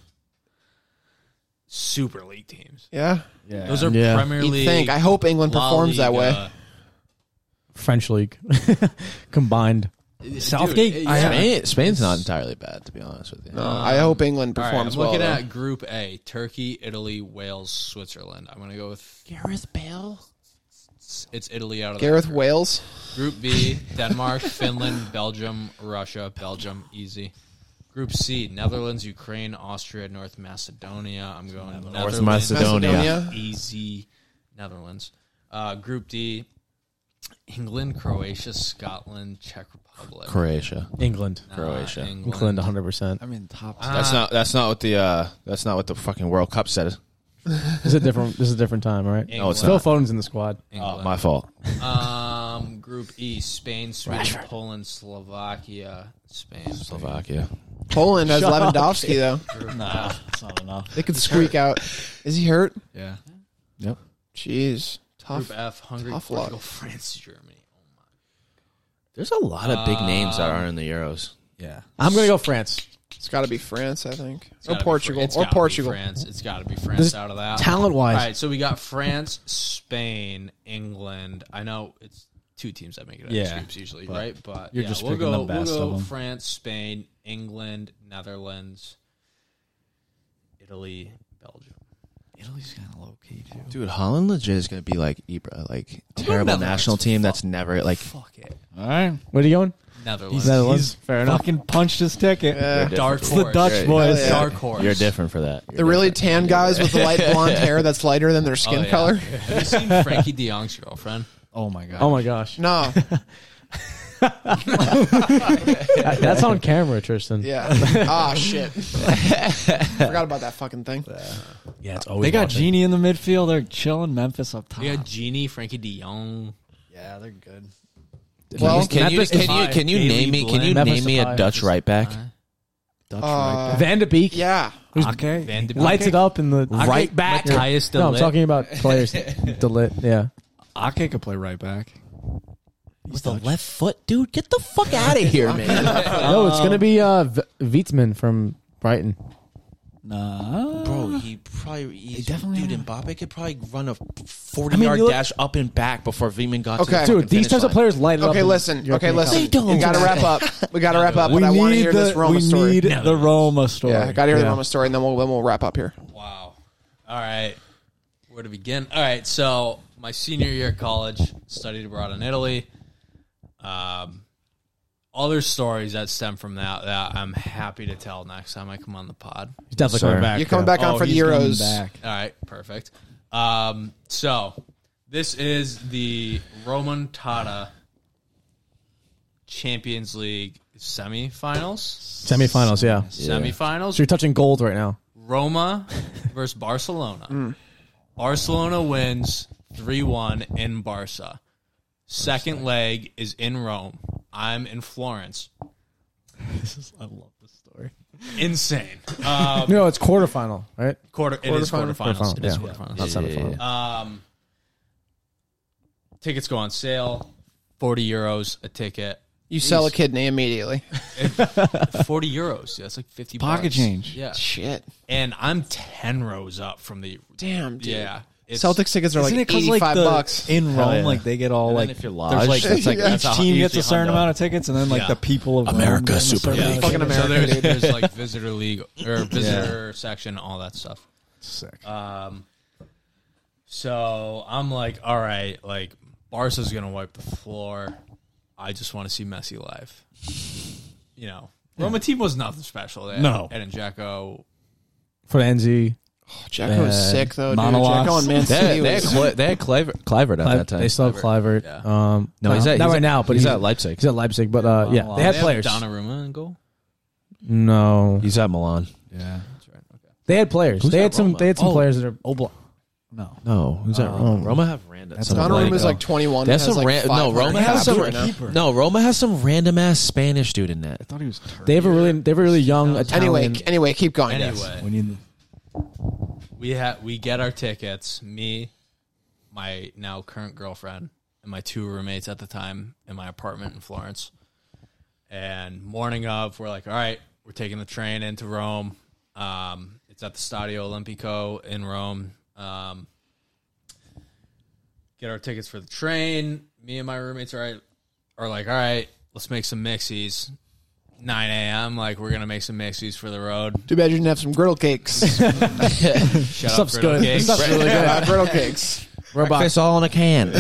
Super League teams.
Yeah.
yeah.
Those are
Yeah.
Premier
You
League.
think? I hope England
La
performs that way.
Liga.
French league combined.
Southgate?
Dude,
I
yeah.
have-
Spain, Spain's not entirely bad, to be honest with you.
I hope England
uh, All right, I'm
performs well.
looking
though.
at Group A: Turkey, Italy, Wales, Switzerland. I'm gonna go with
Gareth Bale.
it's Italy out of
Gareth
the
Wales.
Group B: Denmark, Finland, Belgium, Russia, Belgium, easy. Group C: Netherlands, Ukraine, Austria, North Macedonia. I'm going
North
Netherlands,
Macedonia.
Macedonia.
easy. Netherlands. Uh, group D: England, Croatia, Scotland, Czech Republic,
Croatia.
England.
Nah,
Croatia.
England,
England.
100%.
I mean, top.
That's not. That's not what the. Uh, that's not what the fucking World Cup said.
This is a different, this is a different time, all right?
No, it's
Phil
not.
Foden's in the squad.
Oh,
England.
my fault.
Um, Group E: Spain, Sweden, Poland, Slovakia, Spain,
Slovakia.
Poland has Lewandowski though.
nah, it's not enough.
They could squeak out. Is he hurt?
Yeah.
Yep.
Jeez, tough.
Group F: Hungary,
tough
Portugal,
luck.
France, Germany.
There's a lot of big names that aren't in the Euros.
Yeah.
I'm going to go France.
It's got to be France, I think,
It's
or
gotta be
Portugal,
Fran- it's
or
gotta be
Portugal.
France. It's got to be France
This-
out of that.
Talent
All
wise,
right, so we got France, Spain, England. I know it's two teams that make it out
Yeah,
of groups usually, right? But
you're
yeah,
just
we'll
picking
go,
the best
we'll go
of 'em.
France, Spain, England, Netherlands, Italy, Belgium.
Italy's kind of low key too.
Dude, Holland legit is gonna be like Ibra, like terrible national team that's never like.
Fuck it,
All right.
where are you going?
Netherlands.
Netherlands. Fair enough.
Fucking punched his ticket.
Yeah.
Dark
It's the
horse.
Dutch boys.
yeah.
Dark horse.
You're different for that. You're
The really
different.
tan guys with the light blonde hair that's lighter than their skin
Oh, yeah.
color.
Have you seen Frankie De Jong's girlfriend?
Oh my god.
Oh my gosh.
No,
That- Uh, that's on camera, Tristan.
yeah. Ah, shit. Forgot about that fucking thing.
yeah it's always
They got Genie in the midfield. They're chilling. Memphis up top.
We got Genie, Frankie De Jong.
yeah, they're good.
Well,
can you,
Memphis
can you
Depay,
can you, name me can you
Blend.
name me a
Memphis
Dutch right back?
Dutch
Uh,
Van de Beek
yeah.
who's
Okay.
Van de Beek.
lights it up in the
Right back. Matthias
No, I'm
Delit.
talking about players. Delit, yeah.
Ake could play right back.
With the left foot, dude, get the fuck out of here, man.
no, it's gonna be uh, v- Vietzman from Brighton.
Nah.
Bro, he probably he's,
definitely-
definitely dude. Mbappe could probably run a forty
I mean,
yard
you look-
dash up and back before Veeman got
Okay.
to the
Dude,
fucking
these
finish
types of
line.
players light it up.
Okay,
in-
listen. Okay,
European
listen.
competition.
They don't.
We gotta wrap up. We gotta wrap up. But I want to hear this Roma
we
story.
need the Roma story.
yeah, I gotta hear
Yeah.
the Roma story, and then we'll then we'll wrap up here.
Wow. All right. Where to begin? All right. So my senior year at college, studied abroad in Italy. Um, other stories that stem from that that I'm happy to tell next time I come on the pod.
He's definitely
Sir.
coming back.
You're coming back
Oh,
on for the
he's
Euros.
All right. Perfect. Um, so this is the Roman Tata Champions League semifinals.
Semifinals, yeah.
Semifinals.
So you're touching gold right now.
Roma versus Barcelona.
Mm.
Barcelona wins 3 1 in Barca. Second leg is in Rome. I'm in Florence.
I love this story.
Insane. Um,
No, it's quarterfinal, right?
quarter, it is quarterfinals. It is
yeah.
quarterfinals.
Not semifinal.
Um, tickets go on sale. 40 euros a ticket.
You sell a kidney immediately.
40 euros. Yeah, that's like 50
Pocket
bucks.
change.
Yeah.
Shit.
And I'm 10 rows up from the.
Damn, dude.
Yeah. It's-
Celtics tickets are like
Isn't it 'cause,
eighty-five
like the,
bucks.
in Rome,
yeah.
like they get all like
if you're
there's,
lodged,
like,
that's like-
each
that's a-
team gets
usually
a certain
hundo.
amount of tickets, and then like
Yeah.
the people of Rome
America
get a
Super
certain
League.
amount of
Fucking
tickets.
America,
So
dude.
there's, there's like visitor league or visitor section, all that stuff.
Sick.
Um, so I'm like, all right, like Barca's gonna wipe the floor. I just want to see Messi live. You know, Roma team was nothing special. They had
No.
Ed and Jacko.
For the NZ.
Jacko was
Uh,
sick though, dude.
Manolas.
Jacko and Man
They,
City
they had
was-
Cli- they had Cliver- Clivert at that time.
They still have Clivert. Um,
No, he's at-
not
he's
right
at-
now, but
he's
he's,
at Leipzig.
He's at Leipzig, but uh, yeah,
wow.
they had
They
players.
Have Donnarumma in goal.
no,
He's at Milan.
Yeah.
they had players.
Who's
They
at
had some.
Roma?
They had some
Oh.
players that are. Oh,
No.
No, who's at Roma? Roma have random.
That's
some
not
random-
Donnarumma is like twenty-one.
That's
and has
some
like
ran- no.
500
Roma has
caps
some.
right now.
No, Roma has some random ass Spanish dude in that.
I thought he was Turkish.
they have a really. They have a really young Italian.
Anyway, anyway, keep going.
Anyway,
guys.
we need
we had we get our tickets. Me, my now current girlfriend, and my two roommates at the time in my apartment in Florence. And morning of, we're like, all right, we're taking the train into Rome. Um, it's at the Stadio Olimpico in Rome. Um, get our tickets for the train. Me and my roommates are are like, all right, let's make some mixies. 9 a.m. Like we're gonna make some mixies for the road.
Too bad you didn't have some griddle cakes.
Shut
Stuff's
up, griddle
good.
cakes.
Stuff's really good.
Uh, griddle cakes.
Robot.
Breakfast all in a can.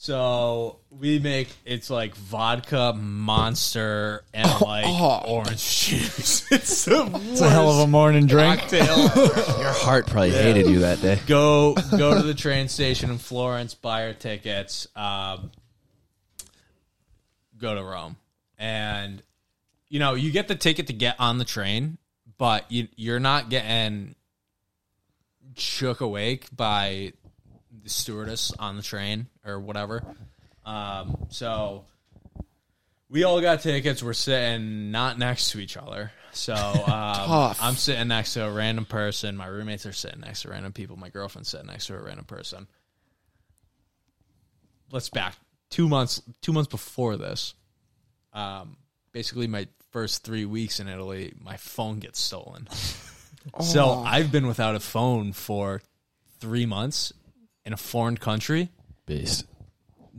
So we make it's like vodka, monster, and like orange juice. it's the
Oh, It's a hell of a morning drink.
cocktail.
Your heart probably hated you that day.
go go to the train station in Florence, buy your tickets, um, go to Rome, and you know you get the ticket to get on the train, but you you're not getting shook awake by the stewardess on the train or whatever. Um, so we all got tickets. We're sitting not next to each other. So um, I'm sitting next to a random person. My roommates are sitting next to random people. My girlfriend's sitting next to a random person. Let's back two months. Two months before this, um, basically my first three weeks in Italy, my phone gets stolen. So
Oh.
I've been without a phone for three months in a foreign country.
Beast.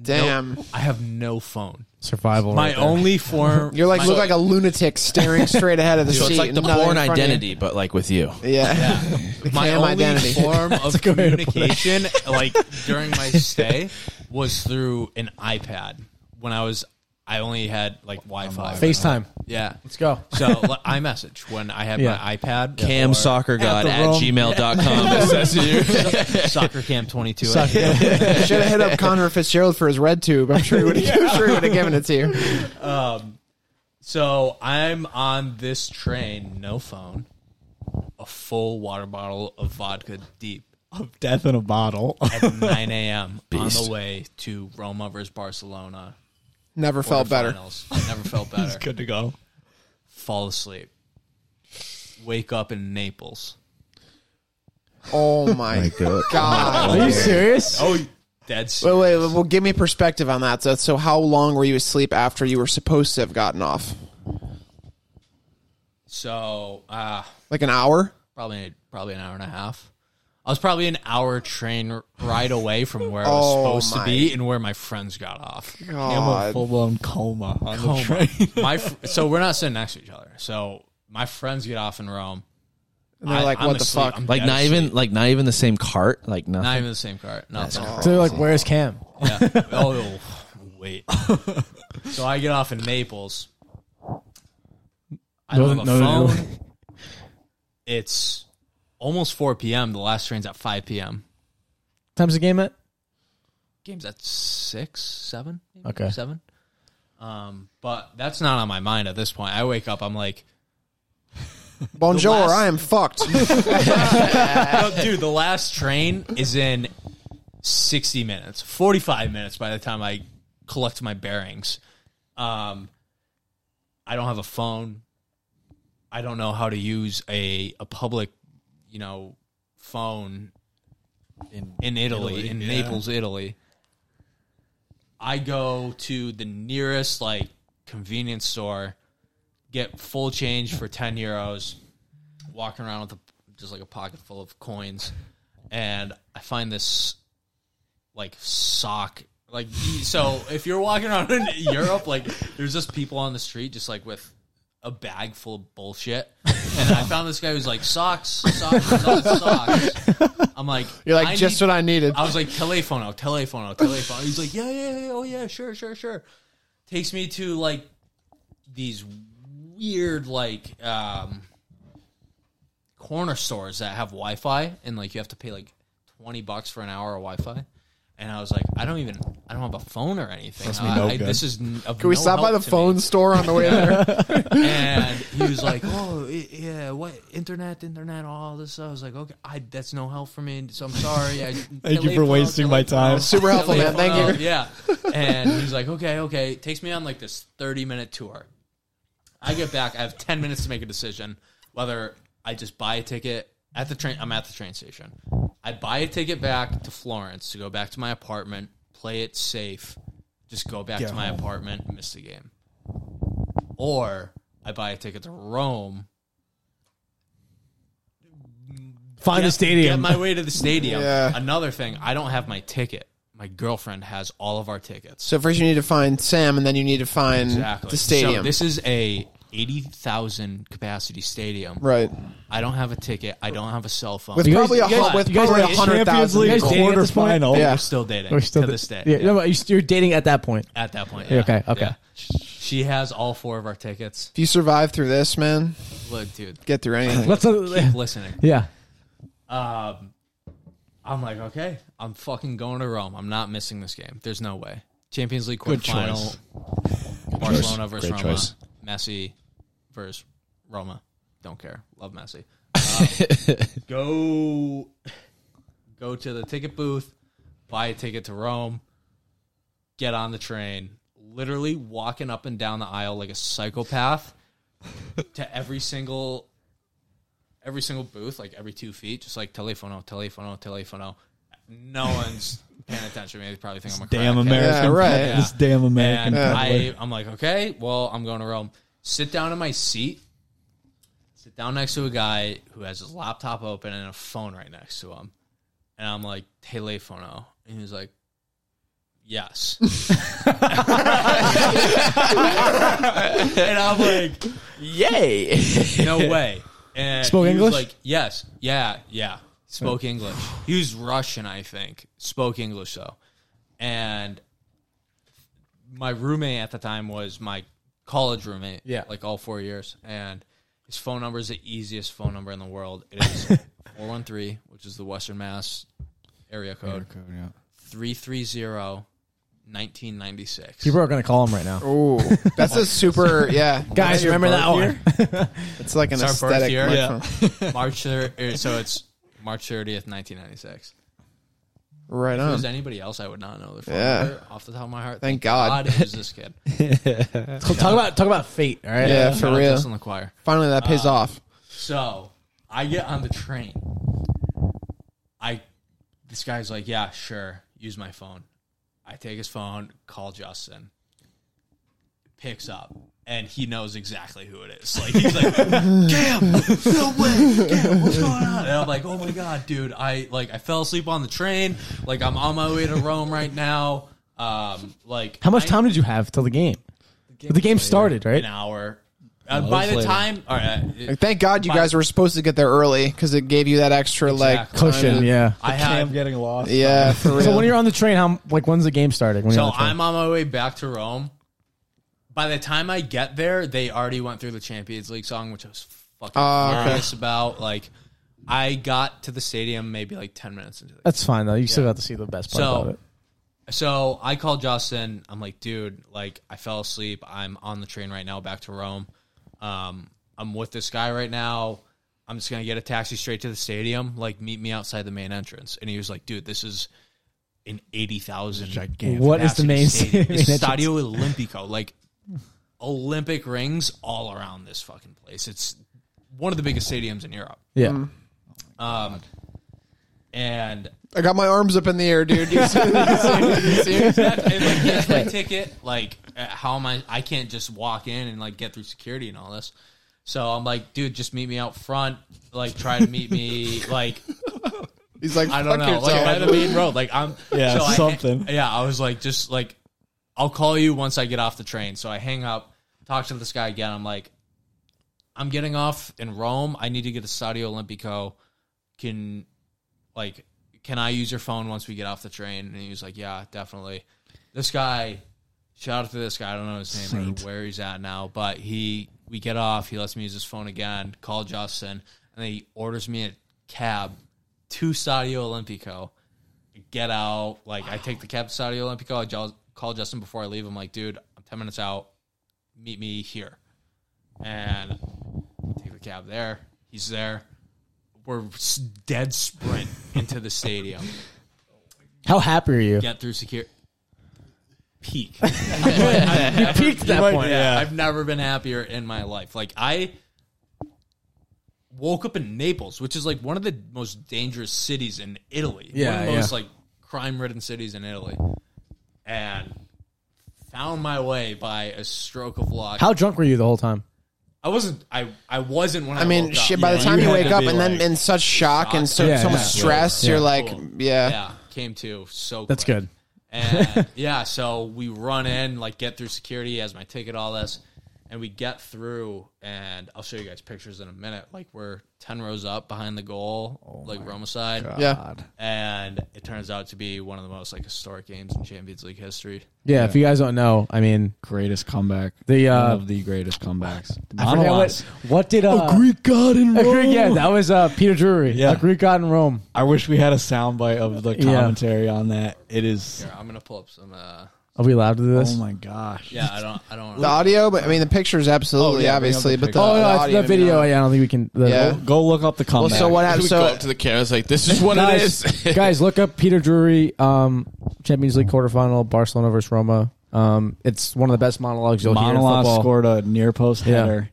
Damn.
I have no phone.
Survival.
My
right there.
only form.
You're like
my-
look like a lunatic staring straight ahead of the
So
seat.
it's like the
and nothing
born
in front of you.
identity, but like with you.
Yeah.
my
Cam
only
identity.
form of communication, like during my stay, was through an iPad. When I was, I only had like Wi-Fi.
FaceTime.
Yeah, let's
go.
So like, iMessage when I had
Yeah.
my iPad.
Cam
or-
soccer god
the
at
wrong-
gmail.com.
soccer cam twenty two.
Should have hit up Connor Fitzgerald for his red tube. I'm sure he would have sure he would have given it to you.
So I'm on this train, no phone, a full water bottle of vodka deep.
Of death in a bottle.
At 9 a.m. on the way to Roma versus Barcelona.
Never felt better.
quarterfinals. Never felt better.
Good to go.
fall asleep. Wake up in Naples.
Oh my god.
Are you serious?
Oh, that's
Wait, wait, well, give me perspective on that. So, so how long were you asleep after you were supposed to have gotten off?
so. Uh,
Like an hour?
probably probably an hour and a half. I was probably an hour train ride away from where I was
Oh,
supposed
my.
to be and where my friends got off.
God.
Full blown coma on the
Coma.
train.
my fr- so we're not sitting next to each other. So my friends get off in Rome.
And they're like,
I'm
what the
asleep.
fuck?
I'm
like
dead
not even
asleep.
like not even the same cart. Like nothing.
not even the same car. Nothing.
So they're like, where's Cam?
Yeah. Oh, wait. so I get off in Naples. I don't have a
no, no.
phone. It's almost 4 p.m. The last train's at 5 p.m.
Time's the game at?
Game's at 6, 7? maybe?
Okay.
7. Um, but that's not on my mind at this point. I wake up, I'm like,
Bonjour,
last-
I am fucked.
No, dude, the last train is in 60 minutes, 45 minutes by the time I collect my bearings. Um, I don't have a phone. I don't know how to use a, a public, you know, phone in, Italy, in Naples, Italy. I go to the nearest like convenience store, get full change for 10 euros walking around with a, just like a pocket full of coins, and I find this like sock. Like so, if you're walking around in Europe, like there's just people on the street just like with a bag full of bullshit, and I found this guy who's like socks, socks, socks. socks. I'm like,
You're like, just
need-
what I needed.
I was like, telefono, telefono, telefono. He's like, yeah, yeah, yeah, oh yeah, sure, sure, sure. Takes me to like these weird like um corner stores that have Wi-Fi, and like you have to pay like twenty bucks for an hour of Wi-Fi. And I was like, I don't even, I don't have a phone or anything. I,
no
I-
good.
this is n- of
Can we
no
stop by
help
the
to me."
phone store on the way there?
and he was like, "Oh, i- yeah, what internet, internet, all this." stuff." I was like, "Okay, I, that's no help for me, so I'm sorry." I,
Thank you for wasting my time.
Super helpful, man. Thank you.
Yeah, and he's like, "Okay, okay." Takes me on like this 30 minute tour. I get back. I have 10 minutes to make a decision whether I just buy a ticket at the train. I'm at the train station. I buy a ticket back to Florence to go back to my apartment, play it safe, just go back to my apartment, miss the game or I buy a ticket to Rome.
Find
Get-
the stadium.
Get my way to the stadium.
Yeah.
Another thing, I don't have my ticket. my girlfriend has all of our tickets.
So first you need to find Sam, and then you need to find
Exactly.
the stadium.
So this is a eighty thousand capacity stadium.
right.
I don't have a ticket. I don't have a cell phone.
With
We're
probably a
you guys-
hun- with
you guys
probably a
like
hundred
Champions
thousand.
League
You guys dating at this point?
quarterfinal.
Yeah.
still dating to this day.
Yeah, no, but you- you're dating at that point.
At that point.
Yeah,
yeah.
okay, okay.
Yeah. She has all four of our tickets.
If you survive through this, man,
Look, dude,
get through anything.
Let's not-
keep listening.
yeah.
Um, I'm like, okay, I'm fucking going to Rome. I'm not missing this game. There's no way. Champions League quarterfinal. Barcelona
choice.
versus
Great
Roma.
choice.
Messi versus Roma. Don't care. Love Messi. Um, go, go to the ticket booth, buy a ticket to Rome, get on the train. Literally walking up and down the aisle like a psychopath to every single every single booth, like every two feet, just like telefono, telefono, telefono. No one's paying attention. to me. They probably think I'm a
Damn
crackhead.
American.
Yeah, right.
football. This damn American.
And
football.
I, I'm like, okay, well, I'm going to Rome. Sit down in my seat. Sit down next to a guy who has his laptop open and a phone right next to him. And I'm like, telefono. And he's like, yes. and I'm like,
Yay!
no way. And
Spoke
he was
English?
Like yes, yeah, yeah. Spoke English. He was Russian, I think. Spoke English though, and my roommate at the time was my college roommate.
Yeah.
like all four years, and his phone number is the easiest phone number in the world. It is four one three, which is the Western Mass area code. Three three zero. 1996.
People are going to call him right now.
Ooh, that's a super. Yeah,
Guys,
That's your
remember
birth
that hour.
year? It's like an
It's our birth
aesthetic.
year.
microphone.
March thir- er, so it's March 30th,
Hmm.
1996.
Right
If it
on.
was anybody else, I would not know their phone
Yeah.
number off the top of my heart.
Thank God.
God it was this kid.
Talk about talk about fate, all right?
Yeah,
Shout
for
out
real.
Justin the choir.
Finally, that pays off.
So I get on the train. I this guy's like, yeah, sure, use my phone. I take his phone, call Justin, picks up, and he knows exactly who it is. Like he's like, Cam, no way, Cam, what's going on? And I'm like, oh my god, dude, I like I fell asleep on the train. Like I'm on my way to Rome right now. Um, like
How much
I-
time did you have till the game? The game started, right?
An hour. Uh, by the
later.
time, all right. it-
Like, thank God you
Fine.
guys were supposed to get there early because it gave you that extra like
Exactly.
time
Cushion,
to-
yeah.
I
Cam
had
getting lost.
yeah. For real.
So when you're on the train, how like when's the game starting? When you're
So
on the train?
I'm on my way back to Rome. By the time I get there, they already went through the Champions League song, which I was fucking
Oh, okay.
furious about. Like, I got to the stadium maybe like ten minutes into the
That's fine though. You still got to see the best part
So-
of it.
so I called Justin. I'm like, dude, like I fell asleep. I'm on the train right now back to Rome. Um, I'm with this guy right now. I'm just gonna get a taxi straight to the stadium. Like, meet me outside the main entrance. And he was like, dude, this is an eighty thousand gigantic.
What is the
capacity
main
stadium?
main
It's
entrance?
Stadio Olimpico? Like Olympic rings all around this fucking place. It's one of the biggest stadiums in Europe.
Yeah.
Um, and
I got my arms up in the air, dude. You see- you see- you see-
and like here's my ticket. Like, uh, how am I? I can't just walk in and like get through security and all this. So I'm like, dude, just meet me out front. Like, try to meet me. Like,
He's like,
I don't
fuck
know, like
yourself.
by the main road. Like, I'm
Yeah,
I-
something.
yeah, I was like, just like, I'll call you once I get off the train. So I hang up, talk to this guy again. I'm like, I'm getting off in Rome. I need to get to Stadio Olimpico. Can like can I use your phone once we get off the train? And he was like, Yeah, definitely. This guy, shout out to this guy. I don't know his name or where he's at now, but he we get off. He lets me use his phone again. Call Justin, and then he orders me a cab to Stadio Olimpico. Get out. Like I take the cab to Stadio Olimpico. I ju- call Justin before I leave. I'm like, Dude, I'm ten minutes out. Meet me here, and take the cab there. He's there we're s- dead sprint into the stadium.
How happy are you?
Get through secure. Peak.
you peaked at that point.
Yeah, I've never been happier in my life. Like I woke up in Naples, which is like one of the most dangerous cities in Italy. one
Yeah,
of the most
yeah.
like crime-ridden cities in Italy, and found my way by a stroke of luck.
How drunk were you the whole time?
I wasn't. I I wasn't when I.
I mean,
woke up.
shit. By the
Yeah,
time
you
you
had
wake
to
up
be,
and then
like,
in such shock and so,
Yeah,
so much
yeah.
stress,
Yeah.
you're like,
Cool.
yeah.
yeah, came to so.
That's
quick.
good.
And yeah, so we run in, like get through security, he has my ticket, all this, and we get through. And I'll show you guys pictures in a minute. Like we're ten rows up behind the goal, like Roma side.
Yeah.
And it turns out to be one of the most like historic games in Champions League history.
Yeah, if you guys don't know, I mean,
Greatest comeback.
The, uh,
one of the greatest comebacks.
I forget what,
Manolas.
what did uh,
Greek god in
a Greek- yeah, that was uh, Peter Drury.
Yeah.
A Greek god in Rome.
I wish we had a soundbite of the
Yeah.
commentary on that. It is.
Here, I'm gonna pull up some. Uh,
Are we allowed to do this?
Oh my gosh.
yeah, I don't, I don't.
The audio, but I mean the pictures, absolutely,
Oh, yeah, bring up
obviously,
the
but the,
picture.
Oh,
the
no, it's
audio,
the video. Yeah, I don't think we can. The,
Yeah.
Go look up the
Well,
comeback.
so what
we
happened?
go
So
up to the camera. It's like this is what it
guys,
is.
guys, look up Peter Drury, um, Champions League quarterfinal, Barcelona versus Roma. Um, it's one of the best monologues you'll hear in
Manolas
football.
scored a near post
Yeah.
header,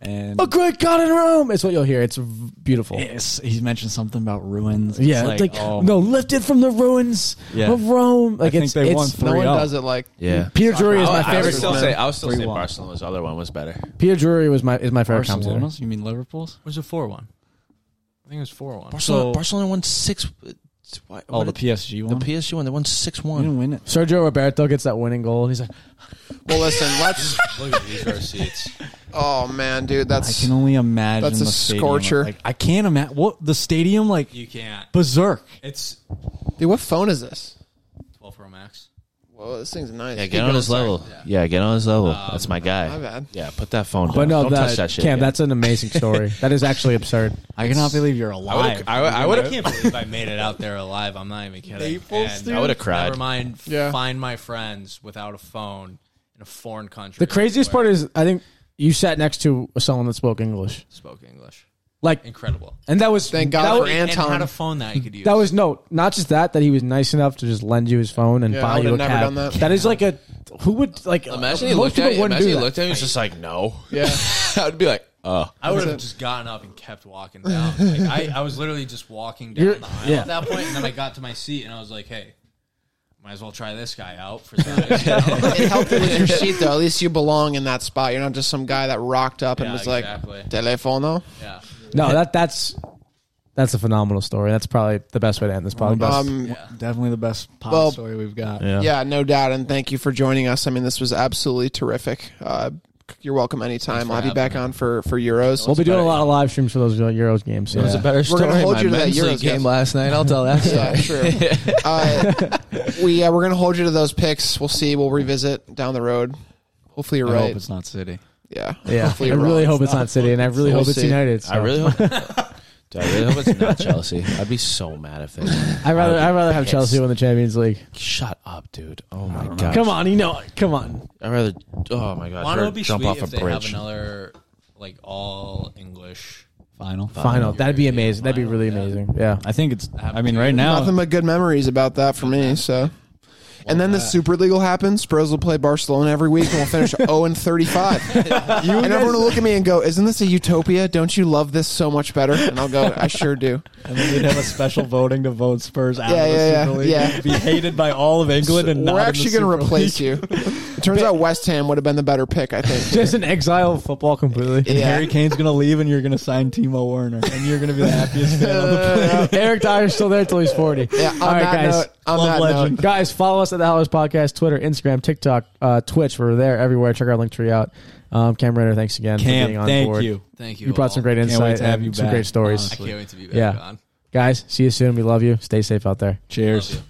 and
A Greek god in Rome. It's what you'll hear. It's v- beautiful.
it's, he mentioned something about ruins. It's
yeah, it's like,
oh,
no, lifted from the ruins
Yeah.
of Rome. Like
I think
it's,
they
it's
won
no
three
one
up.
does it like
Yeah.
Peter Drury
Oh,
is my
Oh, I would
favorite.
still say I would still say
3-1.
Barcelona's other one was better.
Peter Drury was my is my favorite commentator.
Barcelona's? You mean Liverpool's?
Was it four one? I think it was four one.
Barcelona,
So-
Barcelona won six. What,
Oh,
what
the
did-
PSG
the
one.
PSG won. They won six
we didn't
one.
win it.
Sergio Roberto gets that winning goal, and he's like,
Well, listen, let's.
Look at these receipts.
Oh man, dude,
I
that's
can only imagine.
That's a
the stadium.
scorcher.
Like, I can't imagine what the stadium like.
You can't.
Berserk.
It's
dude. What phone is this?
twelve Pro Max.
Whoa, this thing's nice.
Yeah, get on his level. Yeah, get on his level. That's my guy.
my bad.
Yeah, put that phone down.
but no,
Don't
that,
touch that shit.
Cam,
yeah.
that's an amazing story. that is actually absurd.
I cannot believe you're
I
alive.
would. I would
I
have.
can't believe I made it out there alive. I'm not even kidding. And
I would've cried.
Never mind. f-
Yeah.
Find my friends without a phone in a foreign country.
The craziest part is, I think you sat next to someone that spoke English,
spoke English.
like,
Incredible.
and that was
Thank God
that
for
was,
And
Anton.
had a phone that I could use.
that was no, not just that that he was nice enough to just lend you his phone and
Yeah, I
buy
would've
you a
never
cab.
done that.
That is like a who would like
Imagine he
most
looked
people
at you.
wouldn't
Imagine he
do that.
looked at me. He's just like, no.
Yeah.
I would be like, oh.
I would have just gotten up and kept walking down. Like I, I was literally just walking down
You're-
the aisle
yeah.
at that point, and then I got to my seat and I was like, "Hey, might as well try this guy out for size." Yeah,
it helped with your seat though. At least you belong in that spot. You're not just some guy that rocked up and
Yeah,
was like
exactly.
telefono.
yeah.
No, that that's that's a phenomenal story. That's probably the best way to end this podcast.
Um,
Definitely the best pop
Well,
story we've got.
yeah, no doubt. And thank you for joining us. I mean, this was absolutely terrific. Uh, you're welcome anytime. I'll be back on for for Euros.
we'll be doing a lot of live streams for those Euros games. So.
was a
better
We're gonna hold you to that
men's
Euros
league
game.
last night. I'll tell that.
yeah, true. Uh, we uh, we're gonna hold you to those picks. We'll see. We'll revisit down the road. Hopefully, you're
I
right.
hope it's not City.
yeah,
Yeah,
Hopefully
I
you're
really
wrong.
hope it's not City, and I really
We'll
hope it's
see.
United.
I
so.
really hope. Dude, I really hope it's not Chelsea. I'd be so mad if they.
I'd rather I'd rather have
pissed.
Chelsea win the Champions League.
Shut up, dude. Oh my god.
Come on, you know, it. come on.
I'd rather. Oh my god.
Well, it
her
would be
jump
sweet
off
if
a
they have
bridge.
another like all English.
Final.
Final, that'd be amazing. That'd be really amazing. Yeah.
I think it's. I mean, right
Nothing
now.
but good memories about that for me. So. And then the Super League will happen. Spurs will play Barcelona every week, and we'll finish 0 and 35. and everyone will look at me and go, "Isn't this a utopia? Don't you love this so much better?" And I'll go, "I sure do."
And then we'd have a special voting to vote Spurs out
Yeah,
of the
yeah,
Super
yeah,
League.
yeah.
Be hated by all of England and
We're
not
actually
going to
replace you. It turns out West Ham would have been the better pick, I think.
Just an exile of football completely.
And
Yeah.
Harry Kane's going to leave, and you're going to sign Timo Werner, and you're going to be the happiest man on the planet.
Eric Dyer's still there till he's forty.
Yeah, on that note, on
Love
that
legend.
note,
Guys, follow us at the Howlers Podcast, Twitter, Instagram, TikTok, uh, Twitch. We're there everywhere. Check our link tree out. Um, Cam Renner, thanks again for being
Cam,
on
thank
board.
you.
Thank you.
You brought
all.
some great
Can't wait
insight
to have
and
you
some
back.
great stories.
I can't wait to be back
Yeah.
on.
Guys, see you soon. We love you. Stay safe out there.
Cheers.